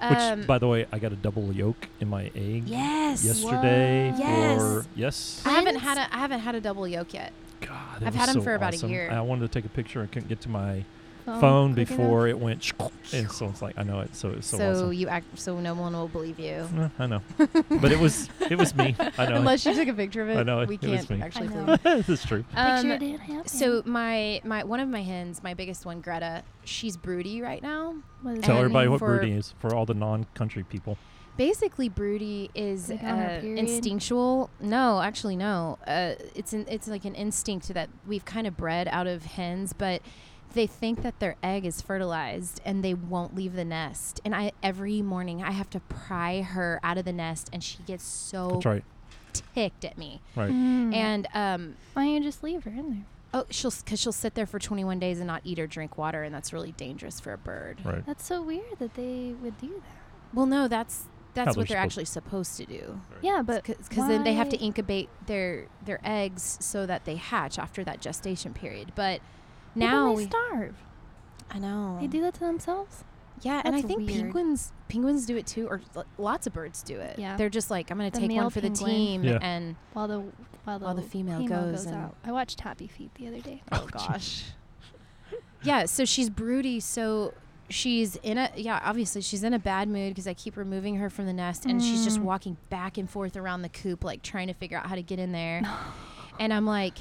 Speaker 1: Which, by the way, I got a double yolk in my egg
Speaker 3: Um, yes.
Speaker 1: yesterday.
Speaker 2: Whoa.
Speaker 3: Yes.
Speaker 1: For, yes.
Speaker 3: I haven't
Speaker 2: Hens?
Speaker 3: had a I haven't had a double yolk yet.
Speaker 1: God, that
Speaker 3: I've
Speaker 1: was
Speaker 3: had 'em
Speaker 1: so
Speaker 3: for about a
Speaker 1: awesome.
Speaker 3: year.
Speaker 1: I wanted to take a picture and couldn't get to my
Speaker 2: Phone
Speaker 1: phone
Speaker 2: quick enough.
Speaker 1: before it went. And so it's like I know it. So it's so,
Speaker 3: So,
Speaker 1: awesome.
Speaker 3: you act so no one will believe you.
Speaker 1: Eh, I know, but it was it was me. I know.
Speaker 3: Unless you took a picture of it,
Speaker 1: I know,
Speaker 3: we
Speaker 1: it was
Speaker 3: can't
Speaker 1: me.
Speaker 2: I
Speaker 3: actually
Speaker 2: know.
Speaker 3: believe. you.
Speaker 1: this is true.
Speaker 2: Picture
Speaker 3: Um,
Speaker 2: didn't happen.
Speaker 3: so my my one of my hens, my biggest one, Greta, she's broody right now.
Speaker 2: What is
Speaker 1: Tell
Speaker 2: that
Speaker 1: everybody
Speaker 2: name?
Speaker 1: what
Speaker 3: for-
Speaker 1: brooding is for all the non-country people.
Speaker 3: Basically, broody is
Speaker 2: Like on her
Speaker 3: uh,
Speaker 2: period?
Speaker 3: instinctual. No, actually, no. Uh, it's an, it's like an instinct that we've kind of bred out of hens, but they think that their egg is fertilized and they won't leave the nest. And I every morning I have to pry her out of the nest, and she gets so
Speaker 1: That's right.
Speaker 3: ticked at me.
Speaker 1: Right.
Speaker 2: Oh. Mm.
Speaker 3: And um,
Speaker 2: why don't you just leave her in there?
Speaker 3: Oh, she'll because she'll sit there for 21 days and not eat or drink water, and that's really dangerous for a bird.
Speaker 1: Right.
Speaker 2: That's so weird that they would do that.
Speaker 3: Well, no, that's that's
Speaker 1: they're
Speaker 3: what they're
Speaker 1: supposed-
Speaker 3: actually supposed to do.
Speaker 2: Yeah, but
Speaker 3: Because then they have to
Speaker 2: why-
Speaker 3: incubate their their eggs so that they hatch after that gestation period. But
Speaker 2: But then
Speaker 3: now
Speaker 2: they
Speaker 3: we,
Speaker 2: starve.
Speaker 3: I know
Speaker 2: They do that to themselves.
Speaker 3: Yeah, and I
Speaker 2: That's
Speaker 3: think
Speaker 2: weird.
Speaker 3: penguins penguins do it too, or l- lots of birds do it.
Speaker 2: Yeah.
Speaker 3: They're just like I'm going
Speaker 2: The
Speaker 3: to take
Speaker 2: male
Speaker 3: one for the
Speaker 2: penguin.
Speaker 3: team,
Speaker 1: Yeah.
Speaker 3: and
Speaker 2: While the while the,
Speaker 3: While the female goes and-
Speaker 2: out. I watched Happy Feet the other day.
Speaker 3: Oh, gosh. yeah, so she's broody, so she's in a yeah, obviously she's in a bad mood because I keep removing her from the nest and she's just
Speaker 2: Mm.
Speaker 3: walking back and forth around the coop like trying to figure out how to get in there. and I'm like,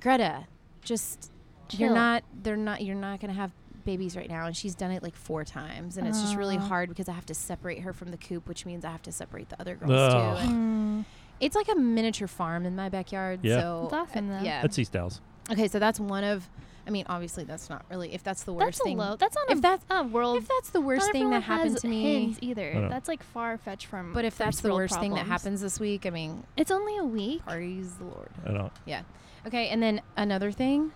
Speaker 3: "Greta, just you're
Speaker 2: Chill.
Speaker 3: not they're not you're not going to have babies right now." And she's done it like 4 times and it's just really
Speaker 2: Aw.
Speaker 3: hard because I have to separate her from the coop, which means I have to separate the other girls
Speaker 1: Ugh.
Speaker 3: too. And
Speaker 2: Hmm.
Speaker 3: it's like a miniature farm in my backyard,
Speaker 1: Yeah.
Speaker 3: so
Speaker 2: It's awesome, though.
Speaker 3: Yeah.
Speaker 1: That's e East Dallas.
Speaker 3: Okay, so that's one of. I mean, obviously, that's not really. If that's the worst
Speaker 2: That's a
Speaker 3: thing,
Speaker 2: low. That's not
Speaker 3: if
Speaker 2: a,
Speaker 3: that's-
Speaker 2: a world.
Speaker 3: if that's the worst
Speaker 2: not
Speaker 3: thing that
Speaker 2: everyone
Speaker 3: happened
Speaker 2: has
Speaker 3: to me,
Speaker 2: hens
Speaker 1: I
Speaker 2: either.
Speaker 1: know.
Speaker 2: That's like far fetched from.
Speaker 3: but if that's
Speaker 2: first
Speaker 3: the
Speaker 2: world
Speaker 3: worst thing that
Speaker 2: problems.
Speaker 3: happens this week, I mean,
Speaker 2: it's only a week.
Speaker 3: praise the Lord.
Speaker 1: I don't.
Speaker 3: Yeah. Okay, and then another thing,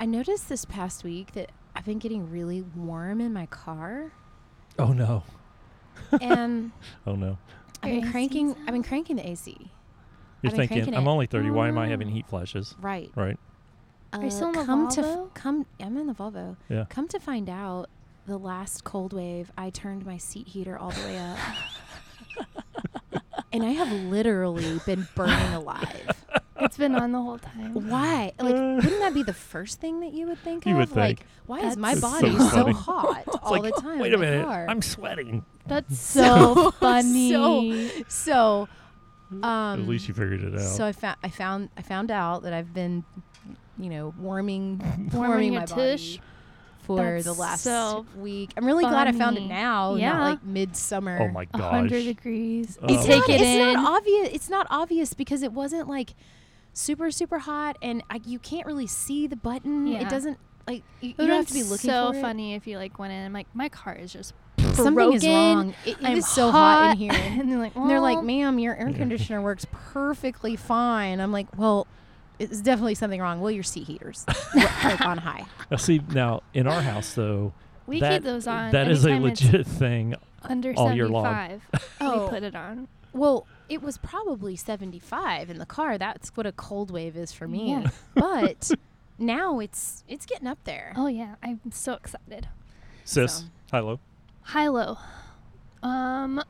Speaker 3: I noticed this past week that I've been getting really warm in my car,
Speaker 1: Oh no.
Speaker 3: and
Speaker 1: Oh no.
Speaker 3: I've
Speaker 2: Your
Speaker 3: been
Speaker 2: AC's
Speaker 3: cranking. I've been
Speaker 2: out?
Speaker 3: cranking the AC.
Speaker 1: You're
Speaker 3: I've been
Speaker 1: thinking
Speaker 3: cranking
Speaker 1: I'm
Speaker 3: it.
Speaker 1: only 30. Why am I
Speaker 2: Oh.
Speaker 1: having heat flashes?
Speaker 3: Right.
Speaker 1: Right.
Speaker 2: Are you still in the
Speaker 3: Uh, come to f-
Speaker 2: Volvo?
Speaker 3: come. I'm in the Volvo.
Speaker 1: Yeah.
Speaker 3: Come to find out, the last cold wave, I turned my seat heater all the way up. and I have literally been burning alive.
Speaker 2: It's been on the whole time.
Speaker 3: Why? Like, wouldn't that be the first thing that you would think
Speaker 1: You
Speaker 3: of?
Speaker 1: would think.
Speaker 3: Like, why is my
Speaker 2: That's
Speaker 1: so
Speaker 3: body so,
Speaker 1: funny.
Speaker 3: hot
Speaker 1: It's
Speaker 3: all
Speaker 1: like, "Oh,
Speaker 3: the time?
Speaker 1: Wait
Speaker 3: in
Speaker 1: a
Speaker 3: my
Speaker 1: minute.
Speaker 3: car?"
Speaker 1: I'm sweating.
Speaker 2: That's
Speaker 3: So-
Speaker 2: so funny.
Speaker 3: so- so, um,
Speaker 1: At least you figured it out.
Speaker 3: So I found, I found, I found out that I've been, you know, warming, warming,
Speaker 2: Warming your
Speaker 3: my
Speaker 2: tush.
Speaker 3: body for the
Speaker 2: That's
Speaker 3: last
Speaker 2: so
Speaker 3: week. I'm really glad I found it
Speaker 2: funny.
Speaker 3: now,
Speaker 2: Yeah.
Speaker 3: not like midsummer.
Speaker 1: oh my
Speaker 2: A
Speaker 1: gosh.
Speaker 2: hundred degrees.
Speaker 1: Oh.
Speaker 2: You
Speaker 3: It's
Speaker 1: Uh,
Speaker 2: take
Speaker 3: not,
Speaker 2: it
Speaker 3: it's
Speaker 2: in.
Speaker 3: not obvious. It's not obvious because it wasn't like super super hot, and I, you can't really see the button.
Speaker 2: Yeah.
Speaker 3: It doesn't like you, you
Speaker 2: It
Speaker 3: don't have
Speaker 2: would've
Speaker 3: to be
Speaker 2: been
Speaker 3: looking
Speaker 2: so
Speaker 3: for it.
Speaker 2: funny if you like went in and like my car is just
Speaker 3: Something is
Speaker 2: broken.
Speaker 3: wrong. It, it
Speaker 2: I'm
Speaker 3: is so hot, in here.
Speaker 2: and they're like,
Speaker 3: And they're like,
Speaker 2: "Well,
Speaker 3: "Ma'am, your air conditioner works perfectly fine." I'm like, "Well, it's definitely something wrong. Well, your seat heaters like on high.
Speaker 1: Now, see now in our house though.
Speaker 2: We
Speaker 1: that,
Speaker 2: keep those on.
Speaker 1: That is a
Speaker 2: anytime it's
Speaker 1: legit thing.
Speaker 2: under
Speaker 1: all year long.
Speaker 2: 75.
Speaker 3: Oh.
Speaker 2: We put it on.
Speaker 3: Well, it was probably 75 in the car. That's what a cold wave is for me.
Speaker 2: Yeah.
Speaker 3: But now it's it's getting up there.
Speaker 2: Oh yeah, I'm so excited.
Speaker 1: Sis,
Speaker 3: So-
Speaker 1: hi, low.
Speaker 2: High low. Um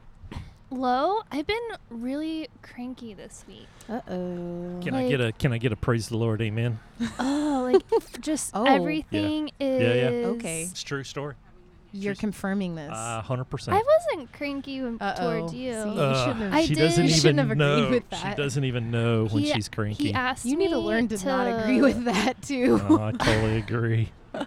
Speaker 2: low, I've been really cranky this week.
Speaker 3: Uh oh.
Speaker 1: Can I get a Can I get a praise the Lord? Amen.
Speaker 2: Oh, like just
Speaker 3: Oh. Yeah.
Speaker 2: everything
Speaker 1: yeah.
Speaker 2: is
Speaker 3: Okay.
Speaker 1: It's true story.
Speaker 3: You're
Speaker 1: She's-
Speaker 3: confirming this.
Speaker 1: Uh, hundred percent.
Speaker 2: I wasn't cranky w- towards
Speaker 3: Uh-oh.
Speaker 2: you.
Speaker 3: See,
Speaker 2: Uh,
Speaker 3: you shouldn't have-
Speaker 2: I
Speaker 1: she
Speaker 2: did-
Speaker 1: doesn't
Speaker 2: you
Speaker 1: even
Speaker 3: shouldn't have agreed
Speaker 1: know.
Speaker 3: with
Speaker 1: She
Speaker 3: that.
Speaker 1: doesn't even know when
Speaker 2: He-
Speaker 1: she's cranky.
Speaker 2: He asked
Speaker 3: you need to
Speaker 2: me
Speaker 3: learn to, not agree with that too.
Speaker 1: Oh, I totally agree.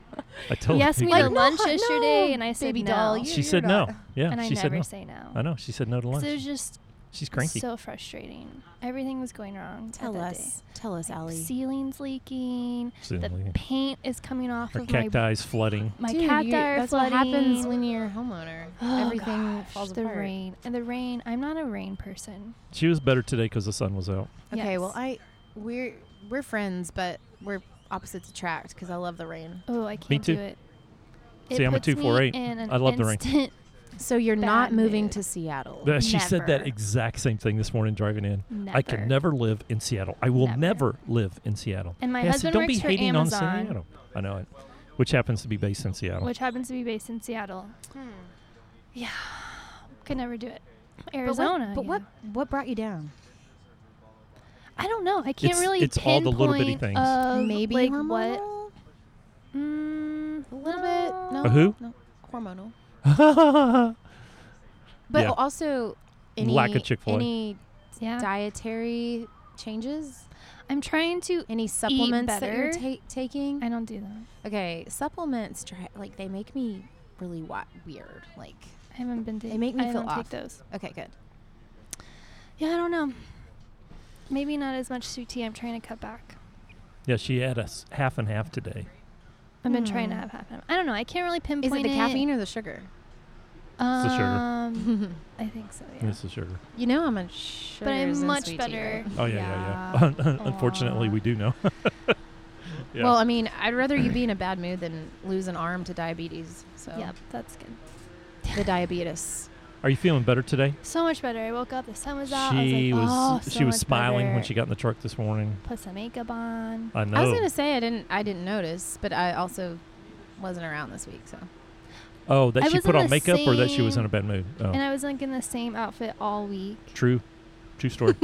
Speaker 1: I totally
Speaker 2: He asked me
Speaker 1: agree.
Speaker 2: to lunch yesterday, and I said
Speaker 3: baby
Speaker 2: no.
Speaker 3: doll. you-
Speaker 1: she
Speaker 3: you're
Speaker 1: said
Speaker 3: not-
Speaker 1: no. Yeah,
Speaker 2: and I
Speaker 1: she said
Speaker 2: never
Speaker 1: no.
Speaker 2: say no.
Speaker 1: I know. She said no to
Speaker 2: So it was
Speaker 1: lunch.
Speaker 2: just
Speaker 1: She's cranky.
Speaker 2: so frustrating. Everything was going wrong. at
Speaker 3: Tell
Speaker 2: that
Speaker 3: us, tell us,
Speaker 2: day.
Speaker 3: Allie.
Speaker 2: Ceilings leaking. the
Speaker 1: Absolutely.
Speaker 2: paint is coming off
Speaker 1: Her
Speaker 2: of my
Speaker 1: cacti's flooding.
Speaker 2: my
Speaker 3: Dude,
Speaker 2: cacti
Speaker 3: you-
Speaker 2: are
Speaker 3: that's
Speaker 2: flooding.
Speaker 3: what happens when you're a homeowner.
Speaker 2: Oh,
Speaker 3: Everything
Speaker 2: gosh,
Speaker 3: falls
Speaker 2: the
Speaker 3: apart.
Speaker 2: rain and the rain. I'm not a rain person.
Speaker 1: She was better today because the sun was out.
Speaker 3: Okay, well,
Speaker 2: Yes.
Speaker 3: I we're we're friends, but we're opposites attract because I love the rain.
Speaker 2: Oh, I can't
Speaker 1: too.
Speaker 2: do it.
Speaker 1: See, I'm a
Speaker 2: puts me
Speaker 1: 248.
Speaker 2: in an
Speaker 1: I love the rain.
Speaker 2: instant-
Speaker 3: So you're
Speaker 2: not
Speaker 3: not
Speaker 2: moving
Speaker 3: moving
Speaker 2: to
Speaker 3: to Seattle.
Speaker 1: Yeah, She said that
Speaker 2: Never.
Speaker 1: exact same thing this morning driving in. I can
Speaker 2: Never.
Speaker 1: never live in Seattle. I will
Speaker 2: Never.
Speaker 1: never, live in Seattle.
Speaker 2: And my
Speaker 1: Hey, I said,
Speaker 2: husband
Speaker 1: don't
Speaker 2: works
Speaker 1: be
Speaker 2: for
Speaker 1: hating on
Speaker 2: Amazon."
Speaker 1: Seattle. I know it. Which happens to be based in Seattle.
Speaker 2: Which happens to be based in Seattle.
Speaker 3: Hmm.
Speaker 2: Yeah, could never do it. Arizona.
Speaker 3: But
Speaker 2: yeah.
Speaker 3: what, what brought you down?
Speaker 2: I don't know. I can't
Speaker 1: It's-
Speaker 2: really.
Speaker 1: it's all the little bitty
Speaker 2: pinpoint
Speaker 1: things.
Speaker 2: of,
Speaker 3: Maybe
Speaker 2: like what?
Speaker 3: hormonal?
Speaker 2: Mm,
Speaker 3: A little
Speaker 2: no.
Speaker 3: bit. No.
Speaker 1: A who?
Speaker 3: No. Hormonal. But
Speaker 1: But Yeah.
Speaker 3: also any
Speaker 1: Lack of any- Chick-fil-A.
Speaker 3: any
Speaker 2: Yeah.
Speaker 3: dietary changes,
Speaker 2: I'm trying to.
Speaker 3: any supplements that you're
Speaker 2: better.
Speaker 3: ta- taking.
Speaker 2: I don't do that.
Speaker 3: Okay, supplements try like they make me really wa- weird. Like
Speaker 2: I haven't been.
Speaker 3: They make me
Speaker 2: I
Speaker 3: feel
Speaker 2: don't
Speaker 3: off.
Speaker 2: Take those.
Speaker 3: okay, good.
Speaker 2: Yeah, I don't know. Maybe not as much sweet tea. I'm trying to cut back.
Speaker 1: yeah, she had us half and half today.
Speaker 2: I've been trying to
Speaker 3: Hmm.
Speaker 2: have half. and half. I don't know. I can't really
Speaker 3: Is
Speaker 2: pinpoint
Speaker 3: it the caffeine or the sugar?
Speaker 1: the sugar.
Speaker 2: Um,
Speaker 3: you
Speaker 2: I think so. Yeah.
Speaker 1: This is sugar.
Speaker 3: know I'm a sugar.
Speaker 2: but I'm much better.
Speaker 1: Oh, yeah, yeah, yeah. Unfortunately,
Speaker 2: Aw.
Speaker 1: we do know. yeah.
Speaker 3: Well, I mean, I'd rather you be in a bad mood than lose an arm to diabetes. So
Speaker 2: Yep, that's good.
Speaker 3: the diabetes.
Speaker 1: Are you feeling better today?
Speaker 2: So much better. I woke up. The sun was out.
Speaker 1: she
Speaker 2: I was, like, oh,
Speaker 1: she
Speaker 2: so
Speaker 1: was
Speaker 2: much
Speaker 1: smiling when
Speaker 2: better."
Speaker 1: she got in the truck this morning.
Speaker 2: put some makeup on.
Speaker 1: I know.
Speaker 3: I was gonna say I didn't. I didn't notice, but I also wasn't around this week. So
Speaker 1: oh, that
Speaker 2: I
Speaker 1: she
Speaker 2: was
Speaker 1: put
Speaker 2: in
Speaker 1: on
Speaker 2: the
Speaker 1: makeup or that she was
Speaker 2: same-
Speaker 1: in a bad mood. Oh,
Speaker 2: And I was like in the same outfit all week.
Speaker 1: true, true story.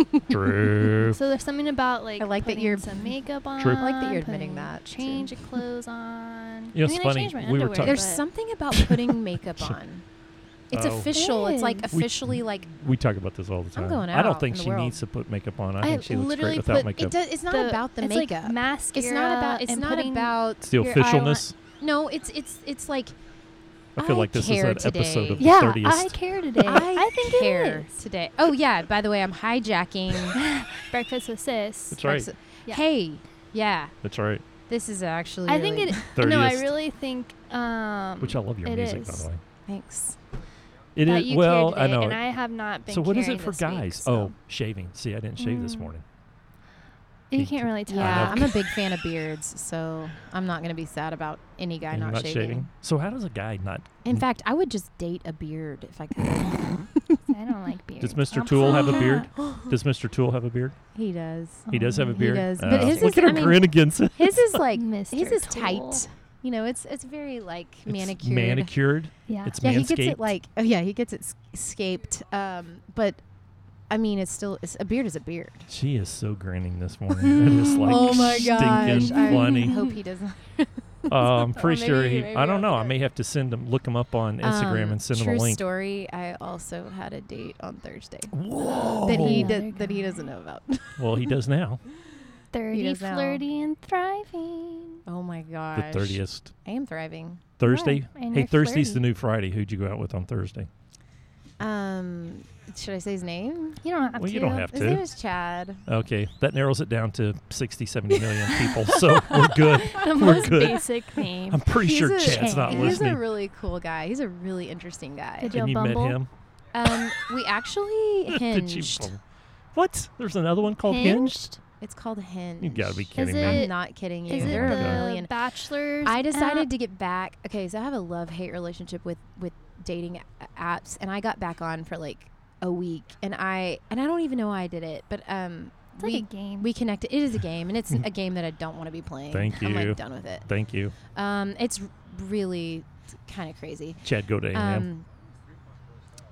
Speaker 1: true.
Speaker 2: So there's something about like
Speaker 3: I like that
Speaker 2: putting
Speaker 3: you're-
Speaker 2: some makeup on.
Speaker 1: True.
Speaker 3: I like that you're admitting
Speaker 2: putting
Speaker 3: that, too.
Speaker 2: Change of clothes on.
Speaker 1: You know,
Speaker 2: I
Speaker 1: it's
Speaker 2: mean, I
Speaker 1: funny,
Speaker 2: changed my
Speaker 1: we were
Speaker 2: underwear,
Speaker 1: talking-
Speaker 3: there's
Speaker 2: but-
Speaker 3: something about putting makeup on. It's
Speaker 1: Oh.
Speaker 3: official. It's like
Speaker 2: Yes.
Speaker 1: We-
Speaker 3: officially like
Speaker 1: We talk about this all the time.
Speaker 3: I'm going
Speaker 1: I don't
Speaker 3: out
Speaker 1: think
Speaker 3: in the
Speaker 1: she
Speaker 3: world.
Speaker 1: needs to put makeup on. I,
Speaker 2: I
Speaker 1: think she looks
Speaker 2: literally
Speaker 1: great without
Speaker 2: put-
Speaker 1: makeup.
Speaker 3: it does, it's not
Speaker 2: the-
Speaker 3: about the
Speaker 2: it's
Speaker 3: makeup.
Speaker 2: Like mascara.
Speaker 3: it's not about. It's
Speaker 2: and
Speaker 3: not
Speaker 2: putting-
Speaker 3: about.
Speaker 1: it's the
Speaker 2: your eye line-
Speaker 1: officialness.
Speaker 3: No, it's it's it's like
Speaker 1: I feel
Speaker 3: I
Speaker 1: like this is
Speaker 3: care
Speaker 1: an episode of
Speaker 3: today.
Speaker 2: Yeah,
Speaker 1: the 30th.
Speaker 2: I care today.
Speaker 3: I,
Speaker 2: think
Speaker 3: care
Speaker 2: it is.
Speaker 3: today. Oh yeah. By the way, I'm hijacking.
Speaker 2: Breakfast with sis.
Speaker 1: That's right.
Speaker 2: Yeah.
Speaker 3: Hey, yeah.
Speaker 1: That's right.
Speaker 3: This is actually.
Speaker 2: I think
Speaker 3: really-
Speaker 2: it.
Speaker 1: 30th.
Speaker 2: No, I really think. Um,
Speaker 1: which I love your
Speaker 2: it
Speaker 1: music, by
Speaker 2: is.
Speaker 1: the way.
Speaker 3: Thanks.
Speaker 1: It is
Speaker 2: that you
Speaker 1: well,
Speaker 2: care
Speaker 1: I
Speaker 2: today,
Speaker 1: know.
Speaker 2: And I have not been.
Speaker 1: so what is
Speaker 2: caring
Speaker 1: it for
Speaker 2: this week,
Speaker 1: guys?
Speaker 2: so-
Speaker 1: Oh, shaving. See, I didn't shave this
Speaker 2: Mm.
Speaker 1: morning.
Speaker 2: you
Speaker 1: me
Speaker 2: can't
Speaker 1: too.
Speaker 2: really tell.
Speaker 3: Yeah,
Speaker 1: know.
Speaker 3: I'm a big fan of beards, so I'm not gonna be sad about any guy
Speaker 1: And you're
Speaker 3: not,
Speaker 1: not
Speaker 3: shaving.
Speaker 1: So how does a guy not?
Speaker 3: In
Speaker 1: Mm.
Speaker 3: fact, I would just date a beard if I could.
Speaker 2: I don't like
Speaker 1: Does
Speaker 2: beards.
Speaker 1: Mr. Tool have a beard? Does Mr. Tool have a beard?
Speaker 3: he does.
Speaker 1: He does have
Speaker 2: Um,
Speaker 1: a
Speaker 3: He
Speaker 1: beard. Uh,
Speaker 3: does, but his
Speaker 1: look
Speaker 3: is-
Speaker 1: at her
Speaker 3: I mean-
Speaker 1: grin against it.
Speaker 3: His is like
Speaker 2: Mr.
Speaker 3: his is
Speaker 2: Tool.
Speaker 3: tight. You know, it's it's very like
Speaker 1: It's
Speaker 3: manicured.
Speaker 1: manicured.
Speaker 2: Yeah.
Speaker 1: It's
Speaker 3: yeah,
Speaker 1: manscaped.
Speaker 3: he gets it like oh yeah, he gets it s- scaped. Um, but I mean, it's still it's, a beard is a beard.
Speaker 1: she is so grinning this morning. It is like
Speaker 3: oh my gosh!
Speaker 1: stinking
Speaker 3: I
Speaker 1: funny.
Speaker 3: hope he doesn't.
Speaker 1: Uh, I'm pretty
Speaker 3: Well,
Speaker 1: sure
Speaker 3: maybe-
Speaker 1: he.
Speaker 3: maybe
Speaker 1: I don't know. I
Speaker 3: after.
Speaker 1: may have to send him, look him up on Instagram,
Speaker 3: Um,
Speaker 1: and send him
Speaker 3: true
Speaker 1: a link.
Speaker 3: story. I also had a date on Thursday
Speaker 1: Whoa.
Speaker 3: that he
Speaker 2: Another
Speaker 3: did, that he
Speaker 2: guy.
Speaker 3: doesn't know about.
Speaker 1: well, he does now.
Speaker 2: Thirty,
Speaker 3: does now.
Speaker 2: flirty, and thriving.
Speaker 3: Oh my
Speaker 1: The
Speaker 3: gosh!
Speaker 1: thirtieth
Speaker 3: I am thriving.
Speaker 1: Thursday.
Speaker 2: and
Speaker 1: Hey,
Speaker 2: you're
Speaker 1: Thursday's the
Speaker 2: flirty.
Speaker 1: new Friday. Who'd you go out with on Thursday?
Speaker 3: Um, should I say his name?
Speaker 2: You don't have
Speaker 1: well,
Speaker 2: to.
Speaker 1: you don't have
Speaker 3: His name
Speaker 1: to.
Speaker 3: is Chad.
Speaker 1: Okay, that narrows it down to 60, 70 million people. So we're good. We're
Speaker 2: the most
Speaker 1: good.
Speaker 2: basic name.
Speaker 1: I'm pretty
Speaker 3: He's
Speaker 1: sure
Speaker 3: a-
Speaker 1: Chad's not
Speaker 2: Chad.
Speaker 3: He's a
Speaker 1: listening.
Speaker 3: really cool guy. He's a really interesting guy.
Speaker 2: Did Joe
Speaker 1: and you
Speaker 2: Bumble.
Speaker 1: met him.
Speaker 3: Um, we actually
Speaker 1: Did you
Speaker 3: hinged.
Speaker 1: bum- What? There's another one called Hinge.
Speaker 2: Hinged? Is
Speaker 3: It's called Hinge.
Speaker 1: You gotta be kidding
Speaker 2: it-
Speaker 1: me.
Speaker 3: I'm not kidding you.
Speaker 2: it
Speaker 3: There are
Speaker 2: the
Speaker 3: a million.
Speaker 2: Bachelor's?
Speaker 3: I decided
Speaker 2: app?
Speaker 3: to get back. Okay, so I have a love hate relationship with with dating a- apps, and I got back on for like a week, and I and I don't even know why I did it, but um,
Speaker 2: It's
Speaker 3: we
Speaker 2: like a game.
Speaker 3: we connected. It is a game, and it's a game that I don't want to be playing.
Speaker 1: Thank
Speaker 3: I'm
Speaker 1: you.
Speaker 3: like done with it.
Speaker 1: Thank you,
Speaker 3: Um, it's r- really kind of crazy.
Speaker 1: Chad. Go to A&M.
Speaker 3: Um,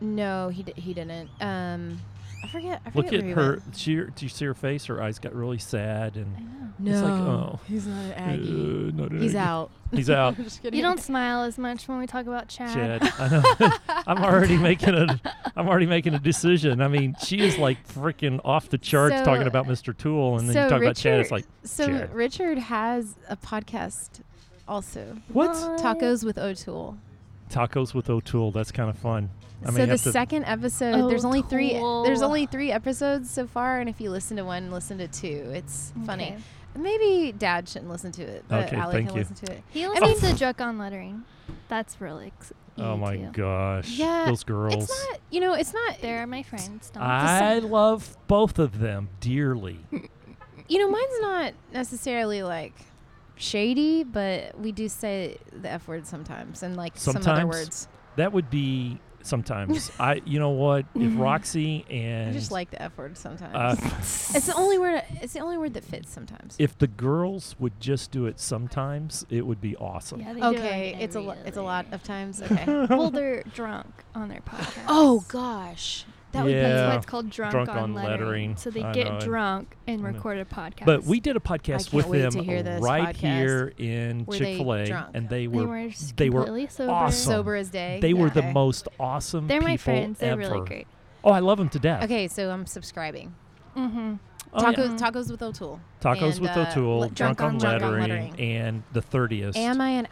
Speaker 3: no, he d- he didn't. Um, I forget. I forget
Speaker 1: Look at
Speaker 3: where he
Speaker 1: her.
Speaker 3: went.
Speaker 1: She, do you see her face? Her eyes got really sad,
Speaker 2: I
Speaker 1: and
Speaker 2: know.
Speaker 3: No,
Speaker 1: It's like, oh.
Speaker 3: he's not an
Speaker 1: Uh, not an
Speaker 3: he's
Speaker 1: Aggie.
Speaker 3: out.
Speaker 1: He's out.
Speaker 3: I'm just
Speaker 2: You
Speaker 3: kidding.
Speaker 2: don't smile as much when we talk about Chad.
Speaker 1: Chad, I know. I'm already making a. I'm already making a decision. I mean, she is like freaking off the charts
Speaker 3: So-
Speaker 1: talking about Mr. Tool, and then you
Speaker 3: so
Speaker 1: talk about Chad. It's
Speaker 3: Richard-
Speaker 1: like
Speaker 3: So
Speaker 1: Chad.
Speaker 3: Richard has a podcast, also
Speaker 1: what?
Speaker 3: uh, tacos with O'Toole.
Speaker 1: Tacos with O'Toole. That's kind of fun. I may
Speaker 3: so the
Speaker 1: have to-
Speaker 3: second episode, there's only three. There's
Speaker 2: O'Toole.
Speaker 3: only three episodes so far, and if you listen to one, listen to two. It's funny.
Speaker 2: Okay.
Speaker 3: Maybe Dad shouldn't listen to it, but
Speaker 1: Okay,
Speaker 3: Allie
Speaker 1: thank
Speaker 3: can
Speaker 1: you.
Speaker 3: listen to it.
Speaker 2: He
Speaker 3: I
Speaker 2: listens to Drunk on Lettering. That's really ex-
Speaker 1: oh my
Speaker 2: too.
Speaker 1: gosh.
Speaker 3: Yeah,
Speaker 1: Those girls.
Speaker 3: It's not, you know, it's not.
Speaker 2: They're my friends. Don't
Speaker 1: I love both of them dearly.
Speaker 3: You know, mine's not necessarily like shady, but we do say the f word sometimes, and like some other
Speaker 1: Sometimes?
Speaker 3: words.
Speaker 1: That would be sometimes. I. You know what? If Roxy
Speaker 3: Mm-hmm. I
Speaker 1: and
Speaker 3: just like the f word sometimes.
Speaker 1: uh,
Speaker 3: it's the only word. It's the only word that fits sometimes.
Speaker 1: if the girls would just do it sometimes, it would be awesome.
Speaker 2: Yeah, they do it on
Speaker 3: okay, it's a
Speaker 2: every
Speaker 3: lo- it's a
Speaker 2: other.
Speaker 3: lot of times. Okay. Oh,
Speaker 2: well, they're drunk on their podcast.
Speaker 3: gosh,
Speaker 2: That's
Speaker 1: Yeah.
Speaker 2: why it's called drunk,
Speaker 1: Drunk
Speaker 2: on,
Speaker 1: on
Speaker 2: lettering.
Speaker 1: lettering.
Speaker 2: So they
Speaker 1: I
Speaker 2: get
Speaker 1: know, I-
Speaker 2: drunk and
Speaker 1: I know.
Speaker 2: record a podcast.
Speaker 1: But we did a podcast
Speaker 3: can't
Speaker 1: with
Speaker 3: wait to
Speaker 1: them
Speaker 3: hear this
Speaker 1: right
Speaker 3: podcast.
Speaker 1: here in
Speaker 3: Were they
Speaker 1: Chick Fil A,
Speaker 3: drunk?
Speaker 1: and they
Speaker 2: they
Speaker 1: were
Speaker 2: were just
Speaker 1: they were
Speaker 2: completely sober.
Speaker 1: awesome.
Speaker 3: sober as day.
Speaker 1: they were the
Speaker 3: Okay.
Speaker 1: most awesome.
Speaker 2: They're my
Speaker 1: people
Speaker 2: friends. They're
Speaker 1: ever.
Speaker 2: really great.
Speaker 1: Oh, I love them to death.
Speaker 3: Okay, so I'm subscribing.
Speaker 2: Mm-hmm.
Speaker 1: Oh, yeah.
Speaker 3: tacos, tacos with O'Toole.
Speaker 1: Tacos
Speaker 3: and,
Speaker 1: with
Speaker 3: uh,
Speaker 1: O'Toole,
Speaker 3: le-
Speaker 1: drunk, on,
Speaker 3: Drunk
Speaker 1: lettering, and the thirtieth,
Speaker 3: Am
Speaker 1: and
Speaker 3: I an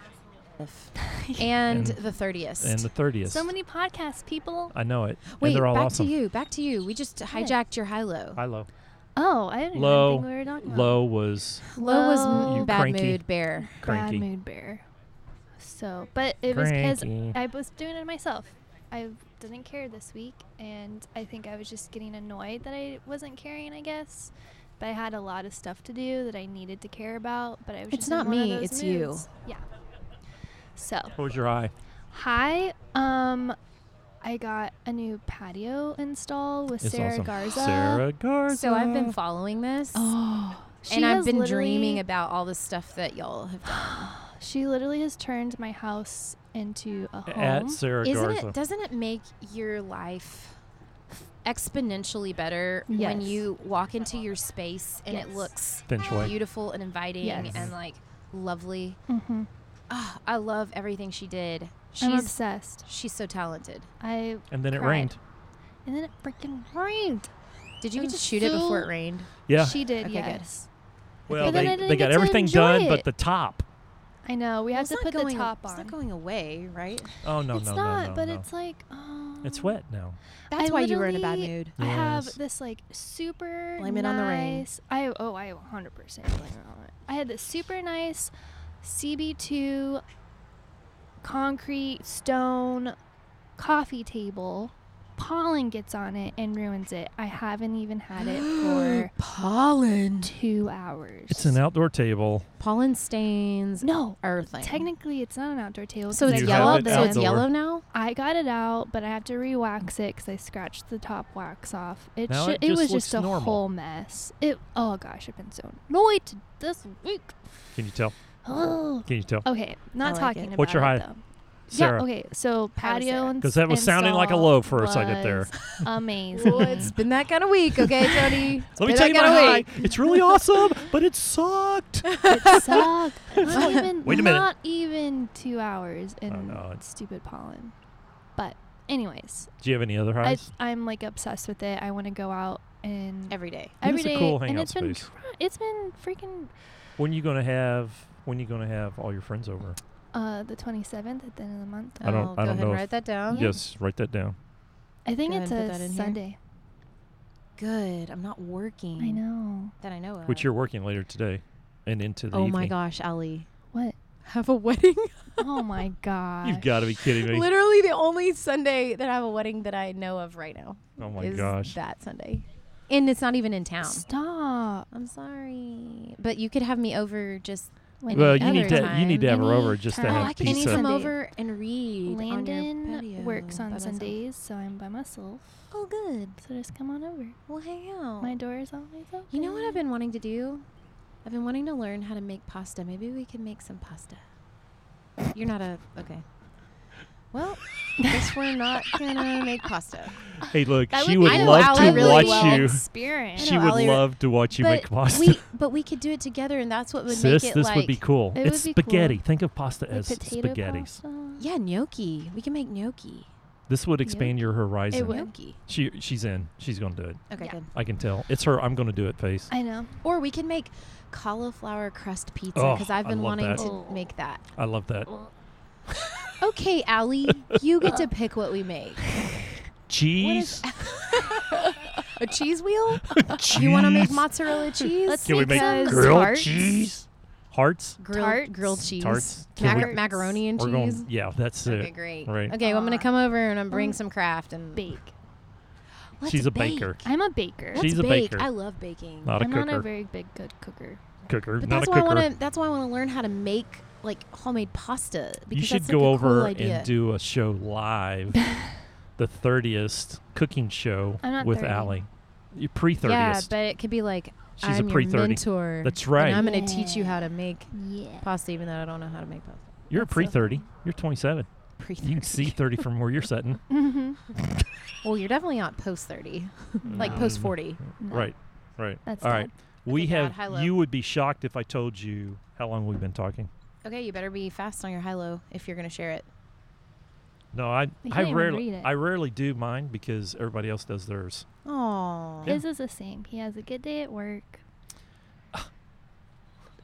Speaker 3: and,
Speaker 1: And-
Speaker 3: the thirtieth?
Speaker 1: the thirtieth.
Speaker 2: So many podcasts, people.
Speaker 1: I know it.
Speaker 3: Wait,
Speaker 1: and they're all
Speaker 3: back
Speaker 1: awesome.
Speaker 3: to you. Back to you. We just hijacked your high low.
Speaker 1: Hi, low.
Speaker 2: Oh, I didn't
Speaker 1: Low,
Speaker 2: even think we were talking about
Speaker 1: Low was
Speaker 3: Low was
Speaker 2: Low.
Speaker 3: m-
Speaker 1: You
Speaker 3: bad
Speaker 1: cranky.
Speaker 3: mood bear.
Speaker 1: cranky.
Speaker 2: Bad mood bear. So, but it was because
Speaker 1: Cranky.
Speaker 2: I was doing it myself. I didn't care this week, and I think I was just getting annoyed that I wasn't caring. I guess, but I had a lot of stuff to do that I needed to care about. But I was.
Speaker 3: It's
Speaker 2: just
Speaker 3: not
Speaker 2: in one of
Speaker 3: me,
Speaker 2: those
Speaker 3: it's you.
Speaker 2: moods. Yeah. So
Speaker 1: What was your eye?
Speaker 2: hi. Um, I got a new patio install with
Speaker 1: It's
Speaker 2: Sarah
Speaker 1: awesome.
Speaker 2: Garza.
Speaker 1: Sarah Garza.
Speaker 3: So I've been following this.
Speaker 2: Oh, she
Speaker 3: and I've
Speaker 2: has
Speaker 3: been
Speaker 2: literally-
Speaker 3: dreaming about all the stuff that y'all have done.
Speaker 2: She literally has turned my house into a home.
Speaker 1: at Sarah
Speaker 3: Isn't
Speaker 1: Garza.
Speaker 3: it? Doesn't it make your life exponentially better when
Speaker 2: Yes.
Speaker 3: you walk into your space and it
Speaker 2: Yes.
Speaker 3: looks
Speaker 1: Feng shui.
Speaker 3: beautiful and inviting
Speaker 2: Yes.
Speaker 3: and like lovely?
Speaker 2: hmm
Speaker 3: Ah, I love everything she did.
Speaker 2: I'm
Speaker 3: She's
Speaker 2: obsessed.
Speaker 3: she's so talented.
Speaker 2: I
Speaker 1: and then it
Speaker 2: cried.
Speaker 1: rained.
Speaker 2: and then it freaking rained.
Speaker 3: Did you get
Speaker 2: I'm
Speaker 3: to shoot it before
Speaker 2: so-
Speaker 3: it rained?
Speaker 1: Yeah.
Speaker 2: she did.
Speaker 3: Okay, good.
Speaker 2: yes,
Speaker 1: well,
Speaker 2: But then
Speaker 1: they,
Speaker 2: I didn't
Speaker 1: they
Speaker 2: get
Speaker 1: got
Speaker 2: to
Speaker 1: everything
Speaker 2: enjoy
Speaker 1: done,
Speaker 2: it.
Speaker 1: but the top.
Speaker 2: I know. We
Speaker 3: Well,
Speaker 2: have
Speaker 3: it's
Speaker 2: to
Speaker 3: not
Speaker 2: put
Speaker 3: going,
Speaker 2: the top
Speaker 3: It's
Speaker 2: on.
Speaker 3: not going away, right?
Speaker 1: Oh no,
Speaker 2: it's
Speaker 1: no,
Speaker 2: not,
Speaker 1: no, no,
Speaker 2: but
Speaker 1: no.
Speaker 2: it's like oh.
Speaker 1: It's wet now.
Speaker 3: That's
Speaker 2: I
Speaker 3: why you were in a bad
Speaker 2: literally-
Speaker 3: mood.
Speaker 2: I have
Speaker 1: Yes.
Speaker 2: this like super
Speaker 3: Blame it on the rain.
Speaker 2: nice- I oh I 100 percent blame it on it. I had this super nice CB2 concrete stone coffee table. Pollen gets on it and ruins it. I haven't even had it for
Speaker 3: pollen.
Speaker 2: two hours.
Speaker 1: It's an outdoor table.
Speaker 3: Pollen stains
Speaker 2: no.
Speaker 3: everything.
Speaker 2: Technically, it's not an outdoor table.
Speaker 3: so
Speaker 2: 'cause
Speaker 3: it's
Speaker 1: You
Speaker 2: I
Speaker 1: have
Speaker 3: yellow.
Speaker 2: got
Speaker 1: it
Speaker 2: them.
Speaker 3: So it's
Speaker 1: outdoor.
Speaker 3: yellow now.
Speaker 2: I got it out, but I have to re-wax it because I scratched the top wax off. It
Speaker 1: Now
Speaker 2: should,
Speaker 1: it
Speaker 2: it,
Speaker 1: just
Speaker 2: was
Speaker 1: looks
Speaker 2: just a
Speaker 1: normal.
Speaker 2: whole mess. It oh gosh, I've been so annoyed this week.
Speaker 1: Can you tell?
Speaker 2: Oh,
Speaker 1: Can you tell?
Speaker 2: okay,
Speaker 3: I
Speaker 2: not
Speaker 3: like
Speaker 2: talking
Speaker 3: it.
Speaker 2: about
Speaker 1: What's your
Speaker 2: it,
Speaker 1: high,
Speaker 2: though.
Speaker 1: Sarah.
Speaker 2: Yeah, okay, so patio
Speaker 3: Sarah?
Speaker 2: and
Speaker 1: 'Cause that was sounding like a low for a second there.
Speaker 2: Amazing.
Speaker 3: been that kind of week, okay, Tony?
Speaker 1: Let me tell you my high. It's really awesome, but it sucked.
Speaker 2: it sucked. Not even,
Speaker 1: Wait a minute.
Speaker 2: Not even two hours in
Speaker 1: no, it's-
Speaker 2: stupid pollen. But anyways,
Speaker 1: Do you have any other
Speaker 2: I,
Speaker 1: highs?
Speaker 2: I'm like obsessed with it. I want to go out and
Speaker 3: Every
Speaker 1: It
Speaker 3: day.
Speaker 2: every
Speaker 1: is a
Speaker 2: day,
Speaker 1: cool
Speaker 2: and
Speaker 1: hangout
Speaker 2: it's been
Speaker 1: space.
Speaker 2: dry, it's been freaking
Speaker 1: when you gonna have? When you gonna have all your friends over?
Speaker 2: uh the 27th at the end of the month.
Speaker 1: I don't-
Speaker 3: Oh,
Speaker 1: I
Speaker 3: go
Speaker 1: don't
Speaker 3: ahead
Speaker 1: know
Speaker 3: and
Speaker 1: if-
Speaker 3: write that down.
Speaker 1: Yes, write that down.
Speaker 2: I think
Speaker 3: Go
Speaker 2: it's
Speaker 3: ahead and put that
Speaker 2: a
Speaker 3: in here.
Speaker 2: Sunday.
Speaker 3: Good. I'm not working.
Speaker 2: I know.
Speaker 3: That I know of.
Speaker 1: Which you're working later today, and into the
Speaker 3: Oh
Speaker 1: evening.
Speaker 3: my gosh, Ali.
Speaker 2: What?
Speaker 3: Have a wedding.
Speaker 2: Oh my god.
Speaker 1: You've got to be kidding me.
Speaker 3: Literally the only Sunday that I have a wedding that I know of right now.
Speaker 1: Oh my
Speaker 3: is
Speaker 1: gosh.
Speaker 3: That Sunday. And it's not even in town.
Speaker 2: Stop.
Speaker 3: I'm sorry. But you could have me over just
Speaker 2: When
Speaker 1: well,
Speaker 2: the
Speaker 1: you need
Speaker 2: other
Speaker 1: to
Speaker 2: time-
Speaker 1: you need to have her
Speaker 3: Any
Speaker 1: over just to
Speaker 2: time.
Speaker 1: have
Speaker 2: I can
Speaker 3: and you
Speaker 2: eat
Speaker 1: pizza.
Speaker 2: some
Speaker 3: come
Speaker 2: Sunday.
Speaker 3: over and read on your
Speaker 2: Landon
Speaker 3: patio.
Speaker 2: works
Speaker 3: Oh,
Speaker 2: on
Speaker 3: by myself.
Speaker 2: Sundays, so I'm by myself.
Speaker 3: Oh, good.
Speaker 2: So just come on over.
Speaker 3: We'll hang out.
Speaker 2: My door is always open.
Speaker 3: Oh. you know what I've
Speaker 2: Mm.
Speaker 3: been wanting to do? I've been wanting to learn how to make pasta. Maybe we can make some pasta. You're not a okay. Well, guess we're not gonna make pasta.
Speaker 1: Hey, look,
Speaker 2: That
Speaker 1: she
Speaker 2: would
Speaker 1: would,
Speaker 2: be cool.
Speaker 1: love
Speaker 3: Ally
Speaker 1: to
Speaker 3: really
Speaker 1: watch
Speaker 3: well
Speaker 1: you.
Speaker 2: Experience.
Speaker 1: She
Speaker 3: know,
Speaker 1: would
Speaker 3: Ally-
Speaker 1: love to watch you
Speaker 3: but
Speaker 1: make pasta.
Speaker 3: we but we could do it together, and that's what would
Speaker 1: Sis,
Speaker 3: make it
Speaker 1: this
Speaker 3: like.
Speaker 1: would be cool.
Speaker 2: It
Speaker 1: it's
Speaker 2: would be cool.
Speaker 1: spaghetti. Think of pasta
Speaker 2: Like
Speaker 1: as
Speaker 2: potato
Speaker 1: spaghetti.
Speaker 2: pasta.
Speaker 3: Yeah, gnocchi. We can make gnocchi.
Speaker 1: This would expand your horizon.
Speaker 2: would.
Speaker 3: Gnocchi.
Speaker 1: She she's in. She's gonna do it.
Speaker 3: Okay,
Speaker 2: Yeah.
Speaker 3: good.
Speaker 1: I can tell. It's her. I'm gonna do it. Face.
Speaker 2: I know.
Speaker 3: Or we can make cauliflower crust pizza
Speaker 1: Oh,
Speaker 3: because I've
Speaker 1: I
Speaker 3: been
Speaker 1: love
Speaker 3: wanting
Speaker 1: that.
Speaker 3: to
Speaker 2: Oh.
Speaker 3: make that.
Speaker 1: I love that.
Speaker 3: Okay, Allie, you get to pick what we make. What
Speaker 1: Cheese.
Speaker 3: is- a cheese wheel?
Speaker 1: cheese.
Speaker 3: You want to make mozzarella cheese?
Speaker 2: Let's
Speaker 1: Can we make
Speaker 2: make those
Speaker 1: grilled
Speaker 2: tarts?
Speaker 1: cheese? Hearts.
Speaker 3: grilled,
Speaker 2: tarts?
Speaker 3: grilled cheese.
Speaker 1: Tarts? Can
Speaker 3: Macar-
Speaker 2: we-
Speaker 3: macaroni and
Speaker 1: We're
Speaker 3: cheese.
Speaker 1: going. Yeah, that's
Speaker 3: Okay,
Speaker 1: it.
Speaker 3: great.
Speaker 1: Right.
Speaker 3: Okay, well, I'm gonna
Speaker 2: Aw.
Speaker 3: come over and I'm bring
Speaker 2: Mm.
Speaker 3: some craft and
Speaker 2: Bake.
Speaker 3: Let's
Speaker 1: She's a
Speaker 3: bake.
Speaker 1: baker.
Speaker 2: I'm a baker.
Speaker 3: Let's
Speaker 1: She's a
Speaker 3: bake.
Speaker 1: baker.
Speaker 3: I love baking.
Speaker 1: Not a
Speaker 2: I'm
Speaker 1: cooker.
Speaker 2: not a very big good cooker.
Speaker 1: cooker.
Speaker 3: but
Speaker 1: not
Speaker 3: that's
Speaker 1: a
Speaker 3: why I
Speaker 1: cooker.
Speaker 3: want to. That's why I want to learn how to make like homemade pasta. Because
Speaker 1: you should
Speaker 3: that's, like,
Speaker 1: go
Speaker 3: a cool
Speaker 1: over
Speaker 3: idea.
Speaker 1: and do a show live, the thirtieth cooking show
Speaker 2: I'm not
Speaker 1: with
Speaker 2: 30.
Speaker 1: Allie. You pre
Speaker 3: Yeah,
Speaker 1: thirtieth.
Speaker 3: but it could be like
Speaker 1: She's
Speaker 3: I'm
Speaker 1: a
Speaker 3: your
Speaker 1: pre thirty.
Speaker 3: mentor.
Speaker 1: That's right.
Speaker 3: And I'm gonna teach you how to make
Speaker 2: Yeah.
Speaker 3: pasta, even though I don't know how to make pasta.
Speaker 1: You're a
Speaker 3: That's so
Speaker 1: pre thirty. You're twenty seven.
Speaker 3: Pre
Speaker 1: You can see thirty from where you're sitting.
Speaker 2: Mm-hmm.
Speaker 3: Well, you're definitely not post thirty, like post
Speaker 1: Mm.
Speaker 3: forty.
Speaker 1: Right. Right.
Speaker 2: That's
Speaker 1: All
Speaker 2: bad.
Speaker 1: right. We
Speaker 3: Okay,
Speaker 1: have.
Speaker 3: bad, high, low.
Speaker 1: you would be shocked if I told you how long we've been talking.
Speaker 3: Okay, you better be fast on your high low if you're gonna share it.
Speaker 1: No, I
Speaker 2: We can't
Speaker 1: I
Speaker 2: even
Speaker 1: rarely
Speaker 2: read it.
Speaker 1: I rarely do mine because everybody else does theirs.
Speaker 3: Oh,
Speaker 2: His is the same. He has a good day at work.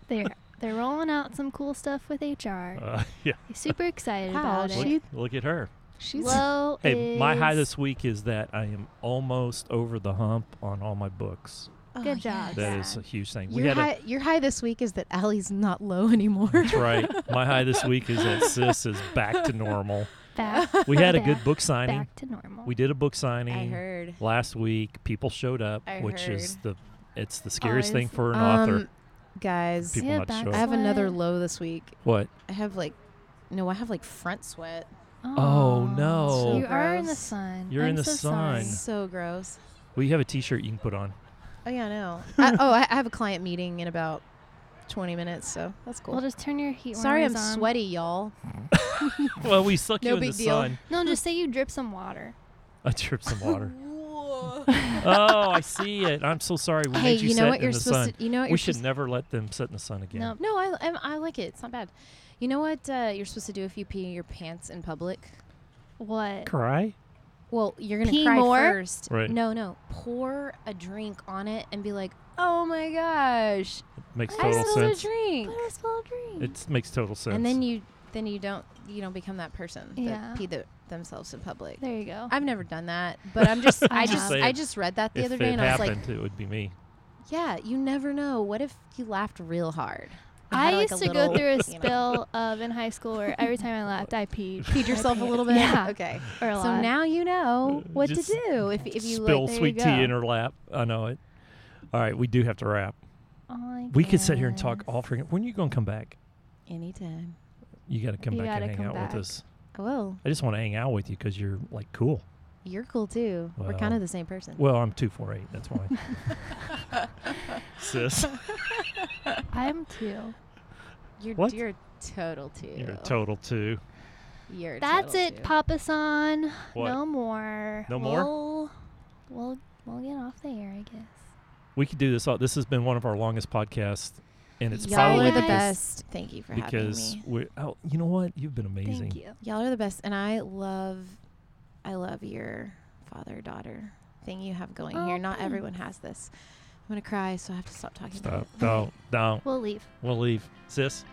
Speaker 2: they're they're rolling out some cool stuff with HR.
Speaker 1: Uh, yeah.
Speaker 2: He's super excited
Speaker 3: How
Speaker 2: about
Speaker 3: she-
Speaker 2: it.
Speaker 1: Look, look at her.
Speaker 3: she's
Speaker 2: Low
Speaker 1: Hey, my high
Speaker 2: is-
Speaker 1: this week is that I am almost over the hump on all my books.
Speaker 3: Oh,
Speaker 2: Good job.
Speaker 1: That
Speaker 2: Yeah.
Speaker 1: is a huge thing. we
Speaker 3: Your
Speaker 1: had a-
Speaker 3: high, your high this week is that Allie's not low anymore.
Speaker 1: That's right. My high this week is that sis is back to normal.
Speaker 2: back
Speaker 1: We had a
Speaker 2: back-
Speaker 1: good book signing.
Speaker 2: back to normal.
Speaker 1: We did a book signing
Speaker 3: I heard.
Speaker 1: last week. People showed up,
Speaker 3: I
Speaker 1: which is the it's the
Speaker 2: Always.
Speaker 1: scariest thing for an
Speaker 3: Um,
Speaker 1: author.
Speaker 3: guys,
Speaker 1: People
Speaker 2: Yeah,
Speaker 1: not
Speaker 2: back
Speaker 1: show
Speaker 3: I
Speaker 1: up.
Speaker 3: have another
Speaker 2: Sweat.
Speaker 3: low this week.
Speaker 1: What?
Speaker 3: I have like, no, I have like front sweat.
Speaker 1: Oh,
Speaker 2: Aw.
Speaker 1: no.
Speaker 2: You are in the
Speaker 3: Gross.
Speaker 2: sun.
Speaker 1: You're in
Speaker 2: I'm
Speaker 1: the
Speaker 2: so sorry.
Speaker 1: sun.
Speaker 3: So gross.
Speaker 1: Well, you have a T-shirt you can put on.
Speaker 3: Oh yeah, I know. I, oh, I, I have a client meeting in about 20 minutes, so that's cool.
Speaker 2: Well, just turn your heat.
Speaker 3: Sorry, I'm
Speaker 2: warmers on.
Speaker 3: sweaty, y'all.
Speaker 1: Well, we suck
Speaker 3: No
Speaker 1: you in the
Speaker 3: big deal.
Speaker 1: sun.
Speaker 2: No, just say you drip some water.
Speaker 1: I drip some water. oh, I see it. I'm so sorry. We
Speaker 3: hey,
Speaker 1: made you,
Speaker 3: you
Speaker 1: sit
Speaker 3: know what
Speaker 1: in
Speaker 3: you're
Speaker 1: the
Speaker 3: supposed
Speaker 1: sun.
Speaker 3: to. You know what
Speaker 1: we
Speaker 3: you're
Speaker 1: should
Speaker 3: supposed.
Speaker 1: never let them sit in the sun again.
Speaker 2: No.
Speaker 3: No, I, I'm- I like it. It's not bad. You know what uh, you're supposed to do if you pee your pants in public?
Speaker 2: What?
Speaker 1: Cry?
Speaker 3: Well, you're gonna
Speaker 2: Pee
Speaker 3: cry
Speaker 2: more?
Speaker 3: first.
Speaker 1: Right.
Speaker 3: No, no. Pour a drink on it and be like, "Oh my gosh,
Speaker 1: Makes
Speaker 3: I
Speaker 1: total
Speaker 3: spilled
Speaker 1: sense.
Speaker 3: a drink."
Speaker 2: Let us all drink.
Speaker 1: It makes total sense.
Speaker 3: And then you, then you don't, you don't become that person
Speaker 2: Yeah.
Speaker 3: that pee the, themselves in public.
Speaker 2: There you go.
Speaker 3: I've never done that, but I'm just, I
Speaker 2: I'm just
Speaker 3: just,
Speaker 1: saying,
Speaker 3: I just read that the
Speaker 1: if
Speaker 3: other day,
Speaker 1: it
Speaker 3: and I was
Speaker 1: happened,
Speaker 3: like,
Speaker 1: it would be me.
Speaker 3: "Yeah, you never know. What if you laughed real hard?"
Speaker 2: I,
Speaker 3: had, like,
Speaker 2: used
Speaker 3: a
Speaker 2: to
Speaker 3: little,
Speaker 2: go through
Speaker 3: you know,
Speaker 2: a spill of in high school where every time I laughed, I peed.
Speaker 3: Peed yourself a little bit.
Speaker 2: Yeah.
Speaker 3: Okay.
Speaker 2: Or a
Speaker 3: So
Speaker 2: lot.
Speaker 3: now you know
Speaker 1: Uh,
Speaker 3: what to
Speaker 1: just
Speaker 3: do if, if you
Speaker 1: Spill
Speaker 3: like, there
Speaker 1: sweet
Speaker 3: you
Speaker 1: tea
Speaker 3: go.
Speaker 1: in her lap. I know it. All right, we do have to wrap.
Speaker 2: Oh, I
Speaker 1: We could sit here and talk
Speaker 2: guess.
Speaker 1: all freaking. When are you going to come back?
Speaker 3: anytime.
Speaker 1: You got to come
Speaker 2: You
Speaker 1: back
Speaker 2: gotta
Speaker 1: and hang
Speaker 2: come
Speaker 1: out
Speaker 2: back.
Speaker 1: with us.
Speaker 3: I will.
Speaker 1: I just want to hang out with you because you're like cool.
Speaker 3: You're cool too. We're
Speaker 1: Well,
Speaker 3: kind of the same person.
Speaker 1: Well, I'm two four eight. That's why. Sis,
Speaker 2: I'm too.
Speaker 3: You're
Speaker 1: What?
Speaker 3: you're a total two.
Speaker 1: you're a total two.
Speaker 3: You're a
Speaker 2: That's
Speaker 3: total
Speaker 2: it,
Speaker 3: two.
Speaker 2: Papa San.
Speaker 1: What?
Speaker 2: No more.
Speaker 1: No more?
Speaker 2: We'll, we'll we'll get off the air, I guess.
Speaker 1: We could do this. All, this has been one of our longest podcasts, and it's
Speaker 3: Y'all
Speaker 1: probably
Speaker 3: are the
Speaker 1: because,
Speaker 3: best. Thank you for
Speaker 1: because
Speaker 3: having me.
Speaker 1: we. Oh, you know what? You've been amazing.
Speaker 2: Thank you.
Speaker 3: Y'all are the best, and I love, I love your father daughter thing you have going
Speaker 2: Oh,
Speaker 3: here. Not
Speaker 2: thanks.
Speaker 3: everyone has this. I'm gonna cry, so I have to stop talking.
Speaker 1: Stop. Don't. Don't.
Speaker 2: We'll leave.
Speaker 1: We'll leave. Sis,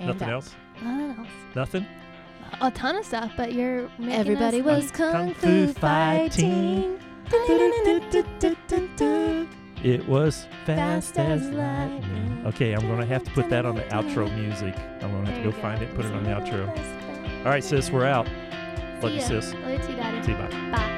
Speaker 3: And uh,
Speaker 1: nothing
Speaker 3: out.
Speaker 1: else?
Speaker 2: Nothing else.
Speaker 1: Nothing?
Speaker 2: A ton of stuff, but you're making us-
Speaker 3: Everybody was kung fu fighting.
Speaker 1: It was fast,
Speaker 3: Fast
Speaker 1: as
Speaker 3: as
Speaker 1: lightning.
Speaker 3: lightning.
Speaker 1: Okay, I'm going to have to put that on the outro music. I'm going to have to
Speaker 2: There
Speaker 1: go
Speaker 2: you go.
Speaker 1: find it, put it on the outro. All right, sis, we're out. Love you,
Speaker 2: See ya.
Speaker 1: sis.
Speaker 2: Love you too, Daddy.
Speaker 1: See you, bye.
Speaker 2: Bye.